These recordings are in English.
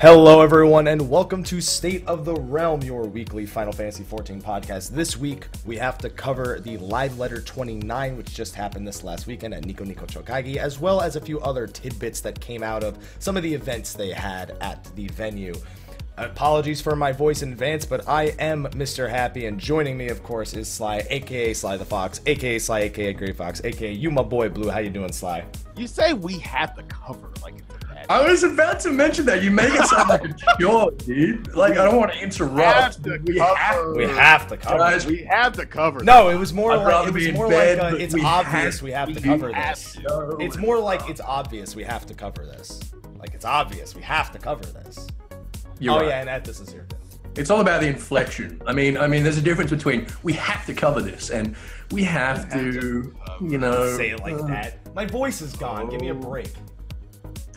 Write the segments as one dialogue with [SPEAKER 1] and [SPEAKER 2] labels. [SPEAKER 1] Hello, everyone, and welcome to State of the Realm, your weekly Final Fantasy XIV podcast. This week, we have to cover the Live Letter 29, which just happened this last weekend at Nico Nico Chokagi, as well as a few other tidbits that came out of some of the events they had at the venue. Apologies for my voice in advance, but I am Mr. Happy, and joining me, of course, is Sly, aka Sly the Fox, aka Sly, aka Gray Fox, aka you, my boy Blue. How you doing, Sly?
[SPEAKER 2] You say we have the cover, like it's a bad.
[SPEAKER 3] I was about to mention that. You make it sound like a chore, dude. Like, I don't want to interrupt.
[SPEAKER 2] Have to
[SPEAKER 3] We have
[SPEAKER 2] cover.
[SPEAKER 3] to.
[SPEAKER 1] We have to cover.
[SPEAKER 3] Guys,
[SPEAKER 2] we have the cover.
[SPEAKER 1] No, it was more
[SPEAKER 3] I'd
[SPEAKER 1] like
[SPEAKER 3] rather
[SPEAKER 1] it
[SPEAKER 3] be
[SPEAKER 1] was
[SPEAKER 3] in
[SPEAKER 1] more
[SPEAKER 3] bed,
[SPEAKER 1] like uh
[SPEAKER 3] but
[SPEAKER 1] it's
[SPEAKER 3] we
[SPEAKER 1] obvious
[SPEAKER 3] have-
[SPEAKER 1] we have
[SPEAKER 2] we
[SPEAKER 1] to cover
[SPEAKER 2] have
[SPEAKER 1] this.
[SPEAKER 2] to.
[SPEAKER 3] No.
[SPEAKER 1] It's more like it's obvious we have to cover this. Like it's obvious we have to cover this.
[SPEAKER 3] You're
[SPEAKER 1] oh
[SPEAKER 3] right.
[SPEAKER 1] yeah, and that this is here.
[SPEAKER 3] It's all about the inflection. I mean, I mean, there's a difference between we have to cover this and we have to, you know.
[SPEAKER 1] Say it like
[SPEAKER 3] uh,
[SPEAKER 1] that. My voice is gone. Give me a
[SPEAKER 3] oh.
[SPEAKER 1] break.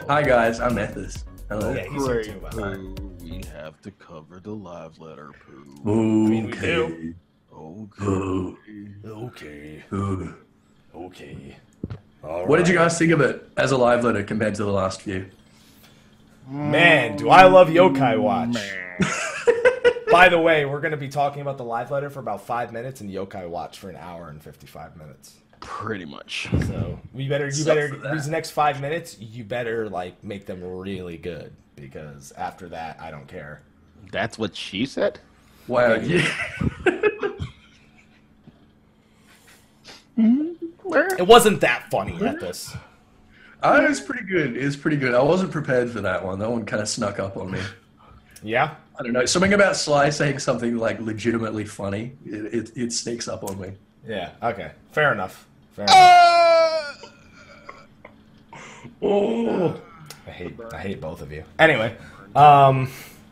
[SPEAKER 3] Hi guys, I'm Ethis. Hello.
[SPEAKER 1] Yeah, he's here too. by the
[SPEAKER 3] Oh,
[SPEAKER 1] way.
[SPEAKER 4] Pooh, we have to cover the live letter, Pooh.
[SPEAKER 1] mean, we
[SPEAKER 3] Okay.
[SPEAKER 1] do.
[SPEAKER 4] Okay.
[SPEAKER 3] Ooh.
[SPEAKER 1] Okay.
[SPEAKER 3] Ooh.
[SPEAKER 1] Okay. All
[SPEAKER 3] What did you
[SPEAKER 1] right.
[SPEAKER 3] guys think of it as a live letter compared to the last few?
[SPEAKER 1] Man, do I love Yokai Watch. By the way, we're gonna be talking about the live letter for about five minutes and Yokai Watch for an hour and fifty-five minutes.
[SPEAKER 4] Pretty much.
[SPEAKER 1] So we better, you
[SPEAKER 3] Suck
[SPEAKER 1] better
[SPEAKER 3] for that.
[SPEAKER 1] these next five minutes. You better like make them really good because after that, I don't care.
[SPEAKER 2] That's what she said.
[SPEAKER 3] Wow. Yeah.
[SPEAKER 1] It wasn't that funny at this.
[SPEAKER 3] Uh, it was pretty good. It was pretty good. I wasn't prepared for that one. That one kind of snuck up on me.
[SPEAKER 1] Yeah,
[SPEAKER 3] I don't know. Something about Sly saying something like legitimately funny. It, it, it sneaks up on me.
[SPEAKER 1] yeah. Okay, fair enough. Fair enough.
[SPEAKER 3] Oh,
[SPEAKER 1] I hate, I hate both of you. Anyway, um,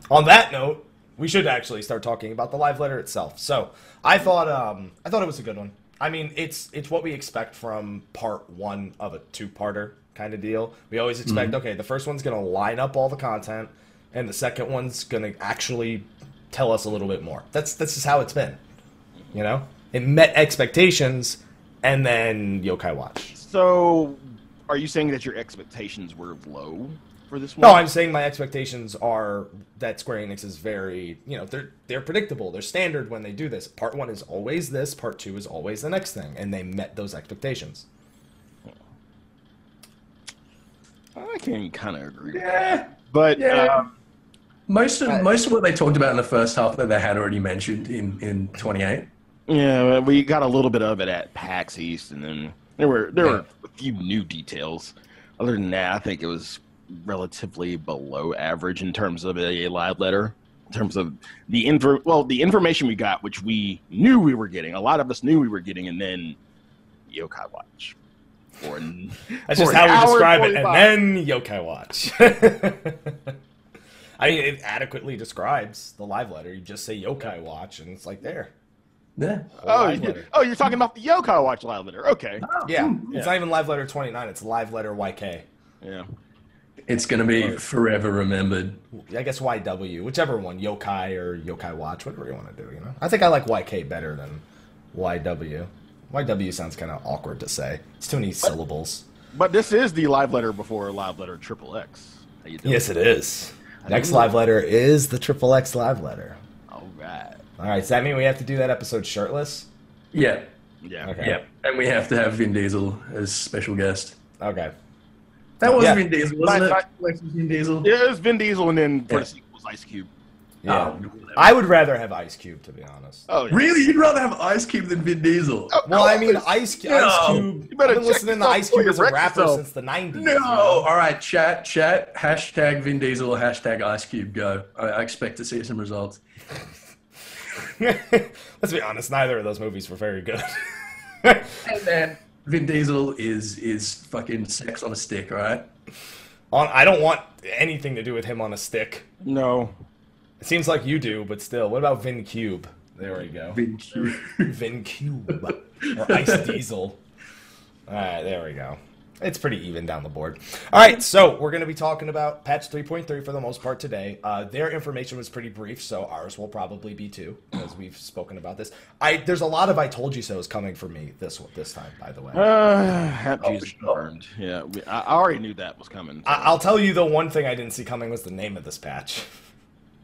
[SPEAKER 1] on that note, we should actually start talking about the live letter itself. So I thought, um, I thought it was a good one. I mean, it's it's what we expect from part one of a two-parter kind of deal. We always expect, okay, the first one's gonna line up all the content, and the second one's gonna actually tell us a little bit more. That's that's just how it's been. You know, it met expectations, and then Yokai Watch.
[SPEAKER 2] So, are you saying that your expectations were low for this one?
[SPEAKER 1] No, I'm saying my expectations are that Square Enix is very, you know, they're they're predictable, they're standard when they do this. Part one is always this, part two is always the next thing, and they met those expectations.
[SPEAKER 4] I can kind of agree with that.
[SPEAKER 3] yeah.
[SPEAKER 2] but
[SPEAKER 3] Yeah.
[SPEAKER 2] um,
[SPEAKER 3] Most of most of what they talked about in the first half that they had already mentioned in in 28.
[SPEAKER 2] yeah, we got a little bit of it at PAX East, and then there were there were a few new details. Other than that, I think it was relatively below average in terms of a live letter. In terms of the info, well, the information we got, which we knew we were getting, a lot of us knew we were getting, and then Yokai Watch. Or
[SPEAKER 1] That's just
[SPEAKER 2] For an
[SPEAKER 1] how
[SPEAKER 2] hour
[SPEAKER 1] we describe
[SPEAKER 2] and
[SPEAKER 1] it, and
[SPEAKER 2] 45.
[SPEAKER 1] then Yokai Watch. I mean, it adequately describes the live letter. You just say Yokai Watch, and it's like there.
[SPEAKER 3] Yeah.
[SPEAKER 2] Oh,
[SPEAKER 1] Live
[SPEAKER 2] you,
[SPEAKER 1] letter.
[SPEAKER 2] oh, you're talking about the Yokai Watch live letter. Okay.
[SPEAKER 1] Yeah, it's not even live letter 29. It's live letter YK.
[SPEAKER 2] Yeah.
[SPEAKER 3] It's going to be forever remembered.
[SPEAKER 1] I guess YW, whichever one, Yokai or Yokai Watch, whatever you want to do. You know, I think I like YK better than YW. YW sounds kind of awkward to say. It's too many syllables.
[SPEAKER 2] But this is the live letter before live letter triple X. How you doing?
[SPEAKER 1] Yes, it is. Next live letter is the triple X live letter.
[SPEAKER 2] All right.
[SPEAKER 1] All right, does that mean we have to do that episode shirtless?
[SPEAKER 3] Yeah.
[SPEAKER 2] Yeah.
[SPEAKER 1] Okay.
[SPEAKER 3] Yeah. And we have to have Vin Diesel as special guest.
[SPEAKER 1] Okay.
[SPEAKER 2] Oh.
[SPEAKER 3] That was
[SPEAKER 1] Yeah.
[SPEAKER 3] Vin Diesel, wasn't
[SPEAKER 2] Bye,
[SPEAKER 3] it? Vin Diesel.
[SPEAKER 2] Yeah, it was Vin Diesel, and then for
[SPEAKER 3] Yeah.
[SPEAKER 2] the sequels, Ice Cube.
[SPEAKER 1] Yeah.
[SPEAKER 3] Oh, whatever.
[SPEAKER 1] I would rather have Ice Cube, to be honest.
[SPEAKER 2] Oh, yeah.
[SPEAKER 3] really, you'd rather have Ice Cube than Vin Diesel?
[SPEAKER 2] Oh,
[SPEAKER 1] Well, I mean,
[SPEAKER 2] no.
[SPEAKER 1] Ice, Cu-
[SPEAKER 3] No.
[SPEAKER 1] Ice Cube.
[SPEAKER 2] You better
[SPEAKER 1] I've been
[SPEAKER 2] check
[SPEAKER 1] listening to
[SPEAKER 2] yourself
[SPEAKER 1] Ice Cube
[SPEAKER 2] before
[SPEAKER 1] as
[SPEAKER 2] you
[SPEAKER 1] a
[SPEAKER 2] wreck
[SPEAKER 1] rapper
[SPEAKER 2] yourself.
[SPEAKER 1] since the 90s. you
[SPEAKER 3] No.
[SPEAKER 1] know?
[SPEAKER 3] All right, chat, chat. Hashtag Vin Diesel, hashtag Ice Cube go. I, I expect to see some results.
[SPEAKER 1] Let's be honest, neither of those movies were very good.
[SPEAKER 3] Vin Diesel is is fucking sex on a stick, all right?
[SPEAKER 1] On, I don't want anything to do with him on a stick.
[SPEAKER 2] No.
[SPEAKER 1] It seems like you do, but still. What about Vin Cube? There we go.
[SPEAKER 3] Thank you.
[SPEAKER 1] Vin Cube or Ice Diesel. All right, there we go. It's pretty even down the board. All right, so we're going to be talking about patch 3.3 for the most part today. Uh, their information was pretty brief, so ours will probably be too, because we've spoken about this. I there's a lot of I told you so's coming for me this this time, by the way.
[SPEAKER 2] Uh, happy
[SPEAKER 3] Oh,
[SPEAKER 2] is
[SPEAKER 3] shut up.
[SPEAKER 2] confirmed. Yeah, we, I, I already knew that was coming.
[SPEAKER 1] I- I'll tell you the one thing I didn't see coming was the name of this patch.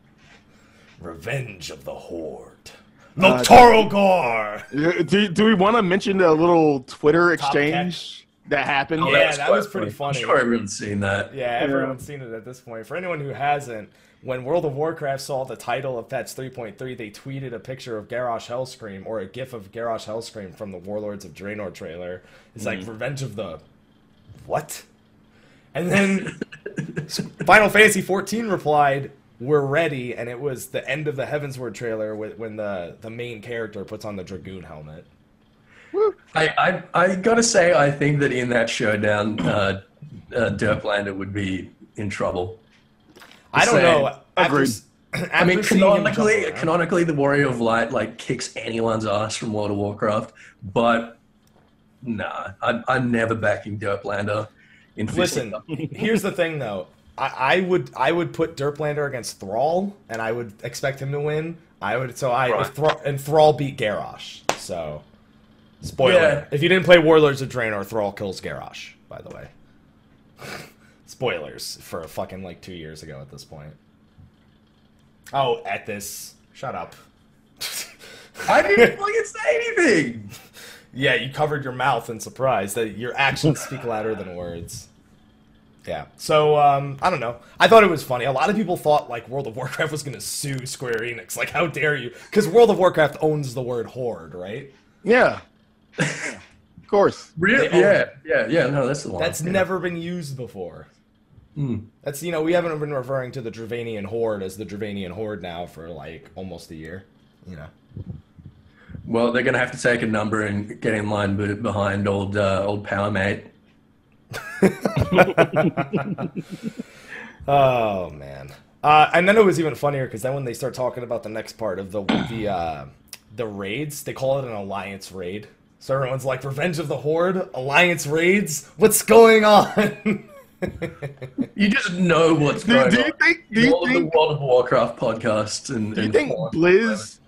[SPEAKER 1] Revenge of the Horde. Noctoro Gore.
[SPEAKER 2] Uh, do, do we want to mention the little Twitter
[SPEAKER 1] Top
[SPEAKER 2] exchange that happened?
[SPEAKER 1] Yeah,
[SPEAKER 3] That's
[SPEAKER 1] that
[SPEAKER 3] quite
[SPEAKER 1] was pretty funny.
[SPEAKER 3] I'm sure everyone's seen that.
[SPEAKER 1] Yeah, everyone's seen it at this point. For anyone who hasn't, when World of Warcraft saw the title of patch 3.3, they tweeted a picture of Garrosh Hellscream or a gif of Garrosh Hellscream from the Warlords of Draenor trailer. It's
[SPEAKER 3] Mm-hmm.
[SPEAKER 1] like Revenge of the what? And then Final Fantasy 14 replied, "We're ready," and it was the end of the Heavensward trailer with- when the the main character puts on the dragoon helmet.
[SPEAKER 3] I, I, I gotta say, I think that in that showdown, uh, uh, Derplander would be in trouble.
[SPEAKER 1] I don't
[SPEAKER 3] Same.
[SPEAKER 1] know. After,
[SPEAKER 2] Agreed.
[SPEAKER 1] s-
[SPEAKER 3] I mean,
[SPEAKER 1] after seeing him jump
[SPEAKER 3] canonically,
[SPEAKER 1] around-
[SPEAKER 3] canonically, the Warrior of Light like kicks anyone's ass from World of Warcraft, but nah, I'm, I'm never backing Derplander. In fist
[SPEAKER 1] Listen,
[SPEAKER 3] stuff.
[SPEAKER 1] here's the thing though. I, I would I would put Derplander against Thrall, and I would expect him to win. I would so I
[SPEAKER 3] Right.
[SPEAKER 1] if Thrall, and Thrall beat Garrosh. So spoiler:
[SPEAKER 3] Yeah.
[SPEAKER 1] if you didn't play Warlords of Draenor, Thrall kills Garrosh. By the way, spoilers for fucking like two years ago at this point. Oh, at this, shut up.
[SPEAKER 3] I didn't fucking say anything.
[SPEAKER 1] Yeah, you covered your mouth in surprise that your actions speak louder than words. Yeah. So um, I don't know. I thought it was funny. A lot of people thought like World of Warcraft was gonna sue Square Enix. Like, how dare you? Because World of Warcraft owns the word horde, right?
[SPEAKER 2] Yeah. of course.
[SPEAKER 3] Really?
[SPEAKER 1] They all-
[SPEAKER 3] Yeah, yeah, yeah. No, that's the one.
[SPEAKER 1] That's
[SPEAKER 3] Yeah.
[SPEAKER 1] never been used before. That's you know we haven't been referring to the Dravanian horde as the Dravanian horde now for like almost a year. You know.
[SPEAKER 3] Well, they're gonna have to take a number and get in line be- behind old uh, old Power Mate.
[SPEAKER 1] Oh man. Uh, and then it was even funnier because then when they start talking about the next part of the the uh, the raids, they call it an alliance raid. So everyone's like, "Revenge of the Horde, alliance raids. What's going on?"
[SPEAKER 3] You just know what's
[SPEAKER 2] Do,
[SPEAKER 3] going
[SPEAKER 2] do
[SPEAKER 3] on.
[SPEAKER 2] you think? Do you
[SPEAKER 3] all of
[SPEAKER 2] think?
[SPEAKER 3] the World of Warcraft podcasts and
[SPEAKER 2] Do you
[SPEAKER 3] and
[SPEAKER 2] think
[SPEAKER 3] porn.
[SPEAKER 2] Blizz,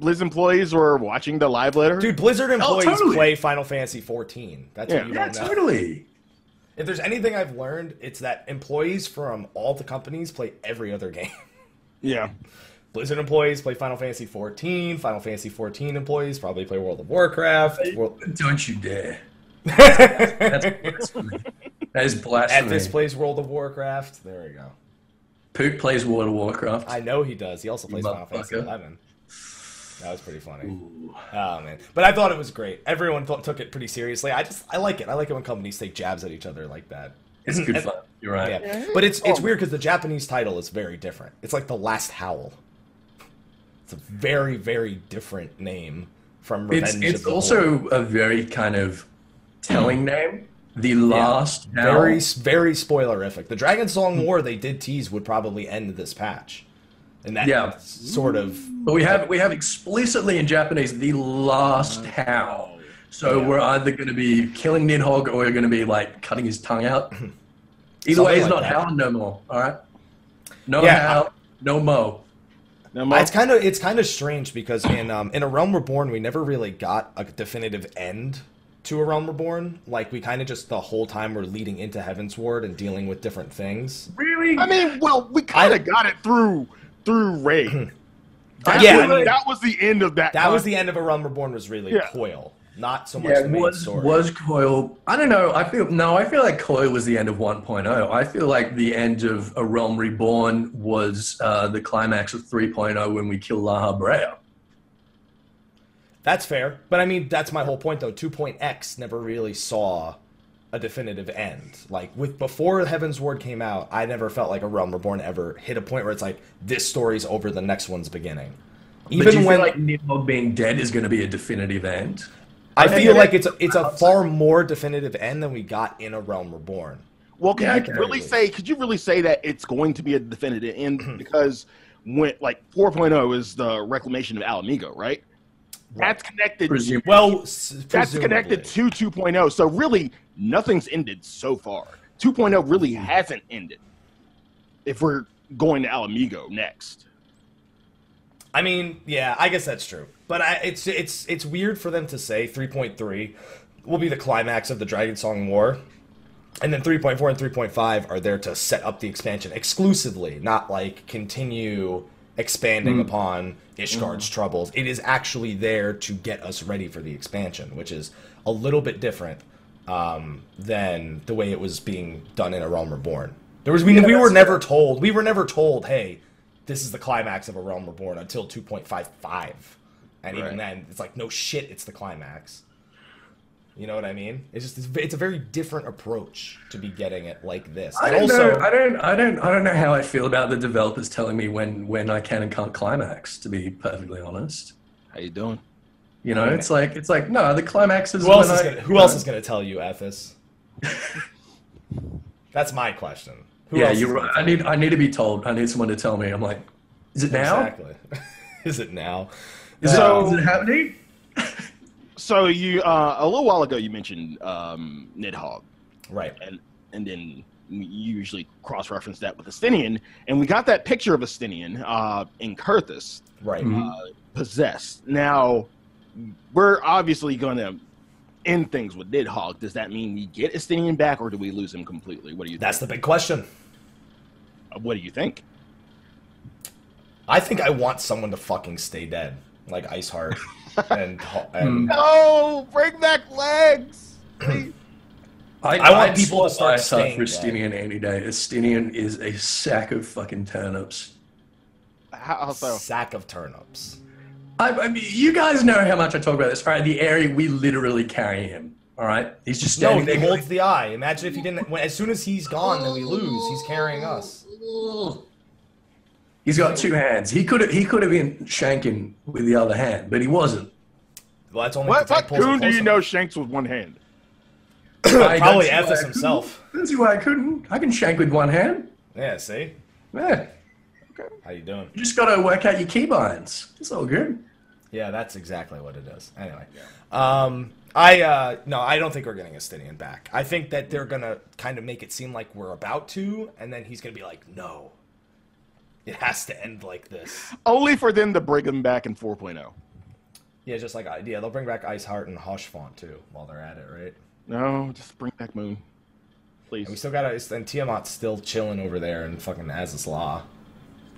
[SPEAKER 2] Blizz employees were watching the live letter?
[SPEAKER 1] Dude, Blizzard employees
[SPEAKER 3] Oh, totally.
[SPEAKER 1] play Final Fantasy 14. That's
[SPEAKER 2] Yeah.
[SPEAKER 1] what you
[SPEAKER 3] Yeah,
[SPEAKER 1] don't know.
[SPEAKER 3] totally.
[SPEAKER 1] If there's anything I've learned, it's that employees from all the companies play every other game.
[SPEAKER 2] Yeah.
[SPEAKER 1] Blizzard employees play Final Fantasy 14. Final Fantasy 14 employees probably play World of Warcraft. World...
[SPEAKER 3] Don't you dare. That's blasphemy. that is blasphemy.
[SPEAKER 1] At this plays World of Warcraft. There we go.
[SPEAKER 3] Poot plays World of Warcraft.
[SPEAKER 1] I know he does. He also plays Final Fantasy
[SPEAKER 3] Motherfucker.
[SPEAKER 1] Eleven. That was pretty funny. Oh man! But I thought it was great. Everyone thought, took it pretty seriously. I just I like it. I like it when companies take jabs at each other like that.
[SPEAKER 3] it's good
[SPEAKER 1] and-
[SPEAKER 3] fun. You're right.
[SPEAKER 1] Yeah, but it's it's weird because the Japanese title is very different. It's like the Last Howl. It's a very very different name from
[SPEAKER 3] It's
[SPEAKER 1] Revenge.
[SPEAKER 3] it's
[SPEAKER 1] of the Horde.
[SPEAKER 3] also a very kind of telling name. The last Howl.
[SPEAKER 1] very very spoilerific. The Dragon Song War they did tease would probably end this patch, and that
[SPEAKER 3] Yeah.
[SPEAKER 1] sort of
[SPEAKER 3] But we have we have explicitly in Japanese the last
[SPEAKER 1] Oh.
[SPEAKER 3] howl. So we're either going to be killing Nidhogg or we're going to be like cutting his tongue out. Either
[SPEAKER 1] Hmm. Something
[SPEAKER 3] way, he's
[SPEAKER 1] like
[SPEAKER 3] not
[SPEAKER 1] that.
[SPEAKER 3] howling no more. All right, no
[SPEAKER 1] Yeah.
[SPEAKER 3] howl, no mo.
[SPEAKER 2] No, Mo?
[SPEAKER 1] It's kind of it's kind of strange because in um, in a realm reborn we never really got a definitive end to a realm reborn. Like we kind of just the whole time we're leading into Heaven's Ward and dealing with different things.
[SPEAKER 2] I mean, well, we kind
[SPEAKER 1] I-
[SPEAKER 2] of got it through through Ray. That
[SPEAKER 1] Yeah,
[SPEAKER 2] was,
[SPEAKER 1] I mean-
[SPEAKER 2] that was the end of that.
[SPEAKER 1] That was the end of a realm reborn was really
[SPEAKER 2] Yeah.
[SPEAKER 1] Coil, not so much
[SPEAKER 3] Yeah,
[SPEAKER 1] the main
[SPEAKER 3] was
[SPEAKER 1] story.
[SPEAKER 3] was Coil? I don't know. I feel no. I feel like Coil was the end of 1.0. I feel like the end of A Realm Reborn was uh, the climax of 3.0 when we kill Laha Brea.
[SPEAKER 1] That's fair, but I mean that's my whole point though. Two X never really saw a definitive end. Like with before Heaven's Ward came out, I never felt like a realm reborn ever hit a point where it's like this story's over, the next one's beginning.
[SPEAKER 3] But do
[SPEAKER 1] Even
[SPEAKER 3] you
[SPEAKER 1] when
[SPEAKER 3] feel like Nidhogg being dead is going to be a definitive end?
[SPEAKER 1] I
[SPEAKER 3] think
[SPEAKER 1] feel
[SPEAKER 3] it-
[SPEAKER 1] like it's a, it's a far more definitive end than we got in a Realm Reborn.
[SPEAKER 2] Well, could
[SPEAKER 3] Yeah, I
[SPEAKER 2] you
[SPEAKER 3] can
[SPEAKER 2] really
[SPEAKER 3] agree.
[SPEAKER 2] say? Could you really say that it's going to be a definitive end because when like 4.0 is the reclamation of Alamigo, right? That's connected.
[SPEAKER 3] Presume.
[SPEAKER 1] Well, s-
[SPEAKER 2] That's
[SPEAKER 1] presumably.
[SPEAKER 2] connected to 2.0. So really, nothing's ended so far. 2.0 really hasn't ended. If we're going to Alamigo next,
[SPEAKER 1] I mean, yeah, I guess that's true. But I, it's it's it's weird for them to say 3.3 will be the climax of the Dragon Song War, and then 3.4 and 3.5 are there to set up the expansion exclusively, not like continue expanding
[SPEAKER 2] Hmm.
[SPEAKER 1] upon Ishgard's troubles. It is actually there to get us ready for the expansion, which is a little bit different um, than the way it was being done in A Realm Reborn. There was we, we were
[SPEAKER 3] that's
[SPEAKER 1] never told we were never told hey this is the climax of A Realm Reborn until 2.55, and even
[SPEAKER 2] Right.
[SPEAKER 1] then it's like no shit it's the climax. You know what I mean? It's just it's, ve- it's a very different approach to be getting it like this.
[SPEAKER 3] I
[SPEAKER 1] And
[SPEAKER 3] don't
[SPEAKER 1] also,
[SPEAKER 3] know. I don't. I don't. I don't know how I feel about the developers telling me when when I can and can't climax. To be perfectly honest,
[SPEAKER 2] how you doing?
[SPEAKER 3] you know, it's like it's like no, the climax is.
[SPEAKER 1] who else
[SPEAKER 3] when
[SPEAKER 1] is
[SPEAKER 3] I-
[SPEAKER 1] gonna, who else is going to tell you, Ethis? That's my question. Who
[SPEAKER 3] yeah,
[SPEAKER 1] else
[SPEAKER 3] you're
[SPEAKER 1] is gonna
[SPEAKER 3] right.
[SPEAKER 1] tell
[SPEAKER 3] I need. I need to be told. I need someone to tell me. I'm like, is it now?
[SPEAKER 1] Exactly. is it now?
[SPEAKER 3] Is,
[SPEAKER 2] So-
[SPEAKER 3] it, is it happening?
[SPEAKER 2] So you uh, a little while ago you mentioned um, Nidhogg.
[SPEAKER 1] Right.
[SPEAKER 2] and and then you usually cross reference that with Astinian, and we got that picture of Astinian uh, in Curtis
[SPEAKER 1] Right.
[SPEAKER 3] Mhm.
[SPEAKER 2] possessed. Now we're obviously going to end things with Nidhogg. Does that mean we get Astinian back, or do we lose him completely? What do you
[SPEAKER 1] That's the big question.
[SPEAKER 2] think? What do you think?
[SPEAKER 1] I think I want someone to fucking stay dead, like Iceheart and
[SPEAKER 2] Hmm.
[SPEAKER 1] and
[SPEAKER 2] No, bring back legs.
[SPEAKER 1] I want
[SPEAKER 3] I'd
[SPEAKER 1] people to start
[SPEAKER 3] swap Iceheart
[SPEAKER 1] saying
[SPEAKER 3] for
[SPEAKER 1] that.
[SPEAKER 3] Estinian any day. Estinian is a sack of fucking turnips.
[SPEAKER 2] How so?
[SPEAKER 1] sack of turnips.
[SPEAKER 3] I, I mean, you guys know how much I talk about this. All right, the area we literally carry him. All right, he's just
[SPEAKER 1] No,
[SPEAKER 3] standing
[SPEAKER 1] he
[SPEAKER 3] there.
[SPEAKER 1] holds the eye. Imagine if he didn't. When, as soon as he's gone, then we lose. He's carrying us.
[SPEAKER 3] going, He's got two hands. He could have he could have been shanking with the other hand, but he wasn't.
[SPEAKER 1] Well, that's only
[SPEAKER 2] What,
[SPEAKER 1] if the
[SPEAKER 2] what
[SPEAKER 1] tank pulls
[SPEAKER 2] coon
[SPEAKER 1] it
[SPEAKER 2] do you
[SPEAKER 1] close
[SPEAKER 2] know
[SPEAKER 1] enough.
[SPEAKER 2] shanks with one hand?
[SPEAKER 3] I don't
[SPEAKER 1] Probably
[SPEAKER 3] see why I
[SPEAKER 1] Ethos
[SPEAKER 3] couldn't.
[SPEAKER 1] himself.
[SPEAKER 3] Don't see why I couldn't. I can shank with one hand.
[SPEAKER 1] Yeah. See.
[SPEAKER 3] Yeah,
[SPEAKER 1] How you doing?
[SPEAKER 3] you just got to work out your keybinds. It's all good.
[SPEAKER 1] Yeah, that's exactly what it is. Anyway, um, I uh, no, I don't think we're getting Astinian back. I think that they're gonna kind of make it seem like we're about to, and then he's gonna be like, "No, it has to end like this."
[SPEAKER 2] Only for them to bring him back in oh. 4.0.
[SPEAKER 1] Yeah, just like yeah, they'll bring back Iceheart and Hoshfont too while they're at it, right?
[SPEAKER 2] No, just bring back Moon,
[SPEAKER 1] And we
[SPEAKER 2] please.
[SPEAKER 1] still got to and Tiamat's still chilling over there in fucking Azislaw,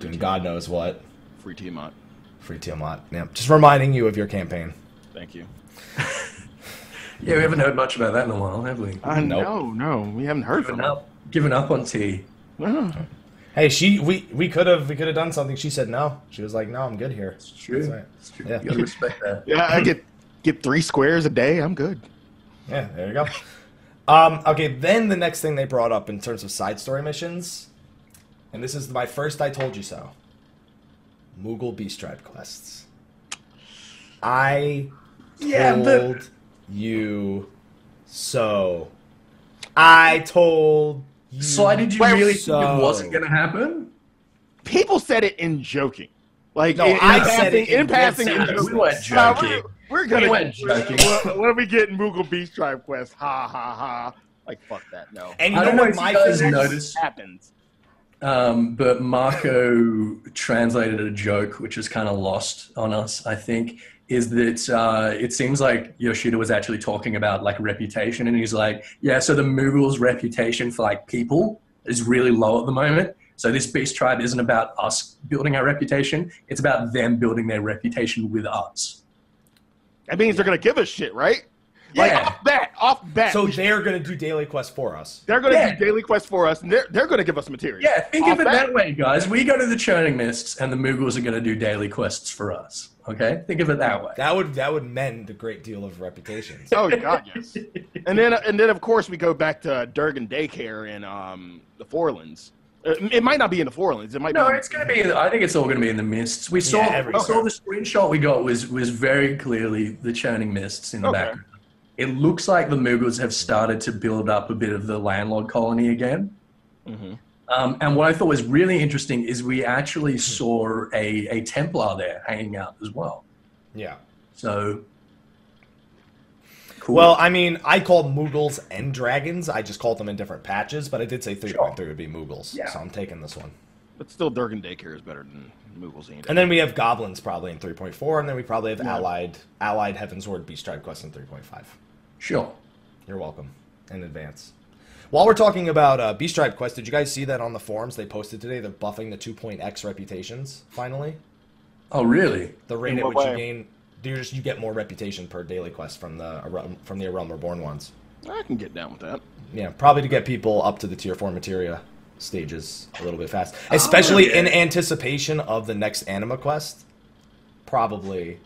[SPEAKER 1] doing God knows what.
[SPEAKER 2] Free Tiamat.
[SPEAKER 1] Free Tiamat. Yeah, just reminding you of your campaign.
[SPEAKER 2] Thank you.
[SPEAKER 3] Yeah, we haven't heard much about that in a while, have we?
[SPEAKER 2] Uh,
[SPEAKER 1] Nope.
[SPEAKER 2] No, no, we haven't heard from
[SPEAKER 3] Given
[SPEAKER 2] him.
[SPEAKER 3] up, given up on tea.
[SPEAKER 2] No.
[SPEAKER 1] Hey, she we we could have we could have done something. She said no. She was like, "No, I'm good here."
[SPEAKER 3] It's true.
[SPEAKER 1] That's right.
[SPEAKER 3] It's true.
[SPEAKER 1] Yeah.
[SPEAKER 3] You gotta respect that.
[SPEAKER 2] Yeah, I get get three squares a day. I'm good.
[SPEAKER 1] Yeah, there you go. Um, okay, then the next thing they brought up in terms of side story missions, and this is my first I told you so. Moogle Beast Tribe quests. I
[SPEAKER 3] Yeah,
[SPEAKER 1] told
[SPEAKER 3] but-
[SPEAKER 1] you so. I told you.
[SPEAKER 3] So why did you
[SPEAKER 2] Well,
[SPEAKER 3] really
[SPEAKER 1] so-
[SPEAKER 3] think it wasn't going to happen?
[SPEAKER 2] People said it in joking, like
[SPEAKER 1] No,
[SPEAKER 2] in, in
[SPEAKER 1] I
[SPEAKER 2] passing,
[SPEAKER 1] said it
[SPEAKER 2] in,
[SPEAKER 1] in
[SPEAKER 2] passing.
[SPEAKER 1] good sense.
[SPEAKER 2] in joking.
[SPEAKER 3] We weren't
[SPEAKER 2] Nah,
[SPEAKER 3] joking.
[SPEAKER 2] we're, we're gonna
[SPEAKER 3] weren't joking.
[SPEAKER 2] When, when we get Moogle Beast Tribe quest, ha ha ha. Like fuck that. No,
[SPEAKER 1] And you
[SPEAKER 3] I
[SPEAKER 1] know
[SPEAKER 3] don't know
[SPEAKER 1] what
[SPEAKER 3] if
[SPEAKER 1] my
[SPEAKER 3] you guys
[SPEAKER 1] favorite?
[SPEAKER 3] noticed,
[SPEAKER 2] happens.
[SPEAKER 3] um, but Marco translated a joke, which is kind of lost on us, I think, is that uh, it seems like Yoshida was actually talking about like reputation, and he's like, yeah, so the Mughals' reputation for like people is really low at the moment. So this beast tribe isn't about us building our reputation; it's about them building their reputation with us.
[SPEAKER 2] That means they're gonna give us shit, right? Like
[SPEAKER 3] Yeah.
[SPEAKER 2] off bat, off bat.
[SPEAKER 1] So
[SPEAKER 2] So
[SPEAKER 1] they're gonna do daily quests for us.
[SPEAKER 2] they're gonna
[SPEAKER 3] Yeah.
[SPEAKER 2] do daily quests for us, and they're they're gonna give us material.
[SPEAKER 3] Yeah, think
[SPEAKER 2] Off
[SPEAKER 3] of it
[SPEAKER 2] bat.
[SPEAKER 3] that way, guys. We go to the churning mists, and the Mughals are going to do daily quests for us. Okay, think of it that way.
[SPEAKER 1] That would that would mend a great deal of reputations.
[SPEAKER 2] Oh God, yes. and then, and then of course we go back to Durgan Daycare in um, the Forelands. Uh, It might not be in the Forelands. It might
[SPEAKER 3] No,
[SPEAKER 2] be.
[SPEAKER 3] it's going to be. I think it's all going to be in the mists. We saw.
[SPEAKER 1] Yeah,
[SPEAKER 3] we
[SPEAKER 1] everywhere.
[SPEAKER 3] saw the screenshot we got was was very clearly the churning mists in the
[SPEAKER 2] Okay.
[SPEAKER 3] background. it looks like the Mughals have started to build up a bit of the landlord colony again.
[SPEAKER 2] Mhm.
[SPEAKER 3] Um, and what I thought was really interesting is we actually saw a, a Templar there hanging out as well.
[SPEAKER 1] Yeah.
[SPEAKER 3] So, cool.
[SPEAKER 1] Well, I mean, I called Mughals and dragons. I just called them in different patches, but I did say 3.3 would be Mughals.
[SPEAKER 3] Yeah.
[SPEAKER 1] So I'm taking this one.
[SPEAKER 2] But still, Durgan Daycare is better than Mughals any day.
[SPEAKER 1] And then we have goblins probably in 3.4, and then we probably have allied allied Heaven's Ward Beast Tribe Quest in 3.5.
[SPEAKER 3] sure.
[SPEAKER 1] You're welcome in advance. While we're talking about uh, Beast Tribe Quest, did you guys see that on the forums they posted today? They're buffing the 2.x reputations finally.
[SPEAKER 3] Oh, really?
[SPEAKER 1] The rate
[SPEAKER 4] In
[SPEAKER 1] at
[SPEAKER 4] what
[SPEAKER 1] which you
[SPEAKER 4] way?
[SPEAKER 1] gain, you just you get more reputation per daily quest from the Ar- from the Realm Reborn ones.
[SPEAKER 2] I can get down with that.
[SPEAKER 1] Yeah, probably to get people up to the tier four materia stages a little bit fast, especially in anticipation of the next anima quest. Probably,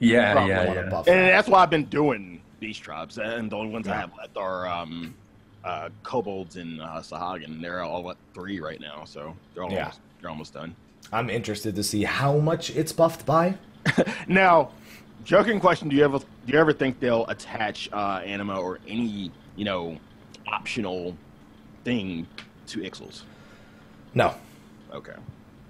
[SPEAKER 3] Yeah,
[SPEAKER 2] Probably
[SPEAKER 3] yeah,
[SPEAKER 1] want to
[SPEAKER 3] yeah.
[SPEAKER 1] buff.
[SPEAKER 2] And
[SPEAKER 1] that.
[SPEAKER 2] that's why I've been doing beast tribes, and the only ones I
[SPEAKER 1] Yeah.
[SPEAKER 2] have left are um, uh, kobolds and uh, Sahagin. They're all at three right now, so they're all
[SPEAKER 1] Yeah.
[SPEAKER 2] almost, they're almost done.
[SPEAKER 1] I'm interested to see how much it's buffed by.
[SPEAKER 2] Now, joking question: Do you ever do you ever think they'll attach uh, anima or any you know optional thing to Ixels?
[SPEAKER 1] No,
[SPEAKER 2] Okay,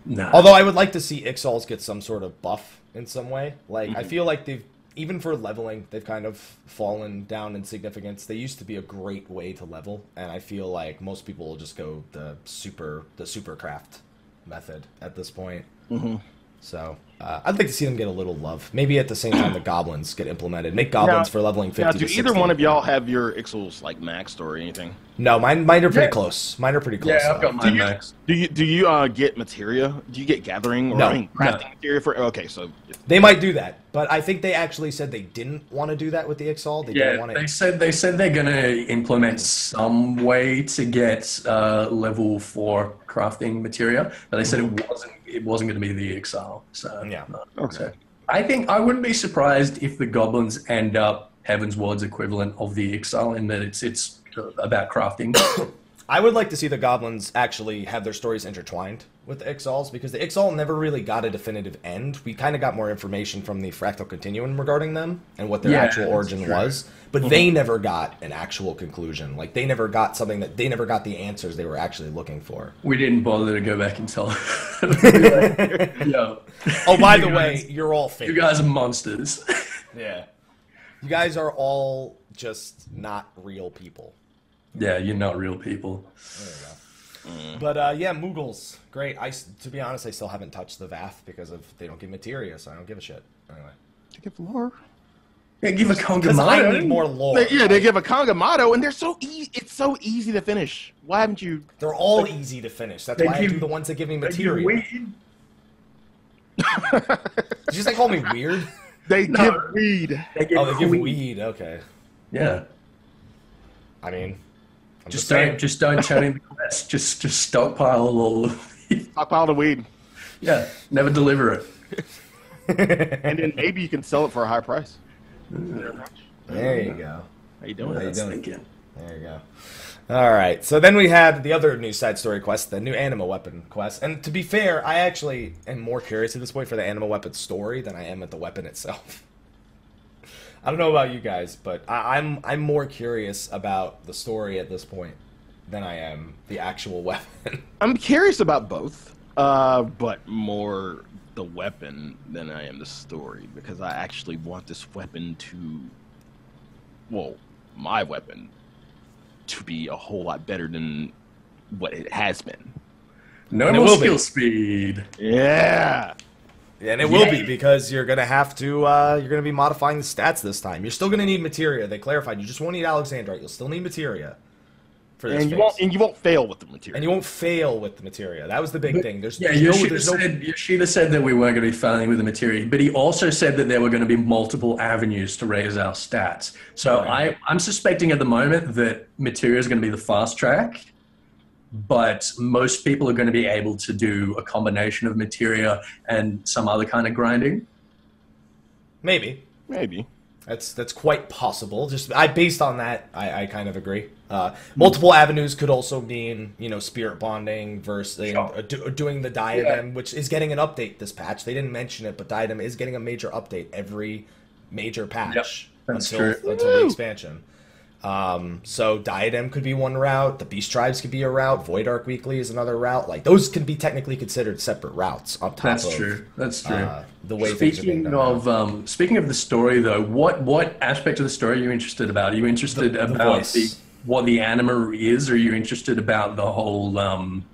[SPEAKER 3] Nah.
[SPEAKER 1] Although I would like to see Ixals get some sort of buff in some way. Like I feel like they've even for leveling, they've kind of fallen down in significance. They used to be a great way to level, and I feel like most people will just go the super the super craft method at this point. So uh, I'd like to see them get a little love. Maybe at the same time the goblins get implemented. Make goblins
[SPEAKER 2] Now-
[SPEAKER 1] for leveling fifty.
[SPEAKER 2] Now,
[SPEAKER 1] to
[SPEAKER 2] do either
[SPEAKER 1] 60.
[SPEAKER 2] one of y'all have your Ixels like maxed or anything?
[SPEAKER 1] No, mine mine are pretty
[SPEAKER 3] Yeah.
[SPEAKER 1] close. Mine are pretty close.
[SPEAKER 3] yeah, I've
[SPEAKER 1] though.
[SPEAKER 3] got mine
[SPEAKER 2] you-
[SPEAKER 3] next.
[SPEAKER 2] Do you do you uh, get materia? Do you get gathering or
[SPEAKER 1] No.
[SPEAKER 2] I mean, crafting
[SPEAKER 3] No.
[SPEAKER 2] materia for? Okay, so
[SPEAKER 1] They might do that, but I think they actually said they didn't want to do that with the Ixal. They didn't
[SPEAKER 3] Yeah,
[SPEAKER 1] want to
[SPEAKER 3] they said they said they're gonna implement some way to get uh, level four crafting material, but they said it wasn't it wasn't gonna be the exile. So
[SPEAKER 1] Mm-hmm. Yeah.
[SPEAKER 3] no.
[SPEAKER 2] Okay.
[SPEAKER 3] So I think I wouldn't be surprised if the goblins end up Heaven's Ward's equivalent of the exile in that it's it's uh, about crafting.
[SPEAKER 1] I would like to see the goblins actually have their stories intertwined with the Ixals because the Ixal never really got a definitive end. We kind of got more information from the Fractal Continuum regarding them and what their
[SPEAKER 3] Yeah,
[SPEAKER 1] actual
[SPEAKER 3] that's
[SPEAKER 1] origin
[SPEAKER 3] true. Mm-hmm.
[SPEAKER 1] was, but they never got an actual conclusion. Like they never got something that they never got the answers they were actually looking for.
[SPEAKER 3] we didn't bother to go back and tell. yeah.
[SPEAKER 1] Oh, by the
[SPEAKER 3] You
[SPEAKER 1] way,
[SPEAKER 3] guys-
[SPEAKER 1] you're all fake.
[SPEAKER 3] you guys are monsters.
[SPEAKER 1] yeah. You guys are all just not real people.
[SPEAKER 3] yeah, you're not real people. Mm.
[SPEAKER 1] But uh, yeah, Mughals, great. I s- to be honest, I still haven't touched the Vath because of they don't give materia, so I don't give a shit. Anyway,
[SPEAKER 2] to give lore.
[SPEAKER 3] Yeah, give a conga
[SPEAKER 1] because I
[SPEAKER 3] mine.
[SPEAKER 1] need more lore.
[SPEAKER 2] They, yeah, they give a conga motto, and they're so easy. It's so easy to finish. Why haven't you?
[SPEAKER 1] They're all easy to finish. That's
[SPEAKER 3] They
[SPEAKER 1] why I
[SPEAKER 3] give-
[SPEAKER 1] do the ones that give me
[SPEAKER 3] Are you
[SPEAKER 1] material. Did
[SPEAKER 3] weird?
[SPEAKER 1] you just like, call me weird?
[SPEAKER 2] They
[SPEAKER 3] No.
[SPEAKER 2] give weed.
[SPEAKER 3] They get
[SPEAKER 1] oh, they give
[SPEAKER 3] queen.
[SPEAKER 1] weed. Okay.
[SPEAKER 3] Yeah.
[SPEAKER 1] I mean, I'm
[SPEAKER 3] Just
[SPEAKER 1] just,
[SPEAKER 3] don't
[SPEAKER 1] saying.
[SPEAKER 3] just don't turn in the quest. Just just stockpile all of
[SPEAKER 2] Stockpile the weed,
[SPEAKER 3] Yeah. Never deliver it.
[SPEAKER 2] and then maybe you can sell it for a high price.
[SPEAKER 1] There you go.
[SPEAKER 2] How you doing?
[SPEAKER 1] How you
[SPEAKER 3] That's
[SPEAKER 1] doing?
[SPEAKER 3] thinking.
[SPEAKER 1] There you go. All right. So then we had the other new side story quest, the new animal weapon quest. And to be fair, I actually am more curious at this point for the animal weapon story than I am at the weapon itself. I don't know about you guys, but I, I'm I'm more curious about the story at this point than I am the actual weapon.
[SPEAKER 2] I'm curious about both, uh, but more the weapon than I am the story because I actually want this weapon to, well, my weapon to be a whole lot better than what it has been.
[SPEAKER 3] No
[SPEAKER 1] And it
[SPEAKER 3] more
[SPEAKER 1] will be.
[SPEAKER 3] skill speed.
[SPEAKER 2] Yeah.
[SPEAKER 1] And it will be because you're gonna have to uh, you're gonna be modifying the stats this time. You're still gonna need materia. They clarified you just won't need Alexandrite. You'll still need materia for this.
[SPEAKER 2] And you
[SPEAKER 1] phase.
[SPEAKER 2] won't and you won't fail with the material.
[SPEAKER 1] And you won't fail with the materia. That was the big thing. There's
[SPEAKER 3] Yeah,
[SPEAKER 1] there's no,
[SPEAKER 3] Yoshida
[SPEAKER 1] there's no-
[SPEAKER 3] said Yoshida said that we weren't going to be failing with the material, but he also said that there were going to be multiple avenues to raise our stats. So I, I'm suspecting at the moment that material is going to be the fast track, but most people are going to be able to do a combination of material and some other kind of grinding.
[SPEAKER 1] maybe.
[SPEAKER 2] Maybe.
[SPEAKER 1] That's that's quite possible. Just I based on that, I, I kind of agree. Uh, multiple avenues could also mean you know spirit bonding versus you know,
[SPEAKER 3] Sure.
[SPEAKER 1] uh, do, uh, doing the diadem, which is getting an update this patch. They didn't mention it, but diadem is getting a major update every major patch.
[SPEAKER 3] That's
[SPEAKER 1] until
[SPEAKER 3] true.
[SPEAKER 1] until the expansion. Um, so Diadem could be one route. The Beast Tribes could be a route. Void Arc Weekly is another route. Like those can be technically considered separate routes. On top
[SPEAKER 3] That's
[SPEAKER 1] of
[SPEAKER 3] true. That's true.
[SPEAKER 1] uh, the way things are being
[SPEAKER 3] Speaking
[SPEAKER 1] done. now.
[SPEAKER 3] of um, speaking of the story, though, what what aspect of the story are you interested about? Are you interested
[SPEAKER 1] The- the
[SPEAKER 3] about
[SPEAKER 1] voice.
[SPEAKER 3] the, what the anima is? Or are you interested about the whole um,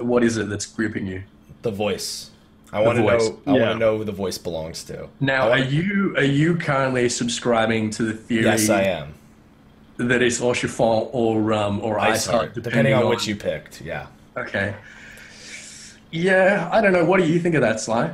[SPEAKER 3] what is it that's gripping you?
[SPEAKER 1] the voice. I want to
[SPEAKER 3] voice.
[SPEAKER 1] know. I want
[SPEAKER 2] Yeah.
[SPEAKER 1] to know who the voice belongs to. I
[SPEAKER 3] Now, are
[SPEAKER 1] wanna-
[SPEAKER 3] you are you currently subscribing to the theory
[SPEAKER 1] Yes, I am.
[SPEAKER 3] that it's or chiffon or um, or ice
[SPEAKER 1] Sorry.
[SPEAKER 3] heart,
[SPEAKER 1] Depending on which you picked, yeah.
[SPEAKER 3] Okay. Yeah, I don't know. What do you think of that, Sly?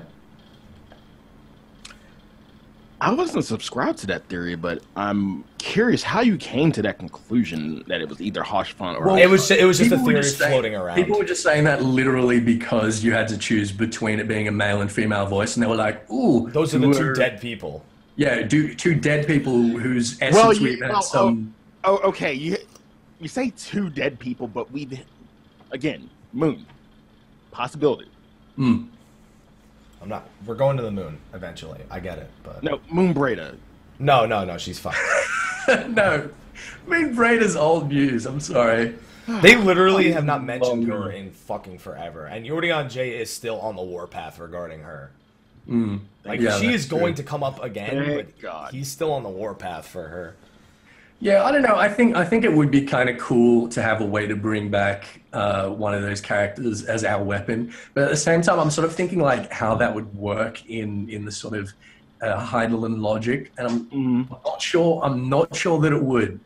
[SPEAKER 2] I wasn't subscribed to that theory, but I'm curious how you came to that conclusion that it was either Hoshfont or.
[SPEAKER 3] Well,
[SPEAKER 1] It was. ju- It was just a
[SPEAKER 3] People were
[SPEAKER 1] theory
[SPEAKER 3] just saying-
[SPEAKER 1] floating around.
[SPEAKER 3] People were just saying that literally because you had to choose between it being a male and female voice, and they were like, "Ooh,
[SPEAKER 1] Those are the
[SPEAKER 3] who
[SPEAKER 1] two dead people.
[SPEAKER 3] Yeah, do, two dead people whose essence
[SPEAKER 2] Well,
[SPEAKER 3] we've
[SPEAKER 2] you,
[SPEAKER 3] had
[SPEAKER 2] well,
[SPEAKER 3] some.
[SPEAKER 2] oh, oh, okay. You you say two dead people, but we again moon possibility.
[SPEAKER 3] Mm,
[SPEAKER 1] I'm not. We're going to the moon eventually. I get it, but
[SPEAKER 2] No, Moon Breda.
[SPEAKER 1] no, no, no. She's fine.
[SPEAKER 2] oh.
[SPEAKER 3] no, I mean Braider's old news. I'm sorry.
[SPEAKER 1] They literally have not mentioned
[SPEAKER 3] Longer.
[SPEAKER 1] her in fucking forever, and Yordan J is still on the warpath regarding her.
[SPEAKER 3] Mm.
[SPEAKER 1] Like
[SPEAKER 3] Yeah,
[SPEAKER 1] she
[SPEAKER 3] that's
[SPEAKER 1] is going
[SPEAKER 3] true.
[SPEAKER 1] to come up again,
[SPEAKER 2] Thank
[SPEAKER 1] but
[SPEAKER 2] God.
[SPEAKER 1] he's still on the warpath for her.
[SPEAKER 3] Yeah, I don't know. I think I think it would be kind of cool to have a way to bring back uh, one of those characters as our weapon, but at the same time, I'm sort of thinking like how that would work in in the sort of uh, Heidelin logic, and I'm
[SPEAKER 2] Mm.
[SPEAKER 3] I'm not sure. I'm not sure that it would,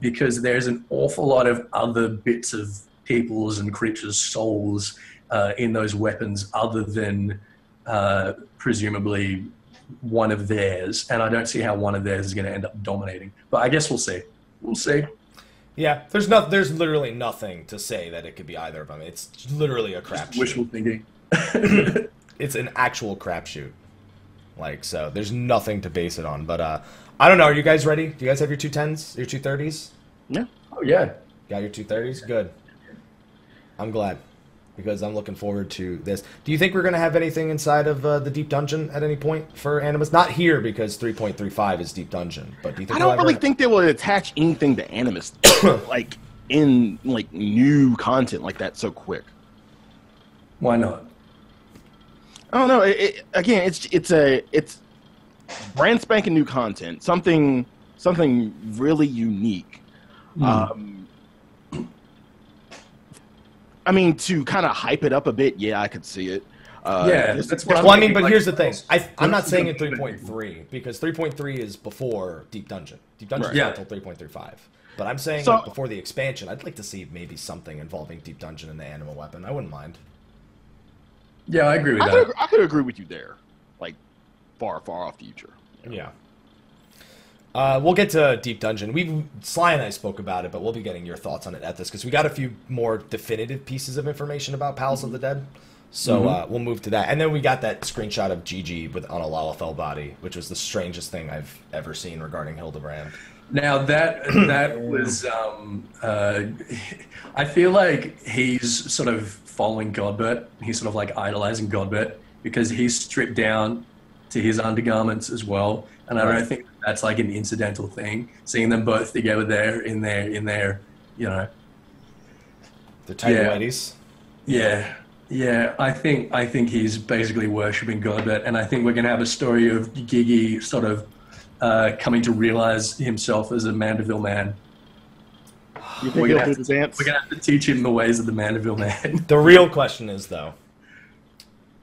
[SPEAKER 3] because there's an awful lot of other bits of people's and creatures' souls uh, in those weapons, other than uh, presumably one of theirs. And I don't see how one of theirs is going to end up dominating. But I guess we'll see. We'll see.
[SPEAKER 1] Yeah, there's no, there's literally nothing to say that it could be either of them. It's literally a
[SPEAKER 3] Wishful
[SPEAKER 1] crapshoot.
[SPEAKER 3] thinking.
[SPEAKER 1] It's an actual crapshoot. Like so, there's nothing to base it on. But uh, I don't know. Are you guys ready? Do you guys have your two tens, your two thirties?
[SPEAKER 2] Yeah.
[SPEAKER 3] Oh yeah.
[SPEAKER 1] Got your two thirties? Good. I'm glad because I'm looking forward to this. Do you think we're gonna have anything inside of uh, the deep dungeon at any point for Animus? Not here because 3.35 is deep dungeon. But do you think
[SPEAKER 2] I
[SPEAKER 1] we'll
[SPEAKER 2] don't
[SPEAKER 1] ever-
[SPEAKER 2] really think they will attach anything to Animus, like in like new content like that so quick.
[SPEAKER 3] Why not?
[SPEAKER 2] I don't know. It, it, again, it's it's a it's brand spanking new content, something something really unique.
[SPEAKER 3] Hmm.
[SPEAKER 2] Um, I mean, to kind of hype it up a bit, yeah, I could see it. Uh,
[SPEAKER 3] yeah,
[SPEAKER 2] just-
[SPEAKER 3] that's what I'm
[SPEAKER 1] Well, I mean,
[SPEAKER 3] thinking,
[SPEAKER 1] but
[SPEAKER 3] like-
[SPEAKER 1] here's the thing. I, I'm not
[SPEAKER 3] That's
[SPEAKER 1] saying
[SPEAKER 3] the
[SPEAKER 1] at 3.3 because 3.3 is before Deep Dungeon. Deep Dungeon's
[SPEAKER 2] Right.
[SPEAKER 1] not
[SPEAKER 3] Yeah.
[SPEAKER 1] until 3.35. But I'm saying
[SPEAKER 2] So-
[SPEAKER 1] like, before the expansion, I'd like to see maybe something involving Deep Dungeon and the animal weapon. I wouldn't mind.
[SPEAKER 3] Yeah, I agree with
[SPEAKER 2] I
[SPEAKER 3] that.
[SPEAKER 2] could, ag- I could agree with you there. Like far, far off future.
[SPEAKER 1] Yeah. Uh, we'll get to Deep Dungeon. We Sly and I spoke about it, but we'll be getting your thoughts on it at this because we got a few more definitive pieces of information about Palace of the Dead. So uh, we'll move to that, and then we got that screenshot of Gigi with on a Lalafell body, which was the strangest thing I've ever seen regarding Hildebrand.
[SPEAKER 3] Now that that was, um, uh, I feel like he's sort of following Godbert. He's sort of like idolizing Godbert because he's stripped down to his undergarments as well. And I don't think that's like an incidental thing. Seeing them both together there in their in their, you know,
[SPEAKER 1] The tiny
[SPEAKER 3] Yeah.
[SPEAKER 1] whiteys.
[SPEAKER 3] yeah, yeah. I think I think he's basically worshiping Godbert, and I think we're gonna have a story of Gigi sort of uh, coming to realize himself as a Mandeville man.
[SPEAKER 2] You
[SPEAKER 3] We're
[SPEAKER 2] think
[SPEAKER 3] gonna
[SPEAKER 2] he'll do
[SPEAKER 3] have
[SPEAKER 2] the dance?
[SPEAKER 3] We're gonna have to teach him the ways of the Mandeville man.
[SPEAKER 1] The real question is though,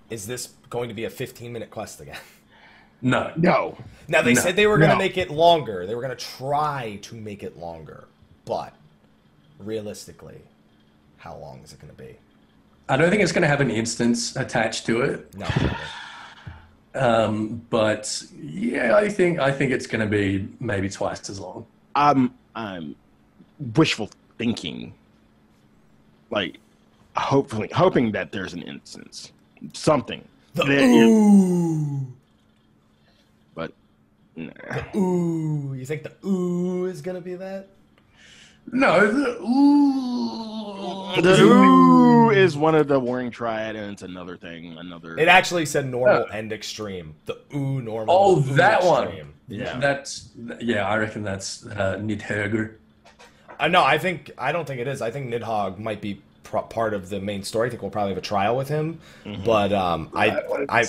[SPEAKER 1] is this going to be a 15 minute quest again?
[SPEAKER 3] no.
[SPEAKER 2] No.
[SPEAKER 1] Now they
[SPEAKER 3] No.
[SPEAKER 1] said they were going to
[SPEAKER 2] No.
[SPEAKER 1] make it longer. They were going to try to make it longer, but realistically, how long is it going to be?
[SPEAKER 3] I don't think it's gonna have an instance attached to it.
[SPEAKER 1] No, probably.
[SPEAKER 3] Um, but yeah, I think I think it's gonna be maybe twice as long.
[SPEAKER 2] I'm I'm wishful thinking. Like hopefully hoping that there's an instance. Something.
[SPEAKER 1] The
[SPEAKER 2] There is-
[SPEAKER 1] ooh,
[SPEAKER 2] but nah.
[SPEAKER 1] ooh. You think the ooh is going to be that?
[SPEAKER 3] No, the, ooh,
[SPEAKER 2] The ooh is one of the warring triad, and it's another thing. Another.
[SPEAKER 1] It actually said normal and extreme. The ooh normal.
[SPEAKER 3] Uh. Oh,
[SPEAKER 1] the ooh
[SPEAKER 3] that one.
[SPEAKER 1] extreme.
[SPEAKER 2] yeah.
[SPEAKER 3] That's yeah, I reckon that's uh, Nidhogger.
[SPEAKER 1] Uh, no, I think I don't think it is. I think Nidhogg might be pro- part of the main story. I think we'll probably have a trial with him, but um, I I,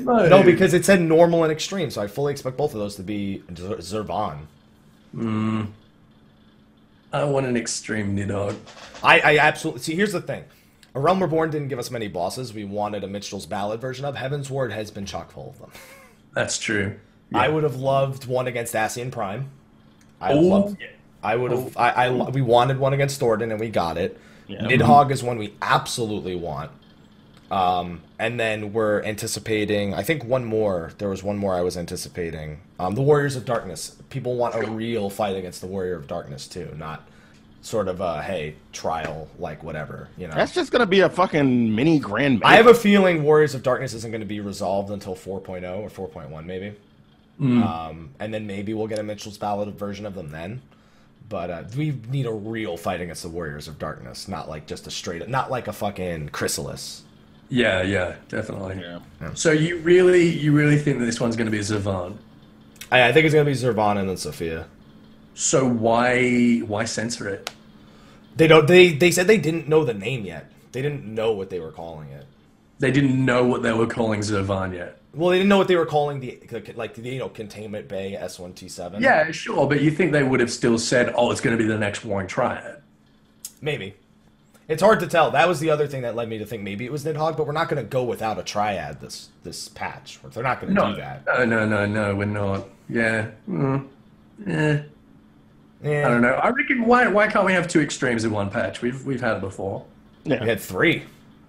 [SPEAKER 1] no because it said normal and extreme, so I fully expect both of those to be Zer- Zervan.
[SPEAKER 3] Hmm. I want an extreme Nidhogg.
[SPEAKER 1] I, I absolutely see. Here's the thing: A Realm Reborn didn't give us many bosses. We wanted a Mitchell's Ballad version of Heaven's Ward has been chock full of them.
[SPEAKER 3] That's true.
[SPEAKER 1] I would have loved one against Asian Prime. I
[SPEAKER 3] Oh,
[SPEAKER 1] loved. I would have. I, I lo- we wanted one against Thornton and we got it.
[SPEAKER 2] Yeah.
[SPEAKER 1] Nidhogg is one we absolutely want. Um, and then we're anticipating. I think one more. There was one more I was anticipating. Um, the Warriors of Darkness. People want a real fight against the Warrior of Darkness too, not sort of a hey trial like whatever. You know.
[SPEAKER 2] That's just gonna be a fucking mini grand.
[SPEAKER 1] I have a feeling Warriors of Darkness isn't going to be resolved until 4.0 or 4.1 maybe. Um, and then maybe we'll get a Mitchell's Ballad version of them then. But uh, we need a real fight against the Warriors of Darkness, not like just a straight, not like a fucking chrysalis.
[SPEAKER 3] Yeah, yeah, definitely.
[SPEAKER 2] Yeah.
[SPEAKER 3] So you really, you really think that this one's going to be Zavan?
[SPEAKER 1] I, I think it's gonna be Zervan and then Sophia.
[SPEAKER 3] So why, why censor it?
[SPEAKER 1] They don't. They they said they didn't know the name yet. They didn't know what they were calling it.
[SPEAKER 3] They didn't know what they were calling Zervan yet.
[SPEAKER 1] Well, they didn't know what they were calling the, the like the you know containment bay S one T seven.
[SPEAKER 3] Yeah, sure, but you think they would have still said, "Oh, it's going to be the next Warring Triad."
[SPEAKER 1] Maybe. It's hard to tell. That was the other thing that led me to think maybe it was Nidhogg, but we're not going to go without a triad this this patch. They're not going to do that.
[SPEAKER 3] no, no, no, no, we're not. Yeah, mm. Eh.
[SPEAKER 1] Eh,
[SPEAKER 3] I don't know. I reckon why why can't we have two extremes in one patch? We've we've had it before.
[SPEAKER 1] We had three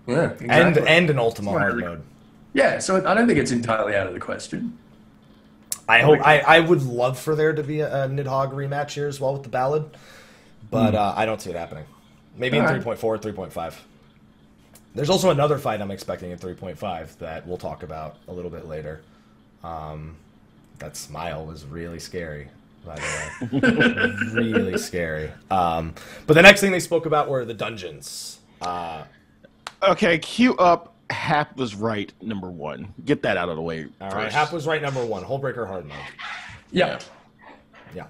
[SPEAKER 3] Yeah, exactly.
[SPEAKER 1] and and an Ultima
[SPEAKER 3] That's
[SPEAKER 1] hard
[SPEAKER 3] right.
[SPEAKER 1] mode.
[SPEAKER 3] yeah. So I don't think it's entirely out of the question.
[SPEAKER 1] I hope I, I would love for there to be a, a Nidhogg rematch here as well with the ballad, but uh, I don't see it happening. Maybe in
[SPEAKER 3] All right.
[SPEAKER 1] 3.4 or 3.5. There's also another fight I'm expecting in 3.5 that we'll talk about a little bit later. Um, that smile was really scary, by the way. really scary. Um, but the next thing they spoke about were the dungeons. Uh,
[SPEAKER 2] Okay, cue up. Hap was right. Number one. Get that out of the way.
[SPEAKER 1] all right,
[SPEAKER 2] first.
[SPEAKER 1] Hap was right number one. Holebreaker hard mode.
[SPEAKER 3] Yeah.
[SPEAKER 1] Yeah.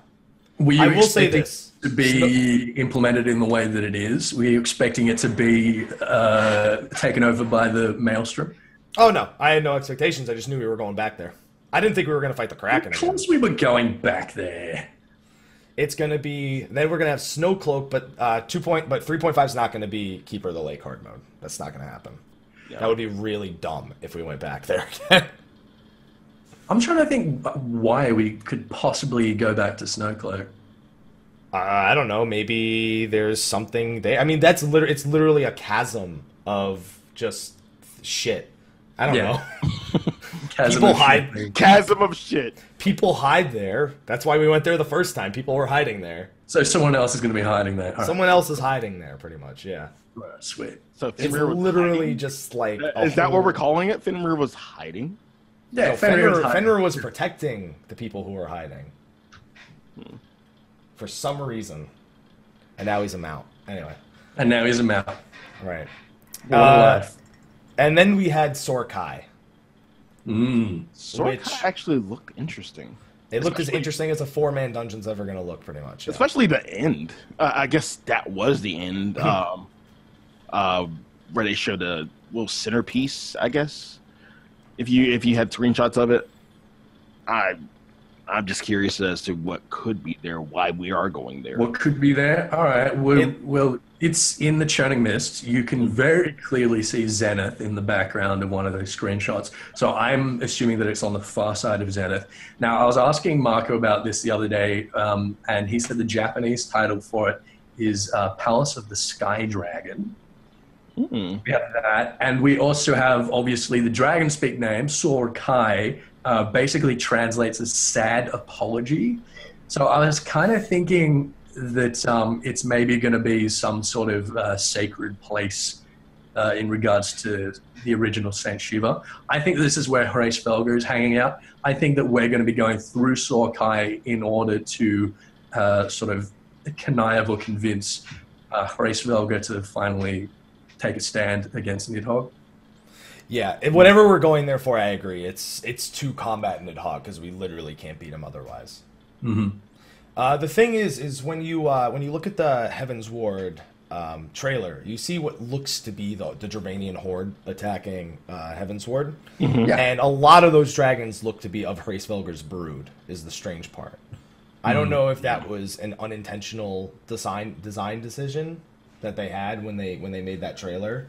[SPEAKER 3] Were you
[SPEAKER 1] I will say
[SPEAKER 3] expecting
[SPEAKER 1] this.
[SPEAKER 3] to be implemented in the way that it is? Were you expecting it to be uh, taken over by the maelstrom?
[SPEAKER 1] Oh no, I had no expectations. I just knew we were going back there. I didn't think we were going to fight the Kraken.
[SPEAKER 3] Of
[SPEAKER 1] Again.
[SPEAKER 3] course, we were going back there.
[SPEAKER 1] It's going to be then we're going to have Snowcloak, but uh, two point, but three point five is not going to be Keeper of the Lake hard mode. That's not going to happen. That would be really dumb if we went back there. again.
[SPEAKER 3] I'm trying to think why we could possibly go back to Snowcloak.
[SPEAKER 1] uh, I don't know. Maybe there's something there. I mean, that's literally it's literally a chasm of just shit. I don't
[SPEAKER 3] Yeah.
[SPEAKER 1] know.
[SPEAKER 3] Chasm
[SPEAKER 1] People
[SPEAKER 3] of
[SPEAKER 1] hide-
[SPEAKER 3] Shivering.
[SPEAKER 2] Chasm of shit.
[SPEAKER 1] People hide there. That's why we went there the first time. People were hiding there.
[SPEAKER 3] So someone else is going to be hiding there. All
[SPEAKER 1] Someone else is hiding there, pretty much. Yeah.
[SPEAKER 3] right, sweet.
[SPEAKER 2] So
[SPEAKER 1] It's
[SPEAKER 2] Fenrir was
[SPEAKER 1] literally
[SPEAKER 2] hiding?
[SPEAKER 1] just like. a
[SPEAKER 2] Is that what
[SPEAKER 1] whole-
[SPEAKER 2] we're calling it? Fenrir was hiding.
[SPEAKER 3] Yeah,
[SPEAKER 1] No,
[SPEAKER 3] Fenrir was
[SPEAKER 1] Fenrir,
[SPEAKER 3] hiding.
[SPEAKER 1] Fenrir was protecting the people who were hiding for some reason, and now he's a mount. Anyway,
[SPEAKER 3] and now he's a map.
[SPEAKER 1] right.
[SPEAKER 3] What a
[SPEAKER 1] Uh,
[SPEAKER 3] life.
[SPEAKER 1] and then we had Sorkai.
[SPEAKER 3] Mm.
[SPEAKER 2] Sorka
[SPEAKER 1] Which-
[SPEAKER 2] actually looked interesting,
[SPEAKER 1] It looked as
[SPEAKER 2] Especially-
[SPEAKER 1] interesting as a four-man dungeon's ever going to look, pretty much. yeah.
[SPEAKER 2] especially the end. Uh, I guess that was the end. Um, uh, where they showed a little centerpiece. I guess if you if you had screenshots of it, I I'm just curious as to what could be there, why we are going there.
[SPEAKER 3] What could be there? All right. Well,
[SPEAKER 1] It-
[SPEAKER 3] well, it's in the churning mist. You can very clearly see Zenith in the background of one of those screenshots. So I'm assuming that it's on the far side of Zenith. Now, I was asking Marco about this the other day, um, and he said the Japanese title for it is uh, Palace of the Sky Dragon.
[SPEAKER 2] Hmm.
[SPEAKER 3] We have that, and we also have obviously the dragon speak name Sorkai. uh, basically translates as "sad apology." So I was kind of thinking that um, it's maybe going to be some sort of uh, sacred place uh, in regards to the original Saint Shiva. I think this is where Horace Felger is hanging out. I think that we're going to be going through Sorkai in order to uh, sort of connive or convince uh, Horace Velga to finally take a stand against Nidhogg.
[SPEAKER 1] Yeah, if- whatever we're going there for, I agree. It's it's to combat Nidhogg because we literally can't beat him otherwise.
[SPEAKER 3] hmm
[SPEAKER 1] Uh, the thing is, is when you uh, when you look at the Heaven's Ward um, trailer, you see what looks to be the the Germanian horde attacking uh, Heaven's Ward,
[SPEAKER 3] Yeah.
[SPEAKER 1] and a lot of those dragons look to be of Hracevelger's brood. Is the strange part. I don't know if that was an unintentional design design decision that they had when they when they made that trailer.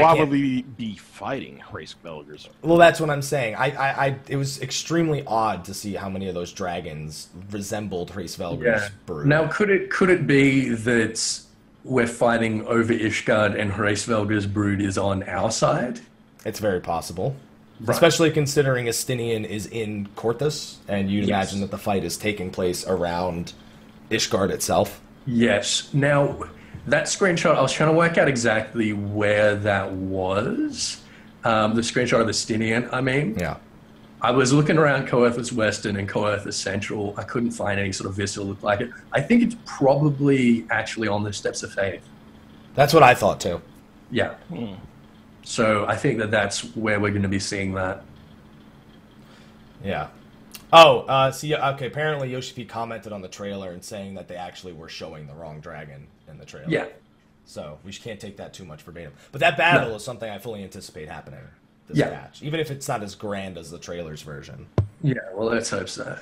[SPEAKER 1] I
[SPEAKER 2] why
[SPEAKER 1] can't-
[SPEAKER 2] would we be fighting Race Belgers?
[SPEAKER 1] Well, that's what I'm saying. I, I, I it was extremely odd to see how many of those dragons resembled Hracevelger's
[SPEAKER 3] Yeah.
[SPEAKER 1] brood.
[SPEAKER 3] Now, could it could it be that we're fighting over Ishgard and Horace Velga's brood is on our side?
[SPEAKER 1] It's very possible.
[SPEAKER 3] Right.
[SPEAKER 1] Especially considering Astinian is in Corthus, and you'd imagine that the fight is taking place around Ishgard itself.
[SPEAKER 3] Yes. Now, that screenshot, I was trying to work out exactly where that was. Um, the screenshot of the Stinian, I mean.
[SPEAKER 1] Yeah.
[SPEAKER 3] I was looking around Coethus Western and Coethus Central. I couldn't find any sort of vista that looked like it. I think it's probably actually on the Steps of Faith.
[SPEAKER 1] That's what I thought too.
[SPEAKER 3] Yeah. So I think that that's where we're going to be seeing that.
[SPEAKER 1] Yeah. Oh, uh, see, okay, apparently Yoshipi commented on the trailer and saying that they actually were showing the wrong dragon in the trailer.
[SPEAKER 3] Yeah.
[SPEAKER 1] So we sh- can't take that too much verbatim. But that battle is something I fully anticipate happening this
[SPEAKER 3] Yeah.
[SPEAKER 1] patch, even if it's not as grand as the trailer's version.
[SPEAKER 3] Yeah. Well, let's hope so.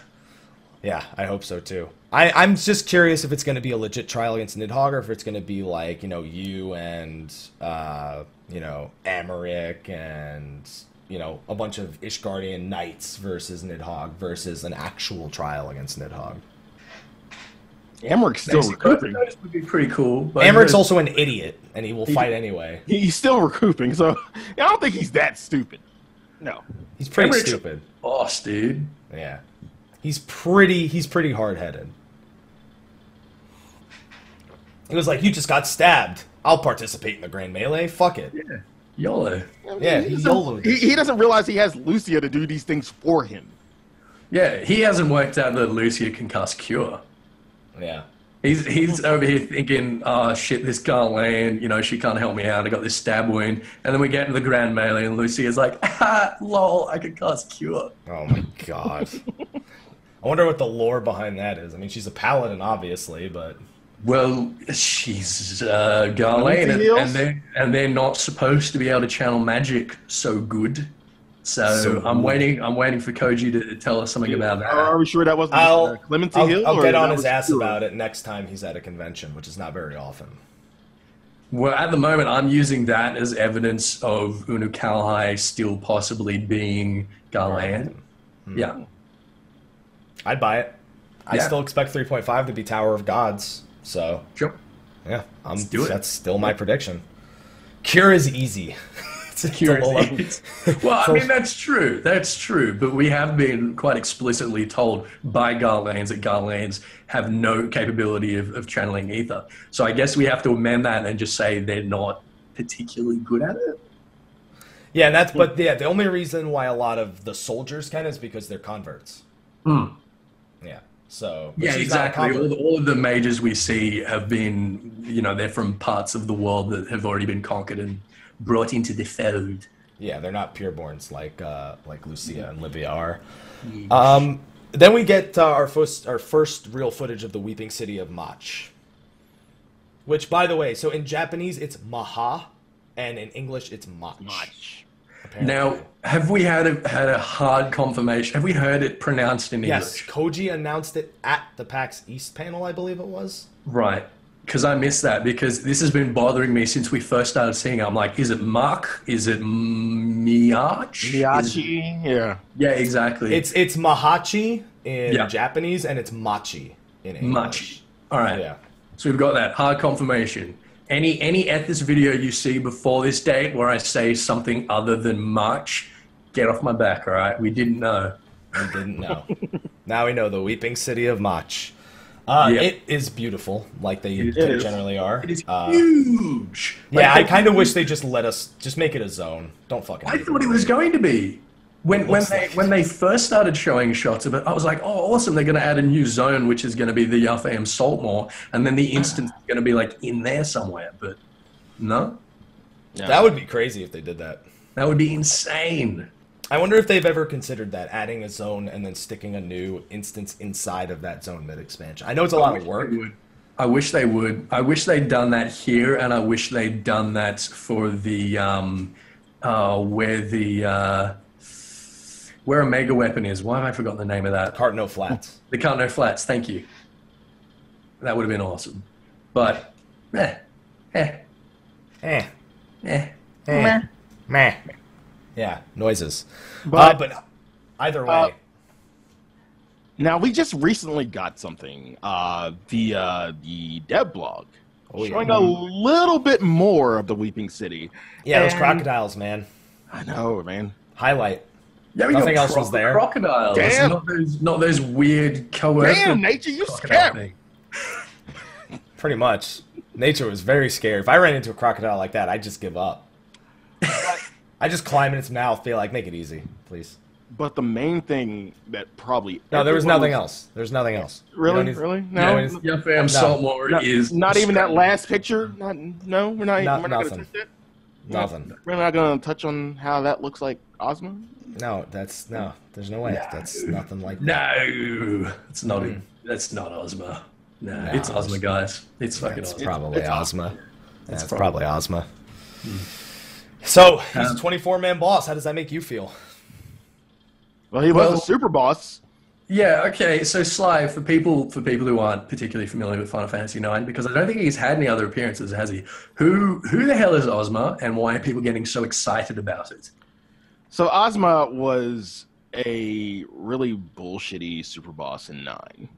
[SPEAKER 1] Yeah, I hope so too. I, I'm just curious if it's going to be a legit trial against Nidhogg or if it's going to be like, you know, you and, uh, you know, Amarik and, you know, a bunch of Ishgardian knights versus Nidhogg versus an actual trial against Nidhogg.
[SPEAKER 2] Amarik's still
[SPEAKER 3] Actually, both of
[SPEAKER 2] recouping.
[SPEAKER 3] those would be pretty cool. But
[SPEAKER 1] Amarik's also an idiot and he will fight anyway.
[SPEAKER 2] He- He's still recouping, so I don't think he's that stupid. No.
[SPEAKER 1] He's pretty
[SPEAKER 3] Amarik's-
[SPEAKER 1] stupid.
[SPEAKER 3] boss, dude.
[SPEAKER 1] Yeah. He's pretty he's pretty hard headed. He was like, You just got stabbed. I'll participate in the grand melee. Fuck it.
[SPEAKER 3] YOLO.
[SPEAKER 1] Yeah, he yoloed
[SPEAKER 2] He,
[SPEAKER 1] it.
[SPEAKER 2] he doesn't realize he has Lucia to do these things for him.
[SPEAKER 3] Yeah, he hasn't worked out that Lucia can cast Cure.
[SPEAKER 1] Yeah.
[SPEAKER 3] He's he's over here thinking, oh shit, this can't land. You know, she can't help me out. I got this stab wound, and then we get into the grand melee, and Lucy is like, ah, lol, I can cast cure.
[SPEAKER 1] Oh my god. I wonder what the lore behind that is. I mean, she's a paladin, obviously, but
[SPEAKER 3] Well, she's uh, Garland, and,
[SPEAKER 2] Anything else?
[SPEAKER 3] and they're and they're not supposed to be able to channel magic so good. So,
[SPEAKER 1] So
[SPEAKER 3] I'm
[SPEAKER 1] good.
[SPEAKER 3] waiting. I'm waiting for Koji to tell us something about that.
[SPEAKER 2] Are we sure that wasn't
[SPEAKER 1] I'll-
[SPEAKER 2] uh, Clemency
[SPEAKER 1] I'll,
[SPEAKER 2] Hill?
[SPEAKER 1] I'll
[SPEAKER 2] or
[SPEAKER 1] get on
[SPEAKER 2] that
[SPEAKER 1] his
[SPEAKER 2] was
[SPEAKER 1] ass
[SPEAKER 2] Cure?
[SPEAKER 1] about it next time he's at a convention, which is not very often.
[SPEAKER 3] Well, at the moment, I'm using that as evidence of Unu Kalhai still possibly being Garland.
[SPEAKER 1] Hmm.
[SPEAKER 3] Yeah.
[SPEAKER 1] I'd buy it. I
[SPEAKER 3] Yeah.
[SPEAKER 1] still expect 3.5 to be Tower of Gods, so
[SPEAKER 3] Sure.
[SPEAKER 1] yeah, I'm,
[SPEAKER 3] do it.
[SPEAKER 1] that's still my prediction. Cure is easy. it's a
[SPEAKER 3] Cure
[SPEAKER 1] double up.
[SPEAKER 3] is easy. well, I mean that's true. That's true. But we have been quite explicitly told by Garlands that Garlands have no capability of, of channeling ether. So I guess we have to amend that and just say they're not particularly good at it.
[SPEAKER 1] Yeah, and that's but yeah, the only reason why a lot of the soldiers can is because they're converts. Yeah. So but she's not a convert.
[SPEAKER 3] All, all of the mages we see have been, you know, they're from parts of the world that have already been conquered and brought into the fold.
[SPEAKER 1] Yeah, they're not pureborns like uh, like Lucia and Livia are. Um, then we get uh, our first our first real footage of the weeping city of Mach, which, by the way, so in Japanese it's Maha, and in English it's Mach. apparently.
[SPEAKER 3] Now, have we had a, had a hard confirmation? Have we heard it pronounced in
[SPEAKER 1] yes,
[SPEAKER 3] English?
[SPEAKER 1] Koji announced it at the PAX East panel, I believe it was.
[SPEAKER 3] Right. Because I miss that because this has been bothering me since we first started seeing it. I'm like, is it Mark? Is it Miach? Is-
[SPEAKER 2] Miyachi,
[SPEAKER 1] Uh,
[SPEAKER 2] yeah.
[SPEAKER 3] Yeah, exactly.
[SPEAKER 1] It's it's Mahachi in
[SPEAKER 3] Yeah.
[SPEAKER 1] Japanese and it's Machi in English.
[SPEAKER 3] Machi. All right.
[SPEAKER 1] Yeah.
[SPEAKER 3] So we've got that hard confirmation. Any any at this video you see before this date where I say something other than March, get off my back. All right. We didn't know.
[SPEAKER 1] We didn't know. now we know the weeping city of Mach. Uh,
[SPEAKER 3] Yeah.
[SPEAKER 1] It is beautiful, like they
[SPEAKER 2] is.
[SPEAKER 1] generally are.
[SPEAKER 3] It is
[SPEAKER 1] Uh,
[SPEAKER 3] huge.
[SPEAKER 1] yeah, I
[SPEAKER 3] Like,
[SPEAKER 1] kind of wish they just let us just make it a zone. Don't fucking.
[SPEAKER 3] I
[SPEAKER 1] make
[SPEAKER 3] thought it was going to be. when
[SPEAKER 1] It
[SPEAKER 3] when
[SPEAKER 1] looks
[SPEAKER 3] they
[SPEAKER 1] like
[SPEAKER 3] when they first started showing shots of it, I was like, oh, awesome! They're going to add a new zone, which is going to be the Yafam Saltmore, and then the instance is going to be like in there somewhere. But no,
[SPEAKER 2] Yeah.
[SPEAKER 1] That would be crazy if they did that.
[SPEAKER 3] that would be insane.
[SPEAKER 1] I wonder if they've ever considered that adding a zone and then sticking a new instance inside of that zone mid expansion. I know it's a lot of work.
[SPEAKER 3] I wish they would. I wish they'd done that here, and I wish they'd done that for the um, uh, where the uh, where a mega weapon is. Why have I forgotten the name of that?
[SPEAKER 1] Cardinal flats.
[SPEAKER 3] The Cardinal Flats. Thank you. That would have been awesome, but eh, eh,
[SPEAKER 1] eh,
[SPEAKER 3] eh.
[SPEAKER 1] eh, meh. Yeah, noises. But,
[SPEAKER 2] But-
[SPEAKER 1] but either way,
[SPEAKER 2] Uh, Now we just recently got something uh, via the dev blog
[SPEAKER 1] Oh, yeah.
[SPEAKER 2] showing a little bit more of the Weeping City.
[SPEAKER 1] yeah, those
[SPEAKER 2] and-
[SPEAKER 1] crocodiles, man.
[SPEAKER 2] I know, man.
[SPEAKER 1] Highlight.
[SPEAKER 3] There we
[SPEAKER 1] Nothing
[SPEAKER 3] go.
[SPEAKER 1] else was there.
[SPEAKER 3] Crocodiles.
[SPEAKER 2] Damn.
[SPEAKER 3] Not those, not those weird coercive.
[SPEAKER 2] Damn, nature, you
[SPEAKER 3] crocodile
[SPEAKER 2] scared me.
[SPEAKER 3] thing.
[SPEAKER 1] Pretty much. Nature was very scared. If I ran into a crocodile like that, I'd just give up. I just climb in its mouth, be like, make it easy, please.
[SPEAKER 2] But the main thing that probably
[SPEAKER 1] No, there was
[SPEAKER 2] everyone
[SPEAKER 1] nothing else. There's nothing else. You
[SPEAKER 2] Really,
[SPEAKER 1] don't need-
[SPEAKER 2] really?
[SPEAKER 1] No,
[SPEAKER 2] No,
[SPEAKER 1] it's-
[SPEAKER 3] Yeah, fam. Saltmore
[SPEAKER 2] not,
[SPEAKER 3] is
[SPEAKER 2] not even that last picture. Not, no, we're not.
[SPEAKER 1] Not-
[SPEAKER 2] we're not
[SPEAKER 1] nothing.
[SPEAKER 2] gonna touch that.
[SPEAKER 1] Nothing.
[SPEAKER 2] We're not gonna touch on how that looks like Ozma.
[SPEAKER 1] No, that's no. There's no way. That's nothing like that.
[SPEAKER 3] No, it's not.
[SPEAKER 1] Hmm.
[SPEAKER 3] That's not Ozma. No, it's Ozma, guys. It's fucking
[SPEAKER 1] It's
[SPEAKER 3] Ozma.
[SPEAKER 1] probably Ozma. That's
[SPEAKER 3] It's
[SPEAKER 1] probably Ozma.
[SPEAKER 2] Hmm.
[SPEAKER 1] So he's
[SPEAKER 2] Um,
[SPEAKER 1] a 24 man boss. How does that make you feel?
[SPEAKER 2] Well, he
[SPEAKER 3] Well-
[SPEAKER 2] was a super boss.
[SPEAKER 3] Yeah. Okay. So Sly, for people for people who aren't particularly familiar with Final Fantasy IX, because I don't think he's had any other appearances, has he? Who Who the hell is Ozma, and why are people getting so excited about it?
[SPEAKER 2] So Ozma was a really bullshitty super boss in nine.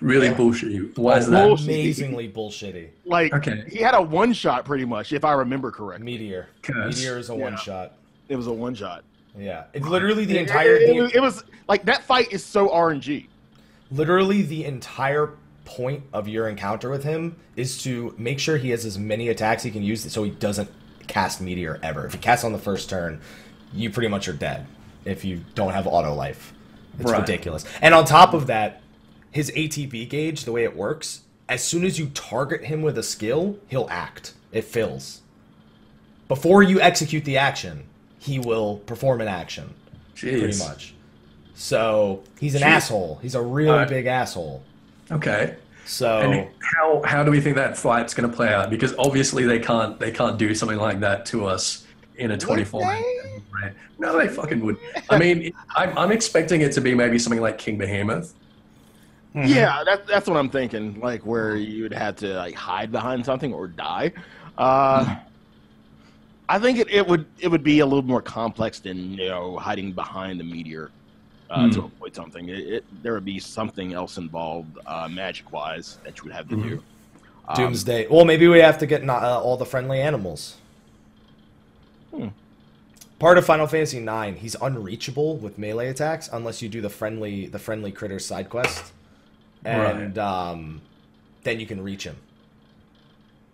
[SPEAKER 3] Really bullshit. Why is that?
[SPEAKER 2] Bullshit.
[SPEAKER 1] Amazingly bullshitty.
[SPEAKER 2] Like
[SPEAKER 3] Okay.
[SPEAKER 2] he had a one shot pretty much, if I remember correctly.
[SPEAKER 1] Meteor.
[SPEAKER 3] Curse.
[SPEAKER 1] Meteor is a
[SPEAKER 2] Yeah.
[SPEAKER 1] one shot.
[SPEAKER 2] It was a one shot.
[SPEAKER 1] Yeah. It's literally the
[SPEAKER 2] It-
[SPEAKER 1] entire
[SPEAKER 2] it,
[SPEAKER 1] game.
[SPEAKER 2] was- it was like that fight is so RNG.
[SPEAKER 1] literally the entire point of your encounter with him is to make sure he has as many attacks he can use so he doesn't cast meteor ever if he casts on the first turn you pretty much are dead if you don't have auto life it's
[SPEAKER 3] Right.
[SPEAKER 1] ridiculous and on top of that his atb gauge the way it works as soon as you target him with a skill he'll act it fills before you execute the action he will perform an action
[SPEAKER 3] Jeez.
[SPEAKER 1] pretty much. So he's an
[SPEAKER 3] Jeez.
[SPEAKER 1] asshole. He's a really
[SPEAKER 3] Alright.
[SPEAKER 1] big asshole.
[SPEAKER 3] Okay.
[SPEAKER 1] So
[SPEAKER 3] And how how do we think that fight's going to play out? Because obviously they can't they can't do something like that to us in a 24
[SPEAKER 2] they?
[SPEAKER 3] minute rant. No, they fucking would. I mean, I'm, I'm expecting it to be maybe something like King Behemoth.
[SPEAKER 2] Yeah, that, that's what I'm thinking. Like where you would have to like hide behind something or die. Uh, I think it, it would it would be a little more complex than you know hiding behind the meteor uh, to avoid something. It, it, there would be something else involved uh, magic wise that you would have to do. Um,
[SPEAKER 1] doomsday. well, maybe we have to get not, uh, all the friendly animals.
[SPEAKER 2] Hmm.
[SPEAKER 1] Part of Final Fantasy IX, he's unreachable with melee attacks unless you do the friendly the friendly critter side quest, and um, then you can reach him.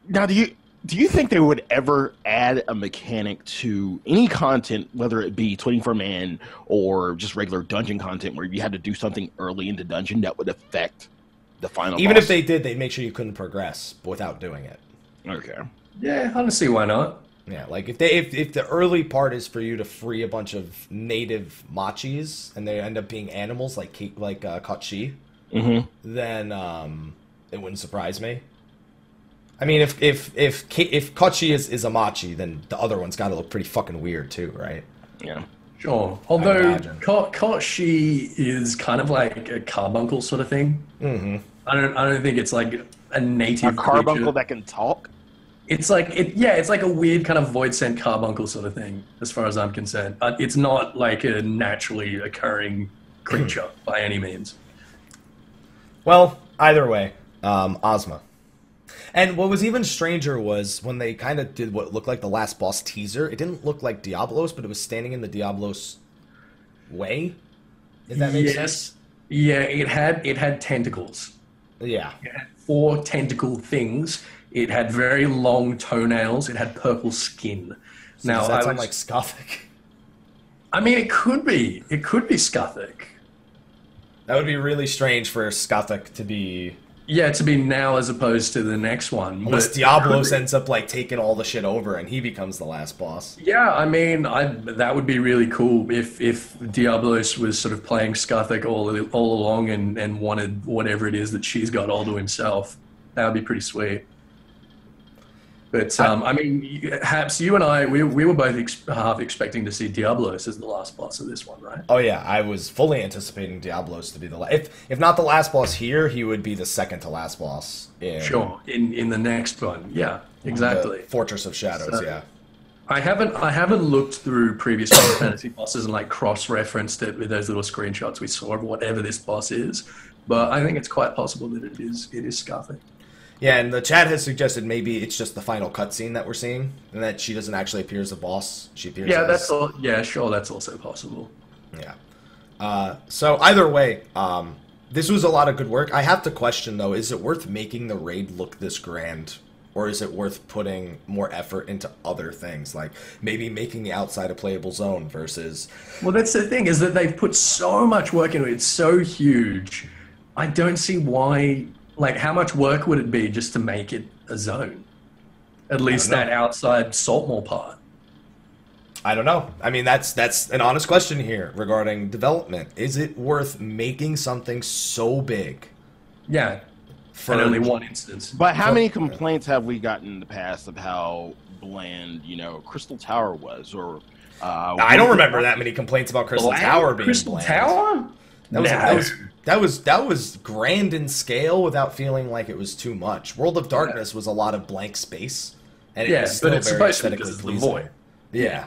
[SPEAKER 2] Now, do you do you think they would ever add a mechanic to any content, whether it be 24 man or just regular dungeon content, where you had to do something early in the dungeon that would affect the final?
[SPEAKER 1] Even if
[SPEAKER 2] boss?
[SPEAKER 1] they did, they'd make sure you couldn't progress without doing it.
[SPEAKER 2] okay,
[SPEAKER 3] Yeah, honestly, why not?
[SPEAKER 1] Yeah, like if they if, if the early part is for you to free a bunch of native machis and they end up being animals like Ki- like uh, Kachi,
[SPEAKER 2] mm-hmm.
[SPEAKER 1] then um, it wouldn't surprise me. I mean, if if if Ki- if Kachi is is a machi, then the other one's got to look pretty fucking weird too, right?
[SPEAKER 2] yeah,
[SPEAKER 3] Sure. Although
[SPEAKER 1] imagine.
[SPEAKER 3] Ko- Koshi is kind of like a carbuncle sort of thing.
[SPEAKER 1] Mm-hmm.
[SPEAKER 3] I don't I don't think it's like a
[SPEAKER 2] a
[SPEAKER 3] native creature.
[SPEAKER 2] carbuncle that can talk.
[SPEAKER 3] It's like it, yeah, it's like a weird kind of void scent carbuncle sort of thing, as far as I'm concerned. Uh, it's not like a naturally occurring creature
[SPEAKER 1] Hmm.
[SPEAKER 3] by any means.
[SPEAKER 1] Well, either way, um, Ozma. And what was even stranger was when they kind of did what looked like the last boss teaser. It didn't look like Diablos, but it was standing in the Diablos way. If that makes
[SPEAKER 3] yes.
[SPEAKER 1] sense.
[SPEAKER 3] Yeah, it had it had tentacles.
[SPEAKER 1] Yeah.
[SPEAKER 3] It had four tentacle things. It had very long toenails. It had purple skin.
[SPEAKER 1] Now
[SPEAKER 3] now
[SPEAKER 1] that
[SPEAKER 3] I
[SPEAKER 1] sound
[SPEAKER 3] was,
[SPEAKER 1] like Scoffik?
[SPEAKER 3] I mean, it could be. It could be Scuthwick.
[SPEAKER 1] That would be really strange for Scothwick to be.
[SPEAKER 3] Yeah, to be now as opposed to the next one.
[SPEAKER 1] Unless
[SPEAKER 3] but-
[SPEAKER 1] Diablos ends up like taking all the shit over and he becomes the last boss.
[SPEAKER 3] Yeah, I mean, I, that would be really cool if if Diablos was sort of playing Scuthwick all all along and and wanted whatever it is that she's got all to himself. That would be pretty sweet. But um, I, mean, you- Haps, you and I, we, we were both ex- half expecting to see Diablos as the last boss of this one, right?
[SPEAKER 1] Oh yeah, I was fully anticipating Diablos to be the la- if if not the last boss here, he would be the second to last boss in
[SPEAKER 3] Sure. In in the next one, yeah,
[SPEAKER 1] the
[SPEAKER 3] exactly.
[SPEAKER 1] Fortress of Shadows.
[SPEAKER 3] So-
[SPEAKER 1] yeah,
[SPEAKER 3] I haven't I haven't looked through previous Final Fantasy bosses and like cross referenced it with those little screenshots we saw of whatever this boss is, but I think it's quite possible that it is it is Scarface.
[SPEAKER 1] yeah, and the chat has suggested maybe it's just the final cutscene that we're seeing, and that she doesn't actually appear as a boss. She appears.
[SPEAKER 3] Yeah,
[SPEAKER 1] as,
[SPEAKER 3] that's all. Yeah, sure, that's also possible.
[SPEAKER 1] Yeah. Uh, so either way, um, this was a lot of good work. I have to question though: is it worth making the raid look this grand, or is it worth putting more effort into other things, like maybe making the outside a playable zone versus?
[SPEAKER 3] Well, that's the thing is that they've put so much work into it. It's so huge. I don't see why. Like, how much work would it be just to make it a zone? At least
[SPEAKER 1] know.
[SPEAKER 3] that outside Saltmore part.
[SPEAKER 1] I don't know. I mean, that's that's an honest question here regarding development. Is it worth making something so big
[SPEAKER 3] Yeah,
[SPEAKER 1] for
[SPEAKER 3] and only one instance.
[SPEAKER 2] But how many complaints have we gotten in the past of how bland, you know, Crystal Tower was? Or uh,
[SPEAKER 1] I don't remember that many complaints about Crystal Tower being
[SPEAKER 3] Crystal
[SPEAKER 1] bland.
[SPEAKER 3] Tower.
[SPEAKER 1] That was,
[SPEAKER 3] No.
[SPEAKER 1] that was that was that was grand in scale without feeling like it was too much. World of Darkness was a lot of blank space, and it
[SPEAKER 3] Yeah,
[SPEAKER 1] was
[SPEAKER 3] but
[SPEAKER 1] still
[SPEAKER 3] it's
[SPEAKER 1] very
[SPEAKER 3] supposed to be
[SPEAKER 1] aesthetically
[SPEAKER 3] because it's the
[SPEAKER 1] pleasing.
[SPEAKER 3] void.
[SPEAKER 1] Yeah.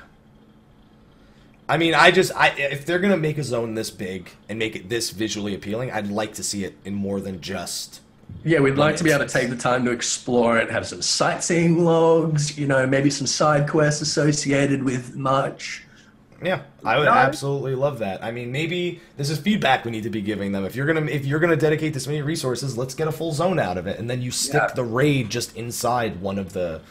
[SPEAKER 1] I mean, I just I if they're gonna make a zone this big and make it this visually appealing, I'd like to see it in more than just
[SPEAKER 3] Yeah, we'd like to be able to take the time to explore it, have some sightseeing logs, you know, maybe some side quests associated with March.
[SPEAKER 1] Yeah, I would
[SPEAKER 3] No, I-
[SPEAKER 1] absolutely love that. I mean, maybe this is feedback we need to be giving them. If you're gonna if you're gonna dedicate this many resources, let's get a full zone out of it, and then you stick
[SPEAKER 3] Yeah.
[SPEAKER 1] the raid just inside one of the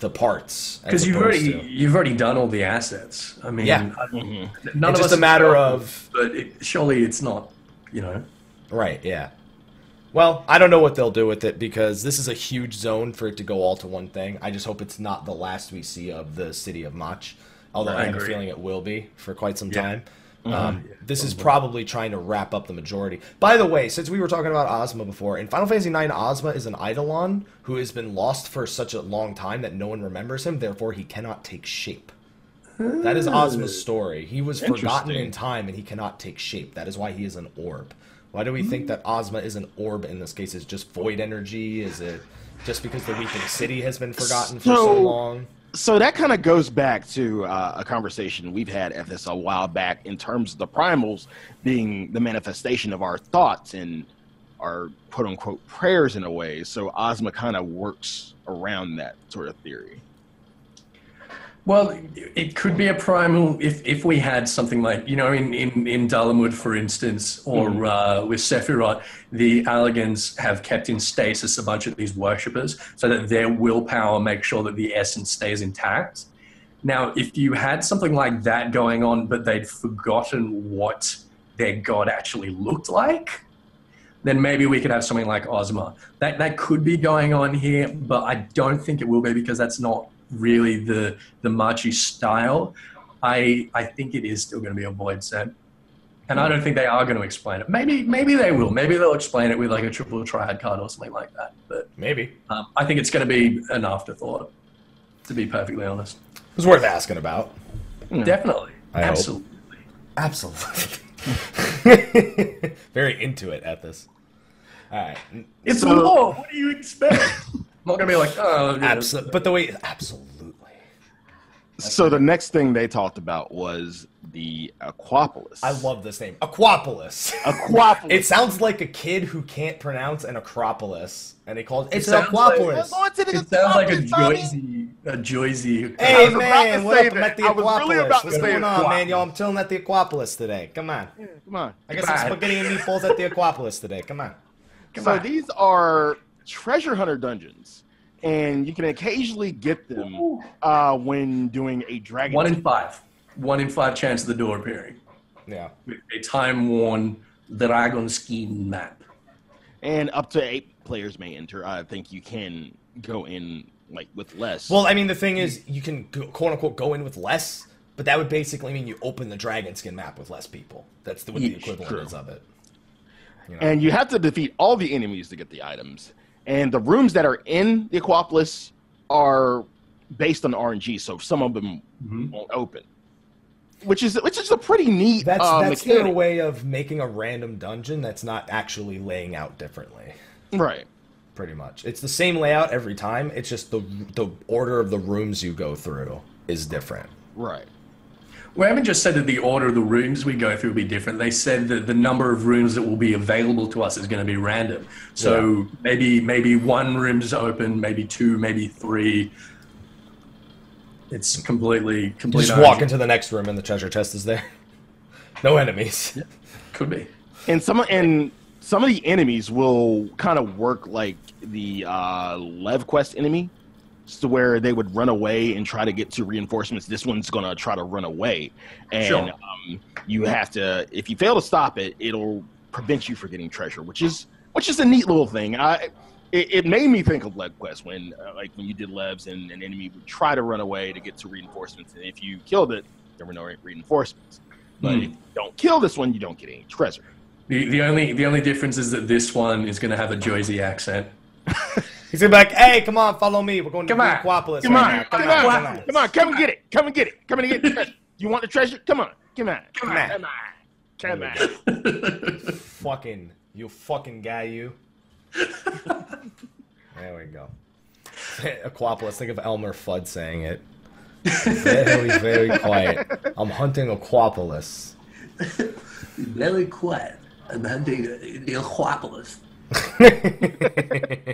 [SPEAKER 1] the parts. as
[SPEAKER 3] Because you've
[SPEAKER 1] opposed
[SPEAKER 3] already
[SPEAKER 1] to-
[SPEAKER 3] you've already done all the assets. I mean,
[SPEAKER 1] Yeah. Mm-hmm.
[SPEAKER 3] I- none
[SPEAKER 1] It's just
[SPEAKER 3] of us
[SPEAKER 1] a matter
[SPEAKER 3] have-
[SPEAKER 1] of-
[SPEAKER 3] But it, surely it's not, you know.
[SPEAKER 1] right, yeah. Well, I don't know what they'll do with it because this is a huge zone for it to go all to one thing. I just hope it's not the last we see of the city of Mach, although
[SPEAKER 3] I
[SPEAKER 1] I, have a
[SPEAKER 3] agree.
[SPEAKER 1] feeling it will be for quite some
[SPEAKER 3] Yeah. Mm-hmm.
[SPEAKER 1] time. Um, this is probably trying to wrap up the majority. By the way, since we were talking about Ozma before, in Final Fantasy IX, Ozma is an Eidolon who has been lost for such a long time that no one remembers him, therefore, he cannot take shape. That is Ozma's story. He was forgotten in
[SPEAKER 2] Interesting.
[SPEAKER 1] time and he cannot take shape. That is why he is an orb. Why do we think that Ozma is an orb in this case? Is just void energy? Is it just because the Weeping City has been forgotten for so
[SPEAKER 2] So-
[SPEAKER 1] long?
[SPEAKER 2] So that kind of goes back to uh, a conversation we've had at this a while back in terms of the primals being the manifestation of our thoughts and our quote unquote prayers in a way. So Ozma kind of works around that sort of theory.
[SPEAKER 3] Well, it could be a primal if, if we had something like, you know, in, in, in Dalamwood, for instance, or uh, with Sephiroth, the Allergans have kept in stasis a bunch of these worshippers so that their willpower makes sure that the essence stays intact. Now, if you had something like that going on, but they'd forgotten what their god actually looked like, then maybe we could have something like Ozma. That that could be going on here, but I don't think it will be because that's not really the the Machi style. I I think it is still going to be a void set, and I don't think they are going to explain it. Maybe maybe they will. Maybe they'll explain it with like a triple triad card or something like that. But
[SPEAKER 1] Maybe. It
[SPEAKER 3] um, I think it's going to be an afterthought. To be perfectly honest,
[SPEAKER 1] was worth asking about.
[SPEAKER 3] definitely,
[SPEAKER 1] I hope.
[SPEAKER 3] absolutely.
[SPEAKER 1] Absolutely. Very into it at this. All right.
[SPEAKER 3] It's
[SPEAKER 2] So-
[SPEAKER 3] law. What do you expect? I'm not going to be like oh yeah.
[SPEAKER 1] Absolutely. But the way absolutely.
[SPEAKER 2] So the next thing they talked about was the Aquapolis.
[SPEAKER 1] I love this name. Aquapolis.
[SPEAKER 2] Aquapolis.
[SPEAKER 1] It sounds like a kid who can't pronounce an acropolis, and he calls it's an
[SPEAKER 3] sounds like-
[SPEAKER 1] aquapolis.
[SPEAKER 3] It sounds like a Joyzy, a Joyzy.
[SPEAKER 1] hey
[SPEAKER 2] was about
[SPEAKER 1] man,
[SPEAKER 2] to
[SPEAKER 1] what
[SPEAKER 2] say
[SPEAKER 1] up? I'm
[SPEAKER 2] that.
[SPEAKER 1] at the
[SPEAKER 2] I was
[SPEAKER 1] aquapolis.
[SPEAKER 2] really about to
[SPEAKER 1] What's
[SPEAKER 2] say
[SPEAKER 1] going on, man?
[SPEAKER 2] aquapolis.
[SPEAKER 1] Yo, I'm chilling at the aquapolis today. Come on,
[SPEAKER 2] Come on.
[SPEAKER 1] I got some
[SPEAKER 3] Goodbye.
[SPEAKER 1] spaghetti and meatballs at the aquapolis today. Come on.
[SPEAKER 2] so these are treasure hunter dungeons, and you can occasionally get them uh, when doing a dragon.
[SPEAKER 3] One in five. one in five chance of the door appearing
[SPEAKER 1] Yeah.
[SPEAKER 3] with a time worn dragon skin map.
[SPEAKER 2] And up to eight players may enter. I think you can go in like with less.
[SPEAKER 1] Well, I mean, the thing is, you can go- quote unquote go in with less, but that would basically mean you open the dragon skin map with less people. That's the, what the
[SPEAKER 2] Yeah,
[SPEAKER 1] equivalent
[SPEAKER 2] true.
[SPEAKER 1] is of it.
[SPEAKER 2] and you have to defeat all the enemies to get the items. And the rooms that are in the Aquapolis are based on RNG, so some of them
[SPEAKER 3] Mm-hmm.
[SPEAKER 2] won't open. Which is which is a pretty neat
[SPEAKER 1] That's
[SPEAKER 2] uh,
[SPEAKER 1] that's their
[SPEAKER 2] mechanic,
[SPEAKER 1] way of making a random dungeon that's not actually laying out differently.
[SPEAKER 2] right?
[SPEAKER 1] Pretty much, it's the same layout every time. It's just the the order of the rooms you go through is different.
[SPEAKER 2] Right.
[SPEAKER 3] We haven't just said that the order of the rooms we go through will be different. They said that the number of rooms that will be available to us is going to be random. So maybe maybe one room's open, maybe two, maybe three. It's completely
[SPEAKER 1] You
[SPEAKER 3] completely
[SPEAKER 1] just walk into the next room and the treasure chest is there. No enemies.
[SPEAKER 3] could be.
[SPEAKER 2] And some and some of the enemies will kind of work like the uh, Lev quest enemy, to where they would run away and try to get to reinforcements. This one's gonna try to run away, and
[SPEAKER 3] Sure.
[SPEAKER 2] um, you have to. If you fail to stop it, it'll prevent you from getting treasure, which is which is a neat little thing. I. It, it made me think of Lev Quest when, uh, like, when you did Levs and an enemy would try to run away to get to reinforcements, and if you killed it, there were no reinforcements. But
[SPEAKER 3] Hmm.
[SPEAKER 2] if you don't kill this one, you don't get any treasure.
[SPEAKER 3] The the only the only difference is that this one is going to have a Jersey accent.
[SPEAKER 1] He's gonna be like, "Hey, come on, follow me. We're going
[SPEAKER 3] Come
[SPEAKER 1] to
[SPEAKER 3] on.
[SPEAKER 1] Aquapolis
[SPEAKER 2] Come
[SPEAKER 1] right now.
[SPEAKER 2] on, come on, come on, come and get it. Come and get it. Come and get the treasure. You want the treasure? Come on, come on, come on, come on, come on.
[SPEAKER 1] fucking you fucking guy you there we go aquapolis think of elmer fudd saying it very very quiet i'm hunting aquapolis
[SPEAKER 3] Very quiet. I'm hunting the Aquapolis.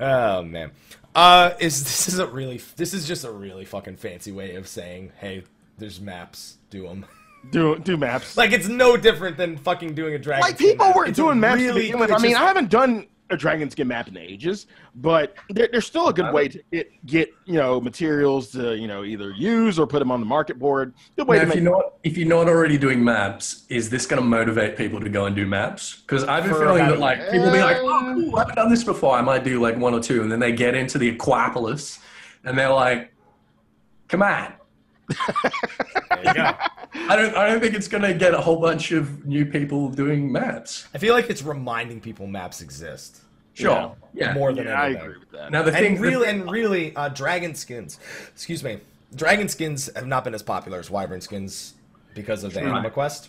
[SPEAKER 1] oh man uh is this is a really this is just a really fucking fancy way of saying hey there's maps do them
[SPEAKER 2] Do do maps. Like,
[SPEAKER 1] like it's no different than fucking doing a dragon skin
[SPEAKER 2] people
[SPEAKER 1] map.
[SPEAKER 2] were
[SPEAKER 1] It's a
[SPEAKER 2] doing maps to
[SPEAKER 1] really-
[SPEAKER 2] begin with. I
[SPEAKER 1] it's
[SPEAKER 2] mean,
[SPEAKER 1] just-
[SPEAKER 2] I haven't done a dragon skin map in ages, but there, there's still a good way to get, get you know materials to you know either use or put them on the market board. Good way
[SPEAKER 3] Now,
[SPEAKER 2] to
[SPEAKER 3] if
[SPEAKER 2] make.
[SPEAKER 3] you're not if you're not already doing maps, is this going to motivate people to go and do maps? Because I've been
[SPEAKER 1] For
[SPEAKER 3] feeling
[SPEAKER 1] about-
[SPEAKER 3] that like people be like,
[SPEAKER 2] Uh,
[SPEAKER 3] "Oh, cool, I haven't done this before. I might do like one or two, and then they get into the Aquapolis, and they're like, "Come on."
[SPEAKER 1] there you go.
[SPEAKER 3] I don't. I don't think it's going to get a whole bunch of new people doing maps.
[SPEAKER 1] i feel like it's reminding people maps exist
[SPEAKER 3] Sure. Yeah.
[SPEAKER 1] more than
[SPEAKER 2] yeah, I
[SPEAKER 1] anything.
[SPEAKER 2] agree with that.
[SPEAKER 3] Now the thing.
[SPEAKER 1] and really, and really, uh, dragon skins. Excuse me, dragon skins have not been as popular as wyvern skins because of the anima quest.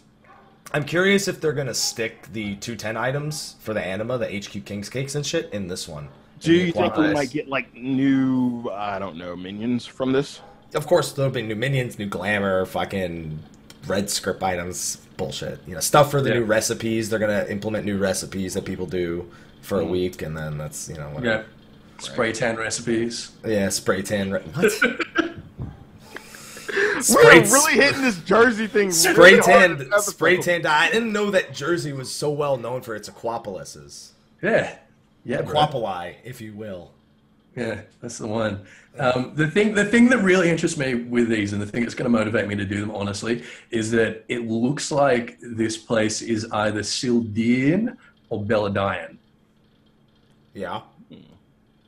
[SPEAKER 1] I'm curious if they're gonna stick the two ten items for the anima, the HQ Kings cakes and shit, in this one.
[SPEAKER 2] do
[SPEAKER 1] In the
[SPEAKER 2] you think we
[SPEAKER 1] Aquapolis.
[SPEAKER 2] might get like new I don't know minions from this?
[SPEAKER 1] Of course, there'll be new minions, new glamour, fucking red script items, bullshit. You know, stuff for the
[SPEAKER 3] Yeah.
[SPEAKER 1] new recipes. They're gonna implement new recipes that people do for a week, and then that's you know
[SPEAKER 3] yeah.
[SPEAKER 1] whatever.
[SPEAKER 3] Spray tan recipes.
[SPEAKER 1] Yeah, spray tan. Re- what?
[SPEAKER 2] We're
[SPEAKER 1] Spray-
[SPEAKER 2] really hitting this Jersey thing.
[SPEAKER 1] Spray
[SPEAKER 2] really hard
[SPEAKER 1] tanned,
[SPEAKER 2] this episode.
[SPEAKER 1] spray tanned. I didn't know that Jersey was so well known for its aquapolises,
[SPEAKER 3] Yeah. Yeah. bro.
[SPEAKER 1] aquapoli, if you will.
[SPEAKER 3] Yeah, that's the one. Um, the thing, the thing that really interests me with these, and the thing that's going to motivate me to do them, honestly, is that it looks like this place is either Sildian or Beladian.
[SPEAKER 1] Yeah,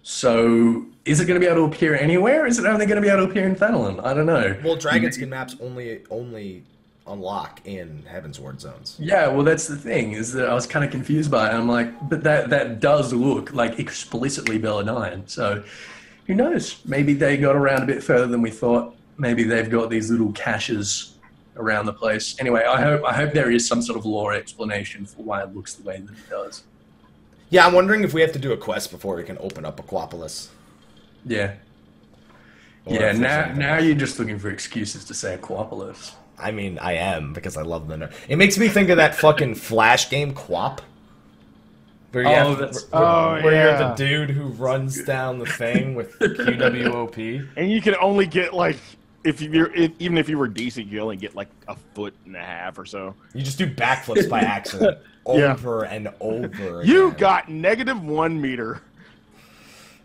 [SPEAKER 3] So, is it going to be able to appear anywhere? Is it only going to be able to appear in Fenelon? I don't know.
[SPEAKER 1] well, dragon skin maps only only unlock in Heaven's Ward zones.
[SPEAKER 3] Yeah, well, that's the thing is that I was kind of confused by it. I'm like, but that that does look like explicitly Belladine. So who knows? Maybe they got around a bit further than we thought. Maybe they've got these little caches around the place. Anyway, I hope I hope there is some sort of lore explanation for why it looks the way that it does.
[SPEAKER 1] Yeah, I'm wondering if we have to do a quest before we can open up aquapolis.
[SPEAKER 3] Yeah.
[SPEAKER 1] Or
[SPEAKER 3] yeah,
[SPEAKER 1] if there's
[SPEAKER 3] now
[SPEAKER 1] anything
[SPEAKER 3] now
[SPEAKER 1] else.
[SPEAKER 3] you're just looking for excuses to say Aquapolis.
[SPEAKER 1] I mean, I am because I love the. Ner- it makes me think of that fucking Flash game, Quap. Where you
[SPEAKER 3] Oh,
[SPEAKER 1] have-
[SPEAKER 3] that's-
[SPEAKER 1] where,
[SPEAKER 2] Oh,
[SPEAKER 1] where
[SPEAKER 2] yeah.
[SPEAKER 1] you're the dude who runs down the thing with QWOP.
[SPEAKER 2] and you can only get like if you're if, even if you were decent, you only get like a foot and a half or so.
[SPEAKER 1] You just do backflips by accident
[SPEAKER 2] Yeah.
[SPEAKER 1] over and over.
[SPEAKER 2] You
[SPEAKER 1] again.
[SPEAKER 2] got negative one meter.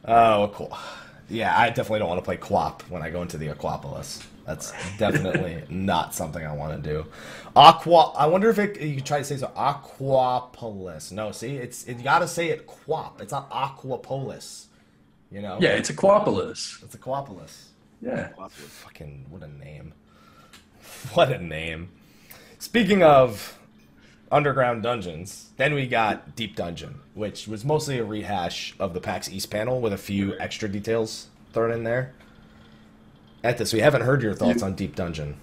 [SPEAKER 1] oh cool. Yeah, I definitely don't want to play Quap when I go into the Aquapolis. That's definitely not something I want to do. Aqua. I wonder if it, you could try to say so. Aquapolis. No, see, it's it, you got to say it Quap. It's not Aquapolis. You know.
[SPEAKER 3] Yeah, it's Aquapolis.
[SPEAKER 1] It's Aquapolis.
[SPEAKER 3] Yeah.
[SPEAKER 1] Fucking what a name. What a name. Speaking of underground dungeons, then we got Deep Dungeon, which was mostly a rehash of the PAX East panel with a few extra details thrown in there. At this, we haven't heard your thoughts on Deep Dungeon.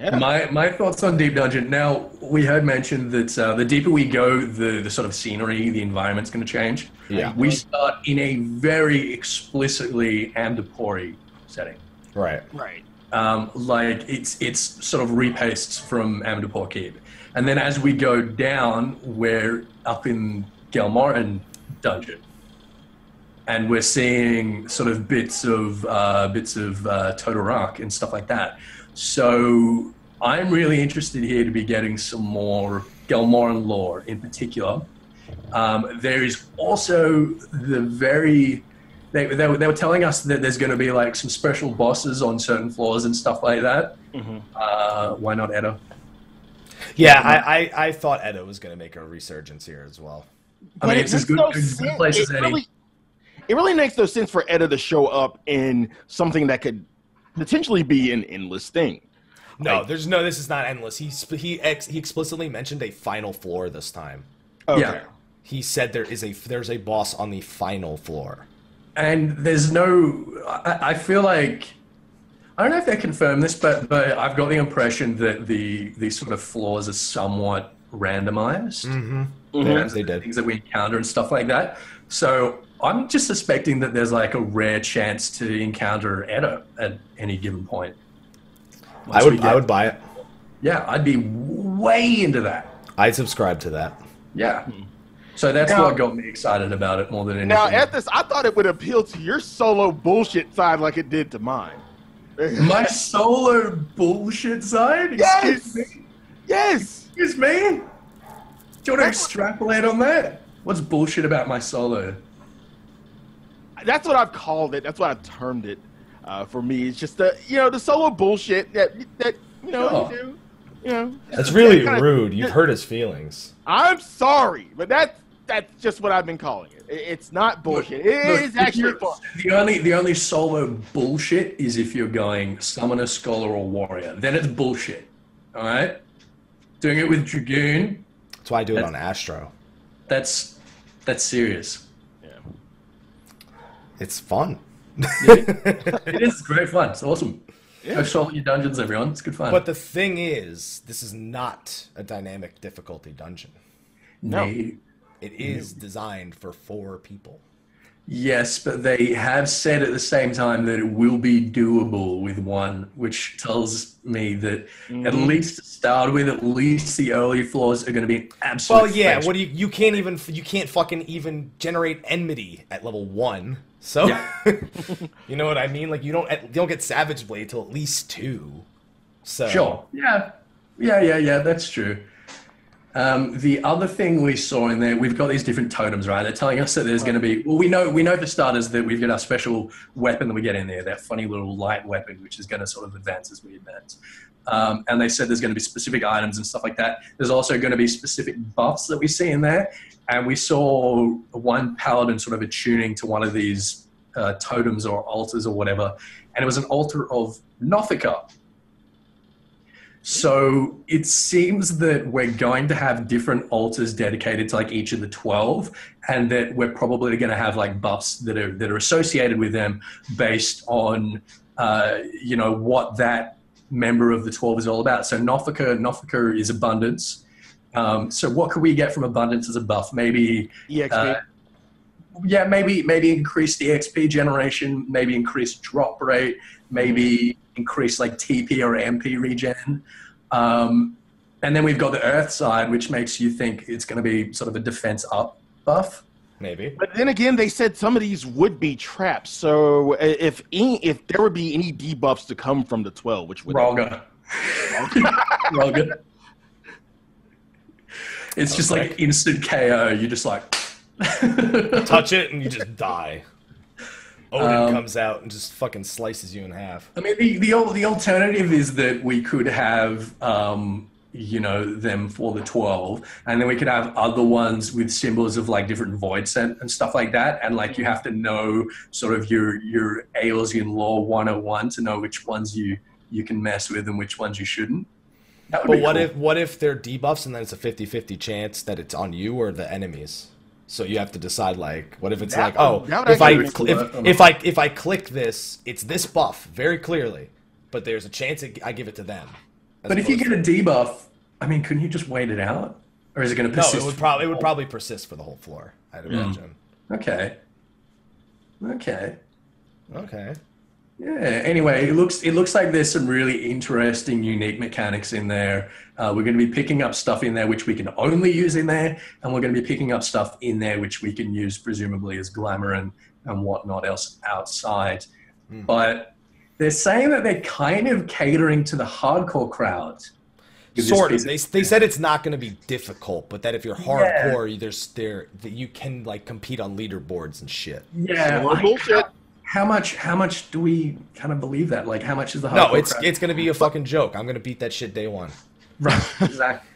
[SPEAKER 3] My my thoughts on Deep Dungeon. Now we had mentioned that uh, the deeper we go, the the sort of scenery, the environment's going to change.
[SPEAKER 1] Yeah.
[SPEAKER 3] We start in a very explicitly Andapori setting.
[SPEAKER 1] Right.
[SPEAKER 2] Right.
[SPEAKER 3] um, like it's it's sort of repastes from Amador Kid. And then as we go down, we're up in Gelmartin dungeon, and we're seeing sort of bits of uh, bits of uh, Todorock and stuff like that. So I'm really interested here to be getting some more Gelmartin lore in particular. Um, there is also the very they, they, were- they were telling us that there's going to be like some special bosses on certain floors and stuff like that. Uh, why not Edda?
[SPEAKER 1] Yeah, I, I, I thought Edda was going to make a resurgence here as well.
[SPEAKER 3] I mean, it's as good, as good place as
[SPEAKER 2] it,
[SPEAKER 3] any.
[SPEAKER 2] really, it really makes no sense for Edda to show up in something that could potentially be an endless thing.
[SPEAKER 1] No,
[SPEAKER 2] Like-
[SPEAKER 1] there's no. This is not endless. He sp- he ex- he explicitly mentioned a final floor this time.
[SPEAKER 2] Okay.
[SPEAKER 3] Yeah.
[SPEAKER 1] He said there is a there's a boss on the final floor.
[SPEAKER 3] And there's no. I, I feel like. I don't know if they confirm this, but, but I've got the impression that the, the sort of floors are somewhat randomized. in terms of
[SPEAKER 1] Mm-hmm. They
[SPEAKER 3] the
[SPEAKER 1] did.
[SPEAKER 3] things that we encounter and stuff like that. So I'm just suspecting that there's like a rare chance to encounter Edda at any given point.
[SPEAKER 1] I
[SPEAKER 3] Once we
[SPEAKER 1] would
[SPEAKER 3] get-
[SPEAKER 1] I would buy it.
[SPEAKER 3] Yeah, I'd be way into that.
[SPEAKER 1] I'd subscribe to that.
[SPEAKER 3] Yeah.
[SPEAKER 1] Hmm.
[SPEAKER 3] So that's
[SPEAKER 2] Now-
[SPEAKER 3] what got me excited about it more than anything.
[SPEAKER 2] Now, at this, I thought it would appeal to your solo bullshit side like it did to mine.
[SPEAKER 3] my solo bullshit side.
[SPEAKER 2] Yes!
[SPEAKER 3] Excuse me.
[SPEAKER 2] Yes!
[SPEAKER 3] Excuse me. Do you want to extrapolate on that? What's bullshit about my solo?
[SPEAKER 2] That's what I've called it. That's what I've termed it. Uh, for me, it's just the you know the solo bullshit that that you know
[SPEAKER 3] Sure.
[SPEAKER 2] you do. You know,
[SPEAKER 1] That's really
[SPEAKER 2] kinda-
[SPEAKER 1] rude. You've hurt his feelings.
[SPEAKER 2] I'm sorry, but that's that's just what I've been calling it. It- It's not bullshit. It
[SPEAKER 3] Look,
[SPEAKER 2] is
[SPEAKER 3] if
[SPEAKER 2] actually
[SPEAKER 3] you're-
[SPEAKER 2] fun.
[SPEAKER 3] The only the only solo bullshit is if you're going summoner, scholar, or warrior. Then it's bullshit. All right, doing it with dragoon.
[SPEAKER 1] That's why I do it on Astro.
[SPEAKER 3] That's that's serious.
[SPEAKER 1] It's fun.
[SPEAKER 3] It is great fun. It's awesome. Go solo your dungeons, everyone. It's good fun.
[SPEAKER 1] But the thing is, this is not a dynamic difficulty dungeon.
[SPEAKER 3] no.
[SPEAKER 1] It is designed for four people.
[SPEAKER 3] Yes, but they have said at the same time that it will be doable with one, which tells me that at
[SPEAKER 1] Mm-hmm.
[SPEAKER 3] least to start with, at least the early floors are going to be absolutely.
[SPEAKER 1] Well, yeah. What do you? You can't even. You can't fucking even generate enmity at level one. So, you know what I mean? Like you don't. You don't get savage blade till at least two. So
[SPEAKER 3] Sure. Yeah. Yeah, yeah, yeah. That's true. Um, the other thing we saw in there, we've got these different totems, right? They're telling us that there's going to be. Well, we know we know for starters that we've got our special weapon that we get in there, that funny little light weapon, which is going to sort of advance as we advance. Um, and they said there's going to be specific items and stuff like that. There's also going to be specific buffs that we see in there, and we saw one paladin sort of attuning to one of these uh, totems or altars or whatever, and it was an altar of Nothica, so it seems that we're going to have different altars dedicated to like each of the twelve, and that we're probably going to have like buffs that are that are associated with them based on uh, you know what that member of the twelve is all about. So Nothica, Nothica is abundance. Um, so what could we get from abundance as a buff? Maybe
[SPEAKER 2] EXP.
[SPEAKER 3] uh, yeah, maybe maybe increase the XP generation, maybe increase drop rate, maybe increase like TP or MP regen. Um, and then we've got the Earth side, which makes you think it's going to be sort of a defense up buff.
[SPEAKER 1] maybe.
[SPEAKER 2] but then again, they said some of these would be traps. So i- if any, if there would be any debuffs to come from the twelve, which would
[SPEAKER 3] Roger. Roger. It's just like instant KO. You're just like.
[SPEAKER 1] Touch it and you just die. Odin
[SPEAKER 3] Um,
[SPEAKER 1] comes out and just fucking slices you in half.
[SPEAKER 3] I mean, the the, al- the alternative is that we could have, um, you know, them for the twelve, and then we could have other ones with symbols of like different voids and, and stuff like that, and like you have to know sort of your your Aeolsian law one hundred and one to know which ones you you can mess with and which ones you shouldn't. That would
[SPEAKER 1] But
[SPEAKER 3] be
[SPEAKER 1] what
[SPEAKER 3] cool.
[SPEAKER 1] if what if they're debuffs and then it's a 50-50 chance that it's on you or the enemies? So you have to decide like what if it's like
[SPEAKER 2] That
[SPEAKER 1] oh
[SPEAKER 2] would- that would
[SPEAKER 1] if I
[SPEAKER 2] actually
[SPEAKER 1] cl-
[SPEAKER 3] be
[SPEAKER 1] if,
[SPEAKER 3] cool.
[SPEAKER 1] if I if I click this it's this buff very clearly, but there's a chance it, I give it to them. as
[SPEAKER 3] But if you
[SPEAKER 1] opposed
[SPEAKER 3] get a debuff, I mean, couldn't you just wait it out, or is it going to
[SPEAKER 1] to-
[SPEAKER 3] persist?
[SPEAKER 1] no, it would probably it would probably persist for the whole floor. I'd imagine.
[SPEAKER 3] okay, okay.
[SPEAKER 1] Okay.
[SPEAKER 3] Yeah. Anyway, it looks it looks like there's some really interesting, unique mechanics in there. Uh, we're going to be picking up stuff in there which we can only use in there, and we're going to be picking up stuff in there which we can use presumably as glamour and and whatnot else outside.
[SPEAKER 1] Hmm.
[SPEAKER 3] But they're saying that they're kind of catering to the hardcore crowd. with this
[SPEAKER 1] Sort of.
[SPEAKER 3] piece
[SPEAKER 1] They, they said it's not going to be difficult, but that if you're
[SPEAKER 3] Yeah.
[SPEAKER 1] hardcore, there's there that you can like compete on leaderboards and shit.
[SPEAKER 3] yeah.
[SPEAKER 2] Well,
[SPEAKER 3] I-
[SPEAKER 2] bullshit.
[SPEAKER 3] How much? How much do we kind of believe that? Like, how much is the hardcore
[SPEAKER 1] No, it's
[SPEAKER 3] crowd?
[SPEAKER 1] it's going to be a fucking joke. I'm going to beat that shit day one.
[SPEAKER 3] right. Exactly.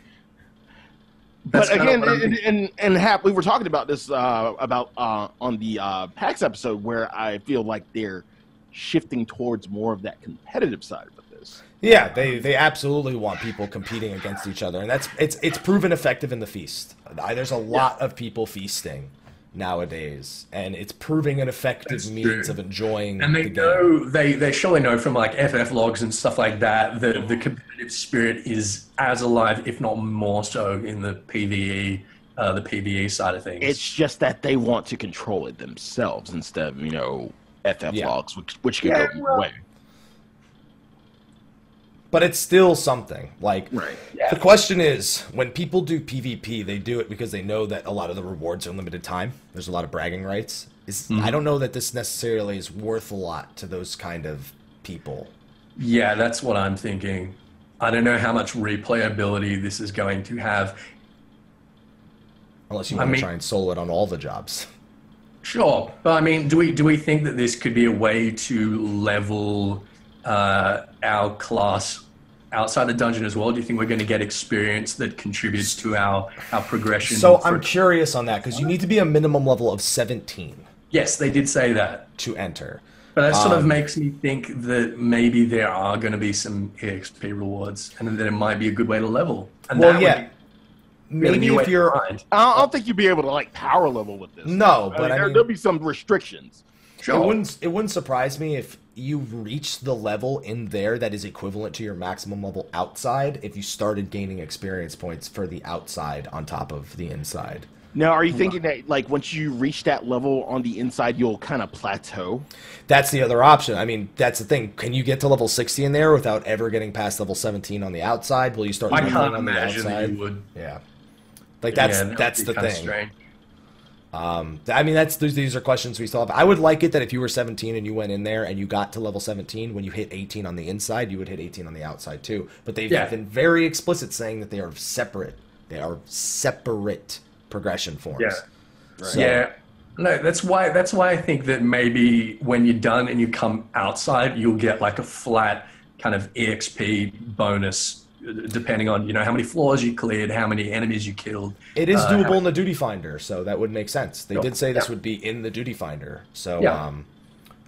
[SPEAKER 3] That's
[SPEAKER 2] But
[SPEAKER 3] kind of
[SPEAKER 2] again,
[SPEAKER 3] what I'm
[SPEAKER 2] and, and and Hap, we were talking about this uh, about uh, on the uh, PAX episode where I feel like they're shifting towards more of that competitive side of this.
[SPEAKER 1] Yeah, they they absolutely want people competing against each other, and that's it's it's proven effective in the feast. I- There's a lot of people feasting nowadays, and it's proving an effective
[SPEAKER 3] That's
[SPEAKER 1] means
[SPEAKER 3] true.
[SPEAKER 1] of enjoying
[SPEAKER 3] And
[SPEAKER 1] the
[SPEAKER 3] they
[SPEAKER 1] game.
[SPEAKER 3] know they they surely know from like FF logs and stuff like that that the competitive spirit is as alive, if not more so, in the PVE uh, the PVE side of things.
[SPEAKER 2] It's just that they want to control it themselves instead of you know FF
[SPEAKER 1] Yeah.
[SPEAKER 2] logs, which which could
[SPEAKER 3] Yeah,
[SPEAKER 2] go either
[SPEAKER 3] well-
[SPEAKER 2] way.
[SPEAKER 1] But it's still something. Like
[SPEAKER 2] Right.
[SPEAKER 1] the question is, when people do PvP, they do it because they know that a lot of the rewards are limited time. There's a lot of bragging rights. Is I don't know that this necessarily is worth a lot to those kind of people.
[SPEAKER 3] yeah, that's what I'm thinking. I don't know how much replayability this is going to have.
[SPEAKER 1] Unless you
[SPEAKER 3] I
[SPEAKER 1] want
[SPEAKER 3] mean-
[SPEAKER 1] to try and solo it on all the jobs.
[SPEAKER 3] Sure, but I mean, do we do we think that this could be a way to level uh, our class outside the dungeon as well? Do you think we're going to get experience that contributes to our our progression?
[SPEAKER 1] So
[SPEAKER 3] for-
[SPEAKER 1] I'm curious on that because you need to be a minimum level of 17
[SPEAKER 3] yes, they did say that,
[SPEAKER 1] to enter.
[SPEAKER 3] but that sort of
[SPEAKER 1] Um,
[SPEAKER 3] makes me think that maybe there are going to be some exp rewards, and that it might be a good way to level. And
[SPEAKER 1] Well,
[SPEAKER 3] that
[SPEAKER 1] yeah.
[SPEAKER 3] would be a
[SPEAKER 1] Maybe
[SPEAKER 3] new way
[SPEAKER 1] if
[SPEAKER 3] to
[SPEAKER 1] you're
[SPEAKER 3] grind.
[SPEAKER 2] I don't- I don't think you'd be able to like power level with this.
[SPEAKER 1] no,
[SPEAKER 2] I
[SPEAKER 1] but
[SPEAKER 2] mean,
[SPEAKER 1] I
[SPEAKER 2] there,
[SPEAKER 1] mean,
[SPEAKER 2] there'll be some restrictions.
[SPEAKER 1] it
[SPEAKER 3] sure.
[SPEAKER 1] wouldn't it wouldn't surprise me if you reach the level in there that is equivalent to your maximum level outside if you started gaining experience points for the outside on top of the inside.
[SPEAKER 2] Now, are you thinking that like once you reach that level on the inside, you'll kind of plateau?
[SPEAKER 1] That's the other option. I mean, that's the thing. Can you get to level 60 in there without ever getting past level 17 on the outside? Will you start
[SPEAKER 3] I
[SPEAKER 1] leveling
[SPEAKER 3] can't
[SPEAKER 1] on the
[SPEAKER 3] imagine that you
[SPEAKER 1] outside?
[SPEAKER 3] would.
[SPEAKER 1] Yeah. Like that's
[SPEAKER 3] Yeah, that would
[SPEAKER 1] that's
[SPEAKER 3] be
[SPEAKER 1] the
[SPEAKER 3] kinda
[SPEAKER 1] thing.
[SPEAKER 3] strange.
[SPEAKER 1] Um, I mean, that's these, these are questions we still have. I would like it that if you were 17 and you went in there and you got to level 17, when you hit 18 on the inside, you would hit 18 on the outside too. But they've
[SPEAKER 3] Yeah.
[SPEAKER 1] been very explicit saying that they are separate. They are separate progression forms.
[SPEAKER 3] Yeah.
[SPEAKER 1] So-
[SPEAKER 3] Yeah. No, that's why that's why I think that maybe when you're done and you come outside, you'll get like a flat kind of EXP bonus uh, depending on, you know, how many floors you cleared, how many enemies you killed.
[SPEAKER 1] It is
[SPEAKER 3] Uh,
[SPEAKER 1] doable in the duty finder, so that would make sense. They
[SPEAKER 3] Yeah.
[SPEAKER 1] did say this
[SPEAKER 3] Yeah.
[SPEAKER 1] would be in the duty finder. So
[SPEAKER 3] Yeah.
[SPEAKER 1] um,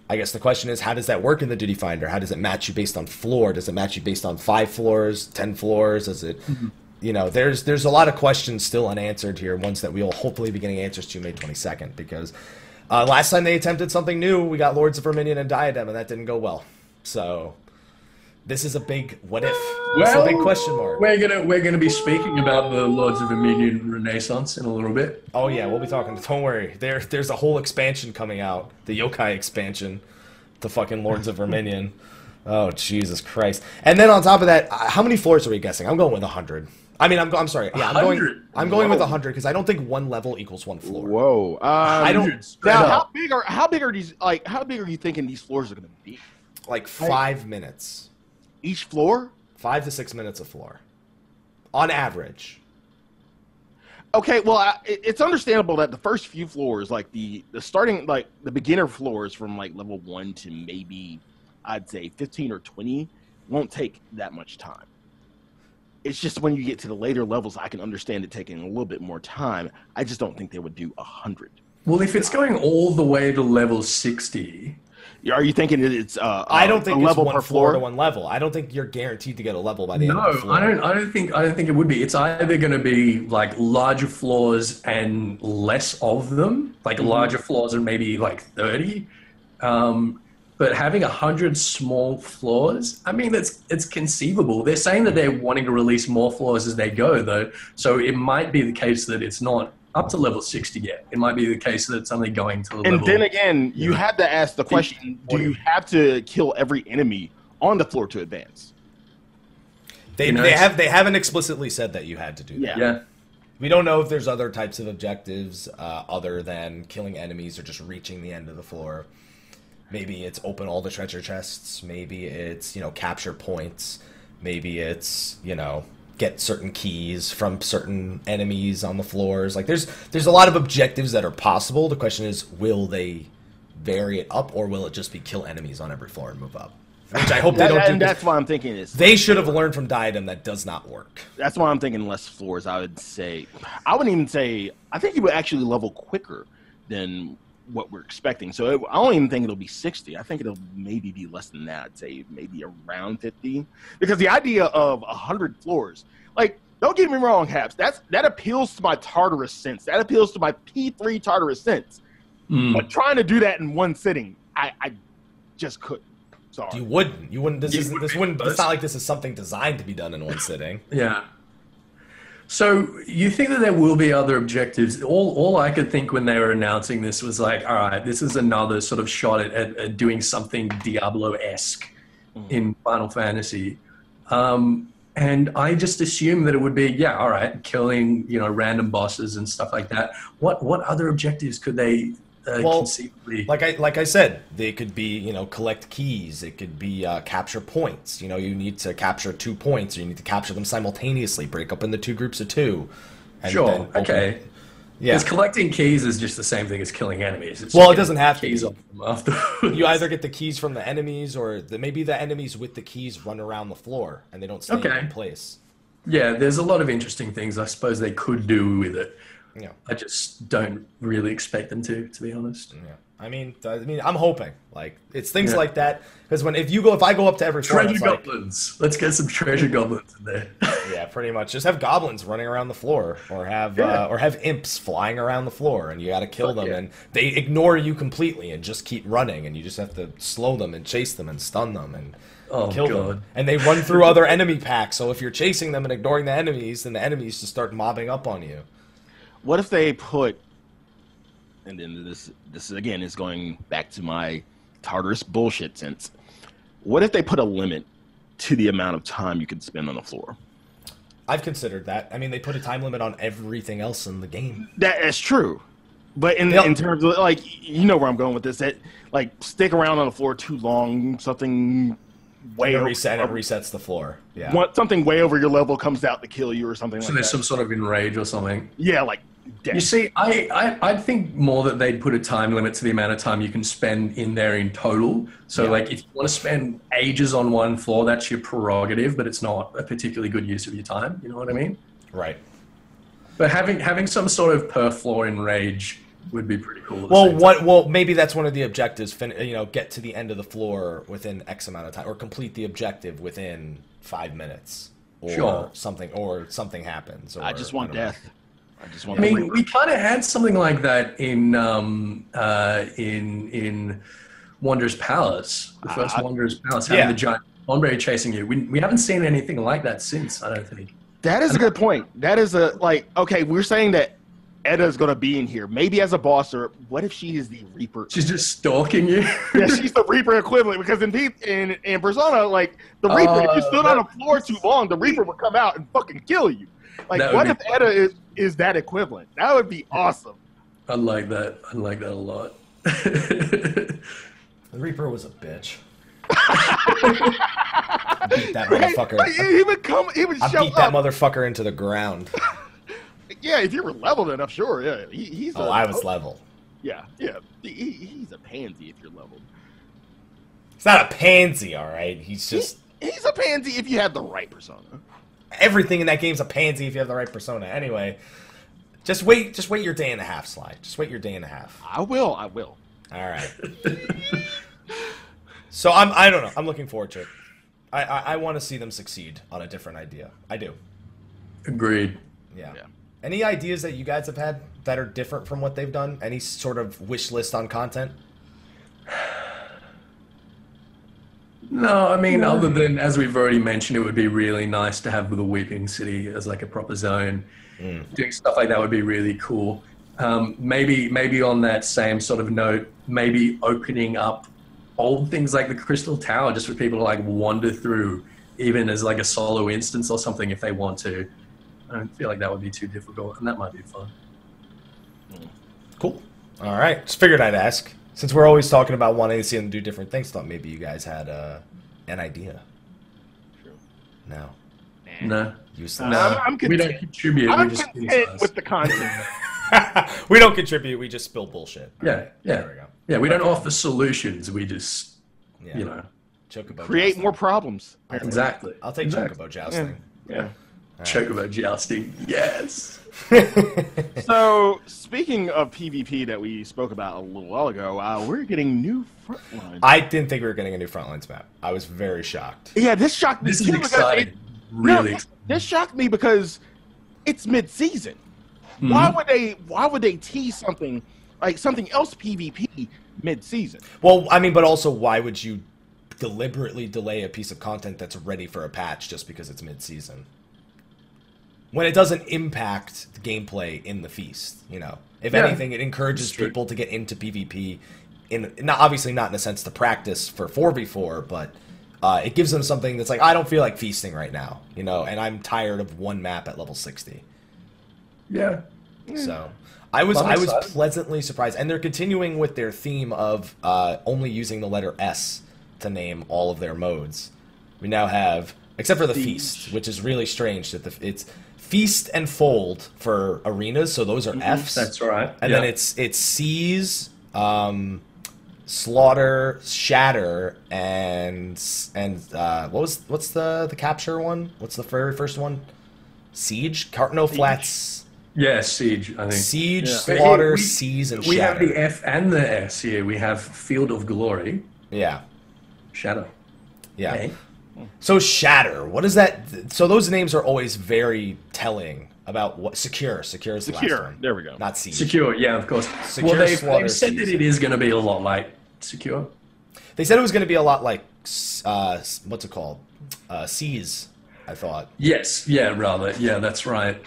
[SPEAKER 1] I guess the question is how does that work in the duty finder? How does it match you based on floor? Does it match you based on five floors, ten floors? Is it
[SPEAKER 3] Mm-hmm.
[SPEAKER 1] you know, there's there's a lot of questions still unanswered here, ones that we'll hopefully be getting answers to May twenty second, because uh, last time they attempted something new, we got Lords of Verminion and Diadem, and that didn't go well. So this is a big what if. This is a big
[SPEAKER 3] Well,
[SPEAKER 1] question mark.
[SPEAKER 3] We're gonna we're gonna be speaking about the Lords of Dominion Renaissance in a little bit.
[SPEAKER 1] Oh yeah, we'll be talking. Don't worry. There, there's a whole expansion coming out, the yokai expansion, the fucking Lords of Verminion. Oh Jesus Christ! And then on top of that, uh, how many floors are we guessing? I'm going with hundred. I mean, I'm, go- I'm sorry. Yeah, I'm going.
[SPEAKER 3] 100?
[SPEAKER 1] I'm going with
[SPEAKER 2] Whoa.
[SPEAKER 1] hundred because I don't think one level equals one floor.
[SPEAKER 2] Whoa! Um, I
[SPEAKER 1] don't-
[SPEAKER 3] Dude, straight
[SPEAKER 2] Now,
[SPEAKER 3] up.
[SPEAKER 2] how big are how big are these? Like, how big are you thinking these floors are going to be?
[SPEAKER 1] Like five minutes,
[SPEAKER 2] Each floor?
[SPEAKER 1] five to six minutes a floor, on average.
[SPEAKER 2] Okay, well, I, it- it's understandable that the first few floors, like the the starting like the beginner floors from like level one to maybe I'd say fifteen or twenty, won't take that much time. It's just when you get to the later levels, I can understand it taking a little bit more time. I just don't think they would do a hundred.
[SPEAKER 3] Well, if it's going all the way to level 60,
[SPEAKER 2] Are you thinking that it's uh,
[SPEAKER 1] I
[SPEAKER 2] uh,
[SPEAKER 1] don't think
[SPEAKER 2] a
[SPEAKER 1] it's
[SPEAKER 2] level
[SPEAKER 1] one
[SPEAKER 2] per
[SPEAKER 1] floor, to one level. I don't think you're guaranteed to get a level by the end
[SPEAKER 3] no,
[SPEAKER 1] of the floor.
[SPEAKER 3] I don't. I don't think. I don't think it would be. It's either going to be like larger floors and less of them,
[SPEAKER 2] Mm-hmm.
[SPEAKER 3] like larger floors and maybe like 30. Um, but having a hundred small floors, I mean, that's it's conceivable. They're saying that they're wanting to release more floors as they go, though. So it might be the case that it's not up to level 60 yet. It might be the case that it's only going to level.
[SPEAKER 2] And then again, you have to ask the question: Do you have to kill every enemy on the floor to advance?
[SPEAKER 1] They,
[SPEAKER 3] You know,
[SPEAKER 1] they
[SPEAKER 3] it's-
[SPEAKER 1] have they haven't explicitly said that you had to do that.
[SPEAKER 2] Yeah.
[SPEAKER 3] yeah.
[SPEAKER 1] We don't know if there's other types of objectives uh, other than killing enemies or just reaching the end of the floor. Maybe it's open all the treasure chests. Maybe it's you know capture points. Maybe it's you know get certain keys from certain enemies on the floors. Like there's there's a lot of objectives that are possible. The question is, will they vary it up or will it just be kill enemies on every floor and move up? Which I hope they
[SPEAKER 2] That-
[SPEAKER 1] don't do.
[SPEAKER 2] and
[SPEAKER 1] This.
[SPEAKER 2] that's why I'm thinking is
[SPEAKER 1] They should have learned from Diadem that does not work.
[SPEAKER 2] That's why I'm thinking less floors. I would say, I wouldn't even say. I think you would actually level quicker than what we're expecting. So it, I don't even think it'll be 60. I think it'll maybe be less than that. I'd say maybe around 50. Because the idea of 100 floors, like, don't get me wrong, Haps. That's that appeals to my Tartarus sense. That appeals to my P3 Tartarus sense.
[SPEAKER 3] Mm.
[SPEAKER 2] But trying to do that in one sitting, I, I just couldn't. Sorry.
[SPEAKER 1] You wouldn't. You wouldn't. This
[SPEAKER 3] You
[SPEAKER 1] is not this
[SPEAKER 3] wouldn't.
[SPEAKER 1] wouldn't. It's not like this is something designed to be done in one sitting.
[SPEAKER 3] Yeah. So you think that there will be other objectives? All all I could think when they were announcing this was like, all right, this is another sort of shot at, at, at doing something Diablo esque
[SPEAKER 1] Mm.
[SPEAKER 3] in Final Fantasy. Um, and I just assumed that it would be, yeah, all right, killing you know random bosses and stuff like that. What what other objectives could they uh,
[SPEAKER 1] Well,
[SPEAKER 3] conceivably?
[SPEAKER 1] Like I like I said, they could be you know collect keys. It could be uh, capture points. You know you need to capture two points. Or you need to capture them simultaneously. Break up into two groups of two. And then
[SPEAKER 3] sure,
[SPEAKER 1] open-
[SPEAKER 3] okay.
[SPEAKER 1] Yeah.
[SPEAKER 3] Because collecting keys is just the same thing as killing enemies. It's
[SPEAKER 1] Well, it
[SPEAKER 3] just
[SPEAKER 1] doesn't have to
[SPEAKER 3] keys
[SPEAKER 1] be.
[SPEAKER 3] off them afterwards.
[SPEAKER 1] You either get the keys from the enemies, or the, maybe the enemies with the keys run around the floor and they don't stay
[SPEAKER 3] Okay.
[SPEAKER 1] in one place.
[SPEAKER 3] Yeah, there's a lot of interesting things I suppose they could do with it.
[SPEAKER 1] You know.
[SPEAKER 3] I just don't really expect them to, to be honest.
[SPEAKER 1] Yeah. I mean, th- I mean, I'm hoping like it's things
[SPEAKER 3] Yeah.
[SPEAKER 1] like that because when if you go if I go up to every floor,
[SPEAKER 3] Treasure
[SPEAKER 1] it's like,
[SPEAKER 3] goblins. Let's get some treasure goblins in there.
[SPEAKER 1] Yeah, pretty much. Just have goblins running around the floor, or have
[SPEAKER 3] Yeah.
[SPEAKER 1] uh, or have imps flying around the floor, and you got to kill
[SPEAKER 3] Fuck
[SPEAKER 1] them,
[SPEAKER 3] yeah.
[SPEAKER 1] and they ignore you completely, and just keep running, and you just have to slow them and chase them and stun them and
[SPEAKER 3] Oh,
[SPEAKER 1] kill
[SPEAKER 3] God.
[SPEAKER 1] them, and they run through other enemy packs. So if you're chasing them and ignoring the enemies, then the enemies just start mobbing up on you.
[SPEAKER 2] What if they put, and then this this again is going back to my Tartarus bullshit sense. What if they put a limit to the amount of time you can spend on the floor?
[SPEAKER 1] I've considered that. I mean, they put a time limit on everything else in the game.
[SPEAKER 2] That is true, but in
[SPEAKER 1] They'll-
[SPEAKER 2] in terms of like you know where I'm going with this, that like stick around on the floor too long, something way
[SPEAKER 1] It
[SPEAKER 2] over,
[SPEAKER 1] reset. It resets the floor. Yeah.
[SPEAKER 2] one- something way over your level comes out to kill you or something like
[SPEAKER 3] So
[SPEAKER 2] that.
[SPEAKER 3] there's some sort of enrage or something.
[SPEAKER 2] yeah, like death.
[SPEAKER 3] You see, I, I, I'd think more that they'd put a time limit to the amount of time you can spend in there in total. So, like, if you want to spend ages on one floor, that's your prerogative, but it's not a particularly good use of your time. You know what I mean?
[SPEAKER 1] Right.
[SPEAKER 3] But having having some sort of per floor enrage would be pretty cool. at the
[SPEAKER 1] Well,
[SPEAKER 3] same
[SPEAKER 1] what? Well, maybe that's one of the objectives. Fin- you know, get to the end of the floor within X amount of time, or complete the objective within five minutes, or
[SPEAKER 3] Sure.
[SPEAKER 1] something, or something happens. Or,
[SPEAKER 2] I just want
[SPEAKER 1] don't know.
[SPEAKER 2] death. I just want.
[SPEAKER 3] I mean, we kind of had something like that in um, uh, in in Wanderer's Palace, the first
[SPEAKER 2] I-
[SPEAKER 3] Wanderer's Palace, having
[SPEAKER 1] Yeah.
[SPEAKER 3] the giant ombre chasing you. We, we haven't seen anything like that since. I don't think.
[SPEAKER 2] That is a good point. That is a like okay, we're saying that Edda's gonna be in here. Maybe as a boss or what if she is the Reaper?
[SPEAKER 3] She's just stalking you.
[SPEAKER 2] yeah, she's the Reaper equivalent because in deep in, in Persona, like the Reaper, if
[SPEAKER 1] Oh,
[SPEAKER 2] you
[SPEAKER 3] Uh,
[SPEAKER 2] stood on a floor too long, the Reaper would come out and fucking kill you. Like
[SPEAKER 3] That
[SPEAKER 2] what
[SPEAKER 3] would
[SPEAKER 2] if
[SPEAKER 3] be
[SPEAKER 2] Edda is, is that equivalent? That would be awesome.
[SPEAKER 3] I like that. I like that a lot.
[SPEAKER 1] The Reaper was a bitch. I beat that
[SPEAKER 2] Right?
[SPEAKER 1] motherfucker.
[SPEAKER 2] Like, he would come he would
[SPEAKER 1] I
[SPEAKER 2] show
[SPEAKER 1] beat that
[SPEAKER 2] up.
[SPEAKER 1] motherfucker into the ground.
[SPEAKER 2] yeah, if you were leveled enough, sure. Yeah, he, he's.
[SPEAKER 1] Oh,
[SPEAKER 2] a-
[SPEAKER 1] I was level.
[SPEAKER 2] Yeah, yeah. He, he- he's a pansy if you're leveled.
[SPEAKER 1] He's not a pansy, all right. He's just
[SPEAKER 2] He's a pansy if you have the right persona.
[SPEAKER 1] everything in that game's a pansy if you have the right persona. Anyway, just wait. Just wait your day and a half, slide. Just wait your day and a half.
[SPEAKER 2] I will. I will.
[SPEAKER 1] All right. so I'm. I don't know. I'm looking forward to it. I I, I want to see them succeed on a different idea. I do.
[SPEAKER 3] Agreed.
[SPEAKER 1] Yeah.
[SPEAKER 2] Yeah.
[SPEAKER 1] Any ideas that you guys have had that are different from what they've done? Any sort of wish list on content?
[SPEAKER 3] No, I mean, other than as we've already mentioned, it would be really nice to have the Weeping City as like a proper zone.
[SPEAKER 1] Mm.
[SPEAKER 3] Doing stuff like that would be really cool. Um, maybe, maybe on that same sort of note, maybe opening up old things like the Crystal Tower just for people to like wander through, even as like a solo instance or something if they want to. I don't feel like that would be too difficult, and that might be fun.
[SPEAKER 1] Cool. All right. Just figured I'd ask. Since we're always talking about wanting to see them do different things, thought maybe you guys had uh, an idea.
[SPEAKER 2] True.
[SPEAKER 1] No.
[SPEAKER 3] No,
[SPEAKER 1] Useless.
[SPEAKER 3] No.
[SPEAKER 2] I'm, I'm
[SPEAKER 3] we don't
[SPEAKER 2] content.
[SPEAKER 3] contribute.
[SPEAKER 2] I'm
[SPEAKER 3] we just
[SPEAKER 2] content
[SPEAKER 3] criticize.
[SPEAKER 2] with the content.
[SPEAKER 1] we don't contribute. We just spill bullshit. All
[SPEAKER 3] Yeah,
[SPEAKER 1] right,
[SPEAKER 3] yeah.
[SPEAKER 1] There we go.
[SPEAKER 3] yeah, we don't offer solutions. We just,
[SPEAKER 1] Yeah.
[SPEAKER 3] you know,
[SPEAKER 1] Chocobo
[SPEAKER 2] Create
[SPEAKER 1] jousting.
[SPEAKER 2] more problems.
[SPEAKER 3] exactly.
[SPEAKER 1] I'll take
[SPEAKER 3] exactly.
[SPEAKER 1] Chocobo jousting.
[SPEAKER 3] Yeah. Chocobo jousting. Yes.
[SPEAKER 2] So, speaking of PvP that we spoke about a little while ago, uh, we're getting new Uh, frontline.
[SPEAKER 1] I didn't think we were getting a new Frontlines map. I was very shocked.
[SPEAKER 2] yeah, this shocked me
[SPEAKER 3] This is
[SPEAKER 2] too because
[SPEAKER 3] exciting.
[SPEAKER 2] it- no,
[SPEAKER 3] Really.
[SPEAKER 2] this- this shocked me because it's mid-season.
[SPEAKER 3] Mm-hmm.
[SPEAKER 2] Why would they? Why would they tease something like something else PvP mid-season?
[SPEAKER 1] Well, I mean, but also, why would you deliberately delay a piece of content that's ready for a patch just because it's mid-season? When it doesn't impact the gameplay in the feast, you know. If
[SPEAKER 3] Yeah.
[SPEAKER 1] anything, it encourages
[SPEAKER 3] true.
[SPEAKER 1] people to get into PvP. In not obviously not in a sense to practice for four v four, but uh, it gives them something that's like I don't feel like feasting right now, you know, and I'm tired of one map at level sixty.
[SPEAKER 3] Yeah.
[SPEAKER 1] So I was
[SPEAKER 3] Well, I'm
[SPEAKER 1] I was
[SPEAKER 3] excited.
[SPEAKER 1] pleasantly surprised, and they're continuing with their theme of uh, only using the letter S to name all of their modes. We now have, except for the feast, which is really strange that the it's feast and fold for arenas, so those are Fs,
[SPEAKER 3] That's right.
[SPEAKER 1] and then it's it's C's, um, slaughter, shatter, and and uh, what was what's the the capture one? What's the very first one? Siege, Cartno Flats.
[SPEAKER 3] yeah, Siege, I think.
[SPEAKER 1] Siege,
[SPEAKER 3] But here
[SPEAKER 1] slaughter,
[SPEAKER 3] we-
[SPEAKER 1] seize, and
[SPEAKER 3] We have
[SPEAKER 1] shatter.
[SPEAKER 3] the F and the S here. We have Field of Glory,
[SPEAKER 1] yeah,
[SPEAKER 3] Shadow. Eh?
[SPEAKER 1] yeah.
[SPEAKER 3] Okay.
[SPEAKER 1] So shatter. What is that? So those names are always very telling about what secure. Secure is the
[SPEAKER 2] Secure.
[SPEAKER 1] last one.
[SPEAKER 2] There we go.
[SPEAKER 1] Not siege.
[SPEAKER 3] Secure, yeah, of course.
[SPEAKER 1] Secure
[SPEAKER 3] well, they've,
[SPEAKER 1] Slaughter
[SPEAKER 3] they've said that
[SPEAKER 1] Season.
[SPEAKER 3] it is going to be a lot like Secure.
[SPEAKER 1] They said it was going to be a lot like uh, what's it called? Uh, seize. I thought.
[SPEAKER 3] Yes, yeah, rather. Yeah, that's right.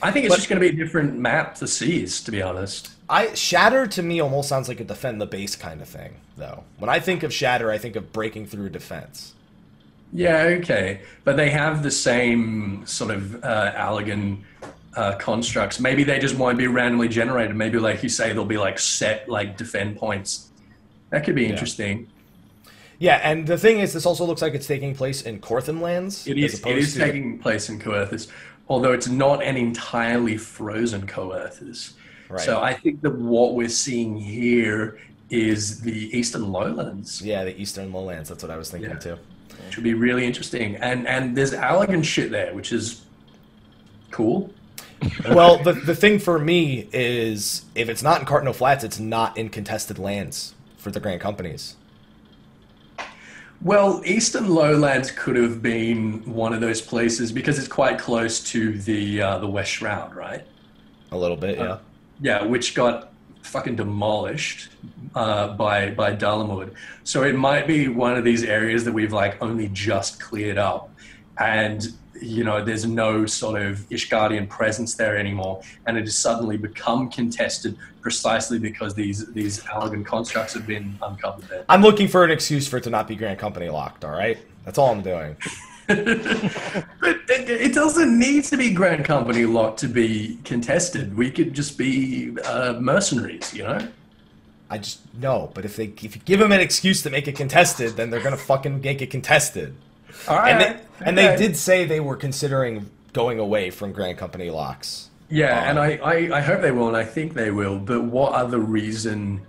[SPEAKER 3] I think it's just going to be a different map to Seize, to be honest.
[SPEAKER 1] I shatter to me almost sounds like a defend the base kind of thing, though. When I think of shatter, I think of breaking through defense.
[SPEAKER 3] Yeah, okay. But they have the same sort of uh, Allegan uh, constructs. Maybe they just won't be randomly generated. Maybe, like you say, they'll be like set like defend points. That could be interesting.
[SPEAKER 1] Yeah, and the thing is, this also looks like it's taking place in Corthin lands.
[SPEAKER 3] It
[SPEAKER 1] as
[SPEAKER 3] is. It
[SPEAKER 1] opposed
[SPEAKER 3] is
[SPEAKER 1] to-
[SPEAKER 3] taking place in Coerthus, although it's not an entirely frozen Coerthus.
[SPEAKER 1] Right.
[SPEAKER 3] So I think that what we're seeing here is the Eastern Lowlands,
[SPEAKER 1] Yeah, the Eastern Lowlands. That's what I was thinking
[SPEAKER 3] Yeah.
[SPEAKER 1] too.
[SPEAKER 3] which would be really interesting. And and there's Allegan shit there, which is cool.
[SPEAKER 1] well, the, the thing for me is if it's not in Cardinal Flats, it's not in contested lands for the grand companies.
[SPEAKER 3] Well, Eastern Lowlands could have been one of those places because it's quite close to the uh, the West Shroud, right?
[SPEAKER 1] A little bit, yeah.
[SPEAKER 3] Yeah, which got fucking demolished uh, by by Dalamud. So it might be one of these areas that we've like only just cleared up, and you know there's no sort of Ishgardian presence there anymore, and it has suddenly become contested precisely because these these Allegan constructs have been uncovered there.
[SPEAKER 1] I'm looking for an excuse for it to not be grand company locked, all right? That's all I'm doing.
[SPEAKER 3] But it, it doesn't need to be Grand Company lot to be contested. We could just be uh, mercenaries, you know?
[SPEAKER 1] I just no, but if they if you give them an excuse to make it contested, then they're gonna fucking make it contested.
[SPEAKER 3] All right.
[SPEAKER 1] and they, and they
[SPEAKER 3] okay.
[SPEAKER 1] did say they were considering going away from grand company locks.
[SPEAKER 3] Yeah,
[SPEAKER 2] Um,
[SPEAKER 3] and I, I, I hope they will, and I think they will. But what other reason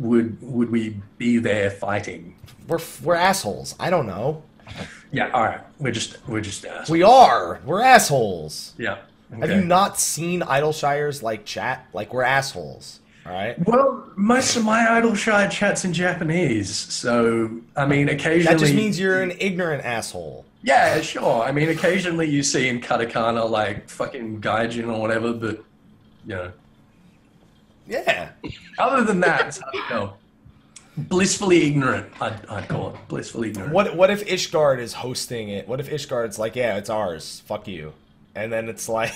[SPEAKER 3] would would we be there fighting?
[SPEAKER 1] We're f- we're assholes. I don't know.
[SPEAKER 3] Yeah, all right, we're just we're just assholes.
[SPEAKER 1] We are. We're assholes.
[SPEAKER 3] yeah.
[SPEAKER 1] Have you
[SPEAKER 3] okay.
[SPEAKER 1] not seen Idleshire's like chat? Like we're assholes. All right.
[SPEAKER 3] Well, most of my Idleshire chats in Japanese, so I mean, occasionally
[SPEAKER 1] That just means you're an ignorant asshole.
[SPEAKER 3] yeah, sure. I mean, occasionally you see in katakana like fucking gaijin or whatever, but you know,
[SPEAKER 1] Yeah.
[SPEAKER 3] other than that, it's hard to tell. blissfully ignorant. I'd, I'd call it blissfully ignorant.
[SPEAKER 1] What what if Ishgard is hosting it? What if Ishgard's like, yeah, it's ours. Fuck you. And then it's like,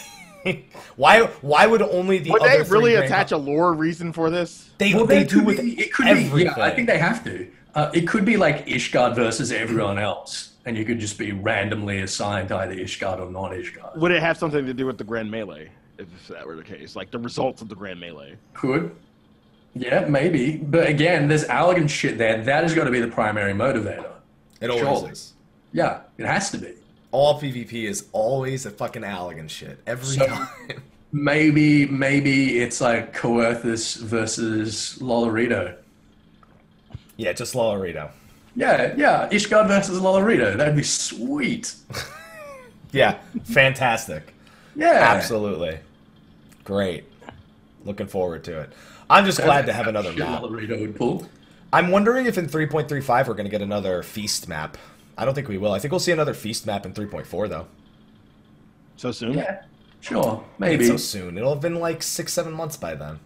[SPEAKER 1] why why would only the
[SPEAKER 2] Would
[SPEAKER 1] other
[SPEAKER 2] they really
[SPEAKER 1] three
[SPEAKER 2] attach a lore reason for this?
[SPEAKER 1] They,
[SPEAKER 3] Well,
[SPEAKER 1] they
[SPEAKER 3] they
[SPEAKER 1] do
[SPEAKER 3] could
[SPEAKER 1] with
[SPEAKER 3] be, it could be. Yeah, I
[SPEAKER 1] everything.
[SPEAKER 3] think they have to. Uh, it could be like Ishgard versus everyone else, and you could just be randomly assigned either Ishgard or not Ishgard.
[SPEAKER 2] Would it have something to do with the Grand Melee, if that were the case? Like the results of the Grand Melee?
[SPEAKER 3] Could. Yeah, maybe. But again, there's arrogant shit there. That has got to be the primary motivator.
[SPEAKER 1] It always
[SPEAKER 3] Surely.
[SPEAKER 1] is.
[SPEAKER 3] Yeah, it has to be.
[SPEAKER 1] All PvP is always a fucking elegant shit every
[SPEAKER 3] So-
[SPEAKER 1] time.
[SPEAKER 3] Maybe, maybe it's like Coerthus versus Lolorito.
[SPEAKER 1] yeah, just Lolorito.
[SPEAKER 3] Yeah, yeah, Ishgard versus Lolorito. That'd be sweet.
[SPEAKER 1] Yeah, fantastic.
[SPEAKER 3] Yeah,
[SPEAKER 1] Absolutely. Great. Looking forward to it. I'm just glad to have another
[SPEAKER 3] Shit
[SPEAKER 1] map.
[SPEAKER 3] Lolorito would pull.
[SPEAKER 1] I'm wondering if in 3.35 we're going to get another feast map. I don't think we will. I think we'll see another feast map in 3.4 though.
[SPEAKER 2] So soon?
[SPEAKER 3] Yeah, sure,
[SPEAKER 1] It's
[SPEAKER 3] maybe.
[SPEAKER 1] so soon. It'll have been like six, seven months by then.